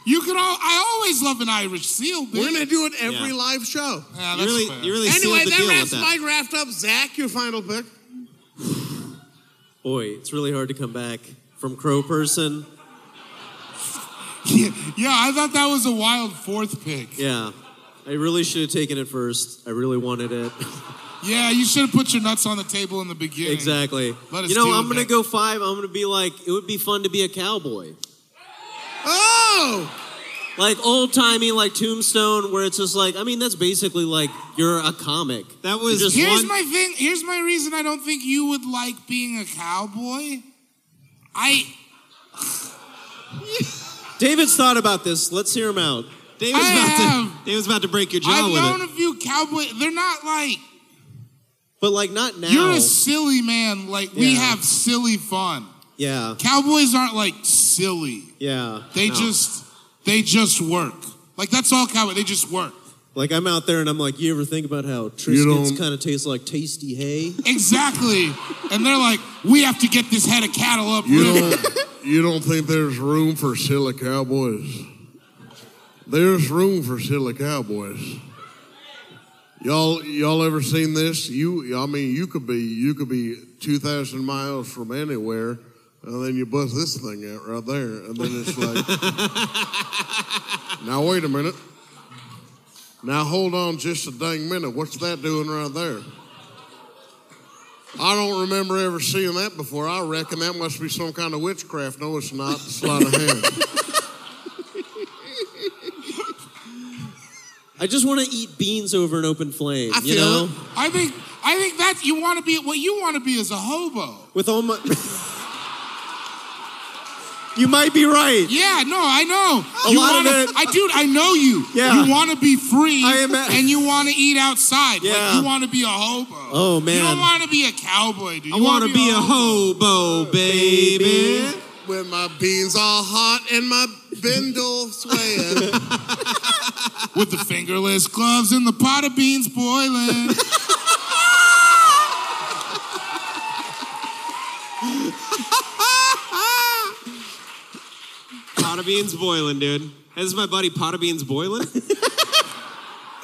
You can all. I always love an Irish seal bit. We're gonna do it every Yeah. live show. Yeah, You that's really, fair. you really Anyway, sealed the that deal with wraps that. my wrapped up. Zach, your final pick. Boy, it's really hard to come back from Crow Person. *laughs* Yeah, yeah, I thought that was a wild fourth pick. Yeah, I really should have taken it first. I really wanted it. Yeah, you should have put your nuts on the table in the beginning. exactly. Let us You know, deal I'm with gonna it. go five. I'm gonna be like, it would be fun to be a cowboy, Oh, like old timey, like Tombstone, where it's just like, I mean, that's basically like you're a comic. That was Just Here's one. my thing. Here's my reason I don't think you would like being a cowboy. I David's thought about this. Let's hear him out. Dave was, I about have- to, Dave was about to break your jaw I've with known it. a few cowboy. They're not like But like, not now. you're a silly man. Like we Yeah. have silly fun. yeah, Cowboys aren't like silly. yeah. They No. just they just work. Like that's all cowboy. They just work. Like I'm out there and I'm like, you ever think about how You Triscuits don't- kind of taste like tasty hay? Exactly. And they're like, we have to get this head of cattle up. You real don't, you don't think there's room for silly cowboys? There's room for silly cowboys. Y'all, y'all ever seen this? You, I mean, you could be, you could be two thousand miles from anywhere, and then you bust this thing out right there, and then it's like, now wait a minute. Now hold on, just a dang minute. What's that doing right there? I don't remember ever seeing that before. I reckon that must be some kind of witchcraft. No, it's not. Sleight of *laughs* hand. I just want to eat beans over an open flame. I you feel know, I think I think that you want to be what you want to be is a hobo. with all my. you might be right. Yeah, no, I know. A you lot of wanna, it- I dude, I know you. Oh, Yeah. You want to be free, I am a- and you want to eat outside. Like, Yeah. you want to be a hobo. Oh man. You don't want to be a cowboy, dude. I You want wanna to be a hobo, baby. when my beans all hot and my bindle swaying. with the fingerless gloves and the pot of beans boiling. Pot of beans boiling, dude. This is my buddy Pot of Beans Boiling. *laughs* *laughs* Whoa,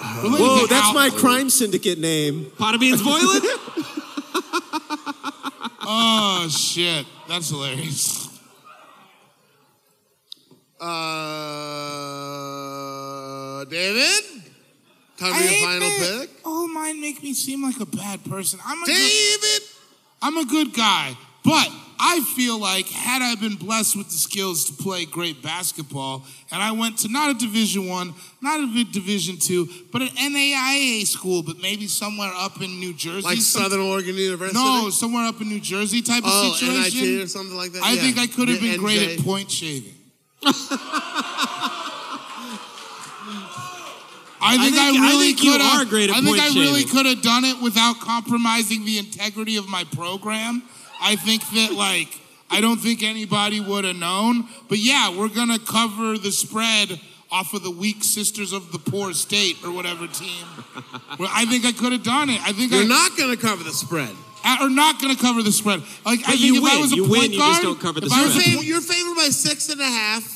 Oh, that's my crime syndicate name. Pot of Beans Boiling? oh shit, that's hilarious. Uh, David, time for your final pick. Oh, mine make me seem like a bad person. I'm a David. I'm a good guy, but I feel like had I been blessed with the skills to play great basketball, and I went to not a Division One, not a big Division Two, but an NAIA school, but maybe somewhere up in New Jersey, Like some- Southern Oregon University. No, somewhere up in New Jersey type of Oh, situation. NIT or something like that. I Yeah. think I could have The been great NJ. at *laughs* point shaving. I think I, think- I really think you could have. are great at I think point I really shaving. could have done it without compromising the integrity of my program. I think that like I don't think anybody would have known. But yeah, we're gonna cover the spread off of the weak sisters of the poor state or whatever team. Well, I think I could have done it. I think You're I, not going to cover the spread. I- are not going to cover the spread. Like I But think you if I win. was a You win, point guard, you just don't cover the if I was a spread. po- You're favored by six and a half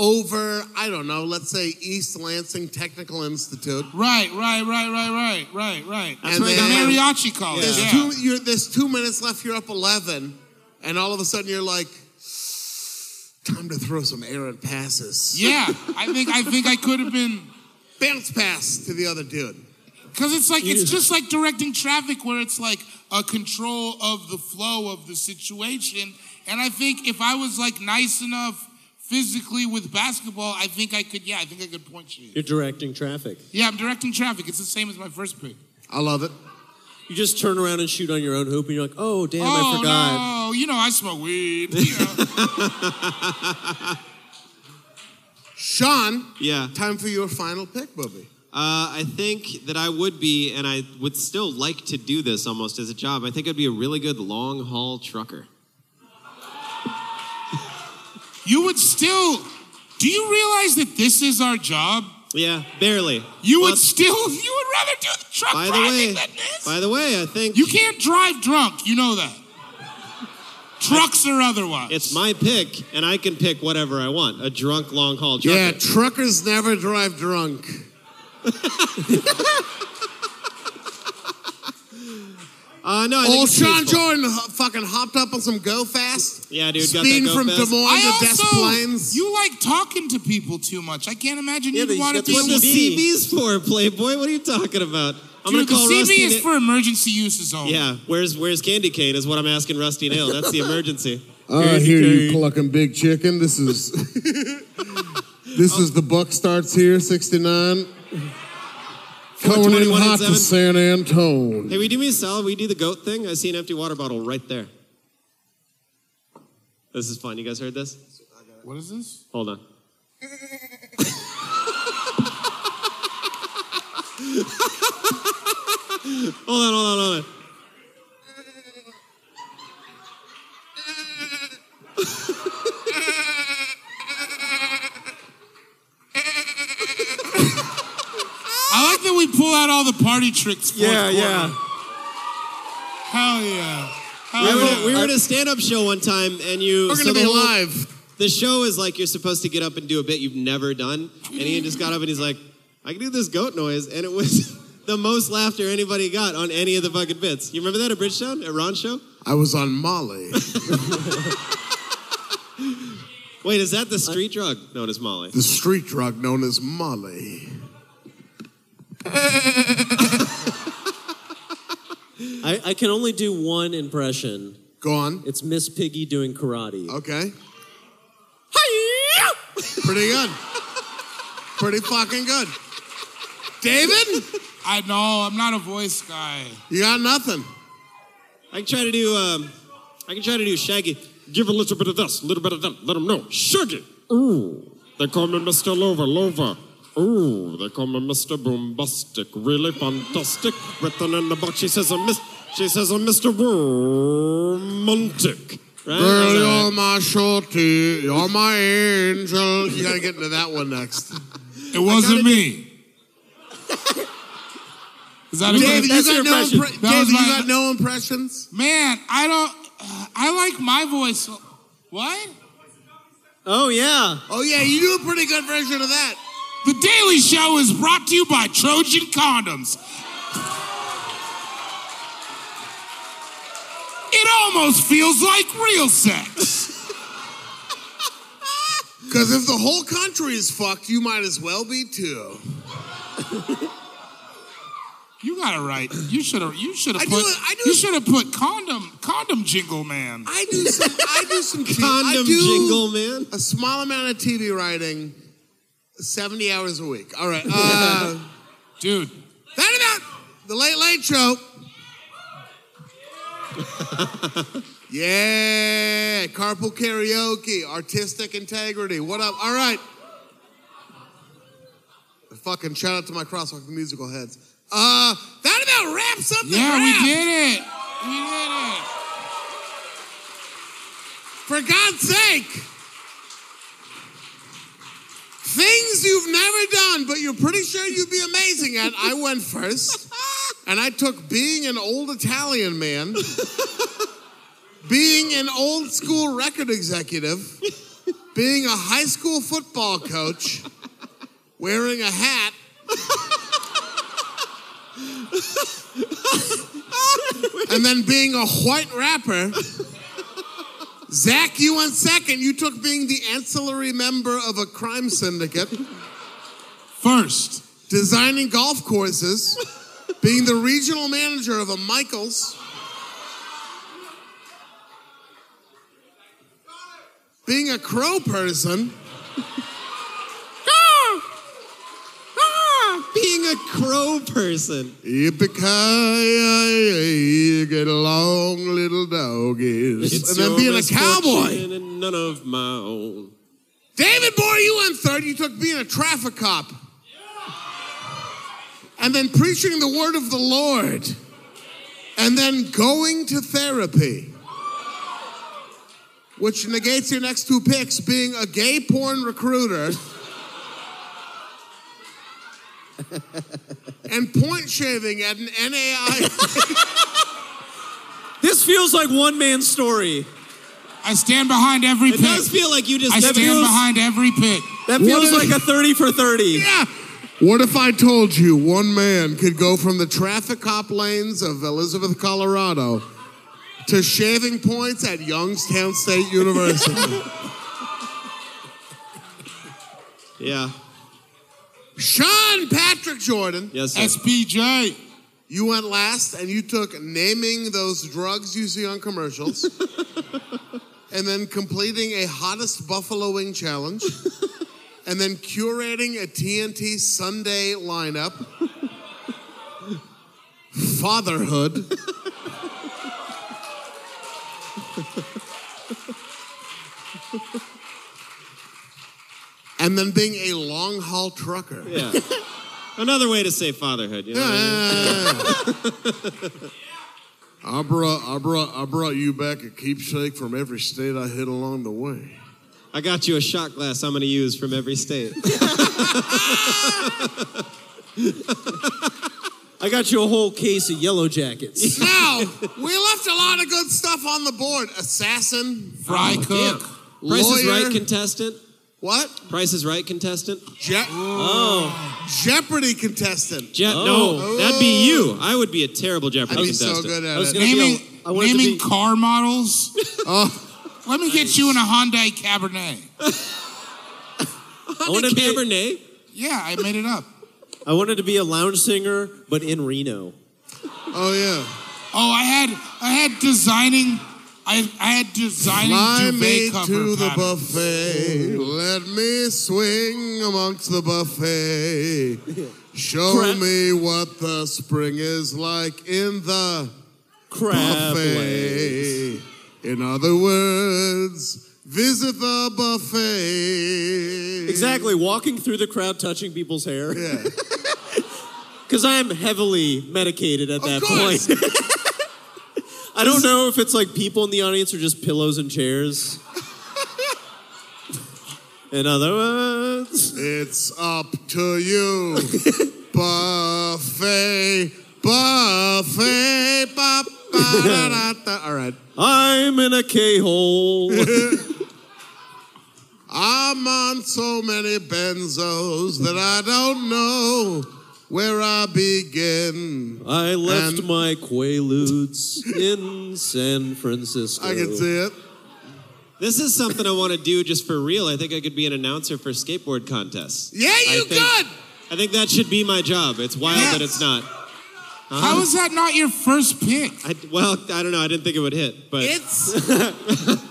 over, I don't know, let's say East Lansing Technical Institute. Right, right, right, right, right, right, right. And the then- mariachi college. There's, yeah. two, you're, there's two minutes left. You're up 11, and all of a sudden you're like, time to throw some errant passes. Yeah, I think I think I could have been bounce pass to the other dude. Because it's like it's Yeah. just like directing traffic, where it's like a control of the flow of the situation. And I think if I was like nice enough physically with basketball, I think I could. Yeah, I think I could point you. You're *laughs* directing traffic. Yeah, I'm directing traffic. It's the same as my first pick. I love it. You just turn around and shoot on your own hoop, and you're like, "Oh damn, oh I forgot." no, you know I smoke weed. You know. Sean, yeah. time for your final pick, Bobby. Uh, I think that I would be, and I would still like to do this almost as a job. I think I'd be a really good long haul trucker. you would still. Do you realize that this is our job? Yeah, barely. You Well, would still. *laughs* You would rather do the truck By the driving way- than this. By the way, I think You can't drive drunk. You know that. Trucks or otherwise. it's my pick, and I can pick whatever I want. A drunk long haul trucker. Yeah, truckers never drive drunk. Uh, no, I think Old it's Sean peaceful. Jordan ho- fucking hopped up on some Go Fast. Yeah, dude, got Speeding that go from fast. Des Moines I to Des also- Plaines. You like talking to people too much. I can't imagine Yeah, but you'd you want to got the be. What the with- CB's for, Playboy? What are you talking about? I'm Dude, the gonna call Rusty. CB is Na- for emergency uses only. yeah, where's where's Candy Cane? Is what I'm asking Rusty Nail. That's *laughs* the emergency. I hear you clucking big chicken. This is *laughs* this is the buck starts here, 69. Coming in 421 and hot to seven. San Antone. Hey, we do me a solid. We do the goat thing. I see an empty water bottle right there. This is fun. You guys heard this? What is this? Hold on. hold on, hold on, hold on. got all the party tricks. Fourth Yeah, quarter. yeah. Hell yeah. Hell we, yeah. were, we were at a stand-up show one time, and you. We're gonna be the whole- live. The show is like you're supposed to get up and do a bit you've never done, and Ian just got up and he's like, "I can do this goat noise," and it was *laughs* the most laughter anybody got on any of the fucking bits. You remember that at Bridgetown at Ron's show? I was on Molly. Wait, is that the street drug known as Molly? the street drug known as Molly. I, I can only do one impression. Go on. It's Miss Piggy doing karate. Okay. Pretty good. Pretty fucking good. David? I know, I'm not a voice guy. You got nothing. I can try to do. Um, I can try to do Shaggy. Give a little bit of this, a little bit of that. Let them know. Shaggy. Ooh. They call me Mr. Lover, Lover. Ooh, they call me Mr. Boombastic. Really fantastic. Written in the book, she says I'm Miss. She says I'm Mr. Romantic. Right? Girl, Is that you're my shorty. You're my angel. *laughs* You gotta get into that one *laughs* next. It wasn't me. Is that a Dave, good- you got no impre- That Dave, was you my- got no impressions? Man, I don't. I like my voice. What? Oh yeah. Oh yeah, you do a pretty good version of that. The Daily Show is brought to you by Trojan Condoms. It almost feels like real sex. Because if the whole country is fucked, you might as well be too. You got it right. You should have. You should I have do put. it- I do you it- should have put condom. Condom jingle man. I do some. I do some t- I Condom do jingle, man. A small amount of TV writing, seventy hours a week. *laughs* All right, uh, dude. That about the Late Late *laughs* Show. yeah, carpool karaoke, artistic integrity. What up? All right. Fucking shout out to my crosswalk musical heads. Uh, that about wraps up the Yeah, we wrap. did it. We did it. For God's sake! Things you've never done, but you're pretty sure you'd be amazing at. I went first, and I took being an old Italian man, being an old school record executive, being a high school football coach, wearing a hat. and then being a white rapper. Zach, you went second. You took being the ancillary member of a crime syndicate. First. Designing golf courses. being the regional manager of a Michaels. Being a crow person. Being a crow person. Yippee-ki-yay, get along, little doggies. and then being a cowboy. And none of my own. David Boy, you went third. You took being a traffic cop. And then preaching the word of the Lord. And then going to therapy. Which negates your next two picks being a gay porn recruiter and point shaving at an NAI. This feels like one man story. I stand behind every pick. It does feel like you just. I stand behind every pick. That What feels is- like a thirty for thirty. Yeah. *laughs* What if I told you one man could go from the traffic cop lanes of Elizabeth, Colorado, to shaving points at Youngstown State University? Yeah. Sean Patrick Jordan. Yes, sir. SPJ. You went last and you took naming those drugs you see on commercials and then completing a hottest buffalo wing challenge and then curating a TNT Sunday lineup. Fatherhood. and then being a long haul trucker. Yeah. Another way to say fatherhood. *laughs* You know what I brought, I brought, I brought you back a keepsake from every state I hit along the way. I got you a shot glass I'm going to use from every state. I got you a whole case of Yellow Jackets. Now, we left a lot of good stuff on the board. Assassin, Fry cook, Price is lawyer. Right contestant. What? Price is Right contestant. Je- Oh. Jeopardy contestant. Je- Oh. No, that'd be you. I would be a terrible Jeopardy I'd be so contestant. good at I was it. gonna be a- Naming- I wanted to Naming be- car *laughs* models. Oh. Let me get you in a Hyundai Cabernet. I wanted to be- Cabernet? Yeah, I made it up. I wanted to be a lounge singer, but in Reno. Oh yeah. Oh, I had I had designing. I I had designing Fly duvet me cover to the pattern. buffet. Let me swing amongst the buffet. Show Crab- me what the spring is like in the Crab buffet. In other words, visit the buffet. Exactly, walking through the crowd, touching people's hair. *laughs* Yeah. Because I am heavily medicated at that course. point. *laughs* I don't know if it's like people in the audience or just pillows and chairs. *laughs* in other words, it's up to *laughs* you. buffet, buffet, ba- ba- da- da- da. All right. I'm in a K hole. *laughs* I'm on so many benzos that I don't know where I begin. I left And- my Quaaludes in San Francisco. I can see it. This is something I want to do just for real. I think I could be an announcer for skateboard contests. Yeah, I you think, could. I think that should be my job. It's wild that it's not. uh-huh. How is that not your first pick? I, well, I don't know. I didn't think it would hit, but *laughs* It's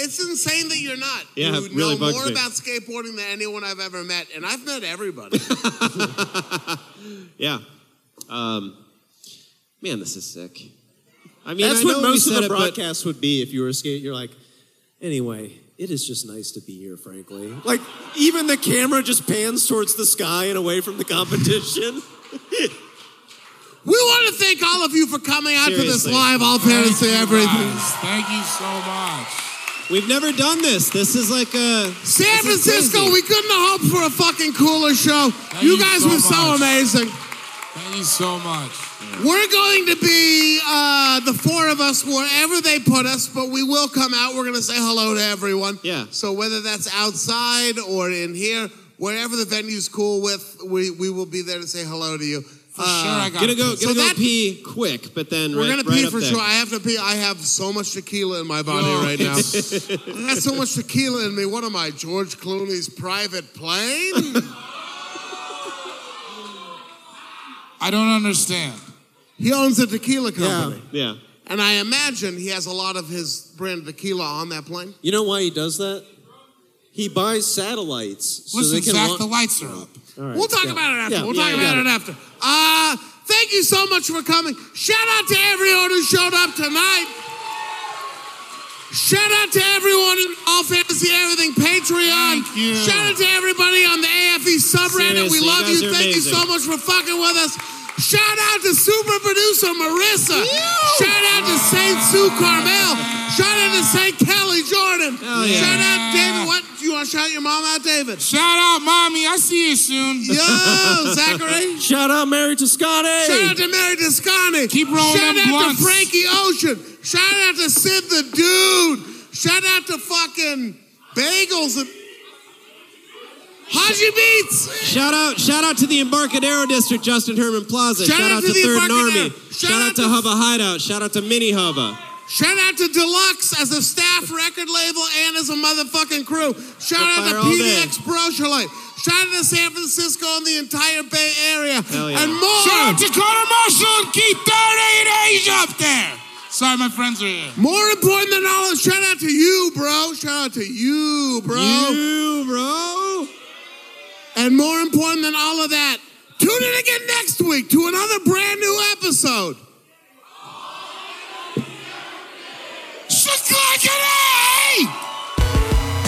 it's insane that you're not. Yeah, you it really know bugs more me. about skateboarding than anyone I've ever met, and I've met everybody. yeah. Um, man, this is sick. I mean, that's I know what we most of said the it, but- broadcasts would be if you were a skate. You're like, anyway, it is just nice to be here, frankly. Like, even the camera just pans towards the sky and away from the competition. *laughs* we want to thank all of you for coming out to this Seriously. live All Fantasy Thank you Everything. guys. Thank you so much. We've never done this. This is like a San Francisco, we couldn't have hoped for a fucking cooler show. Thank you you guys so were so much. amazing. Thank you so much. We're going to be uh, the four of us wherever they put us, but we will come out. We're going to say hello to everyone. Yeah. So whether that's outside or in here, wherever the venue's cool with, we, we will be there to say hello to you. Uh, For gonna go. Gonna so go that, pee quick, but then we're right, gonna right pee up for there. sure. I have to pee. I have so much tequila in my body Oh, right *laughs* now. it's- I got so much tequila in me. What am I, George Clooney's private plane? I don't understand. He owns a tequila company. Yeah. And I imagine he has a lot of his brand tequila on that plane. You know why he does that? He buys satellites. so Listen, they can Zach, lo- the lights are up. All right, We'll talk yeah. about it after. Yeah, we'll yeah, talk yeah. about it Got after. Uh, thank you so much for coming. Shout out to everyone who showed up tonight. Shout out to everyone in All Fantasy Everything Patreon. Thank you. Shout out to everybody on the AFE subreddit. Seriously, we you love guys you. are Thank you amazing. so much for fucking with us. Shout out to super producer Marissa. Shout out to Saint Sue Carmel. Shout out to Saint Kelly Jordan. yeah. Shout out David. What do you want to shout your mom out, David? Shout out, mommy. I see you soon. Yo, Zachary. Shout out Mary Toscani. Shout out to Mary Descani. Keep rolling Shout them out blunts. to Frankie Ocean. Shout out to Sid the Dude. Shout out to fucking Bagels and Haji Beats. Shout out! Shout out to the Embarcadero District, Justin Herman Plaza. Shout, out, to, the Third Embarcadero. Army. Shout Shout, out out to, to- Hubba Hideout. Shout out to Mini Hubba. Shout out to Deluxe as a staff record label and as a motherfucking crew. Shout We're out fire to all day. PDX Brochurlite. Shout out to San Francisco and the entire Bay Area. Hell yeah. And more. Shout out to Dakota Marshall and Keith 38 Asia up there. Sorry, my friends are here. More important than all, is shout out to you, bro. Shout out to you, bro. You, bro. And more important than all of that, tune in again next week to another brand new episode. Just like it, eh?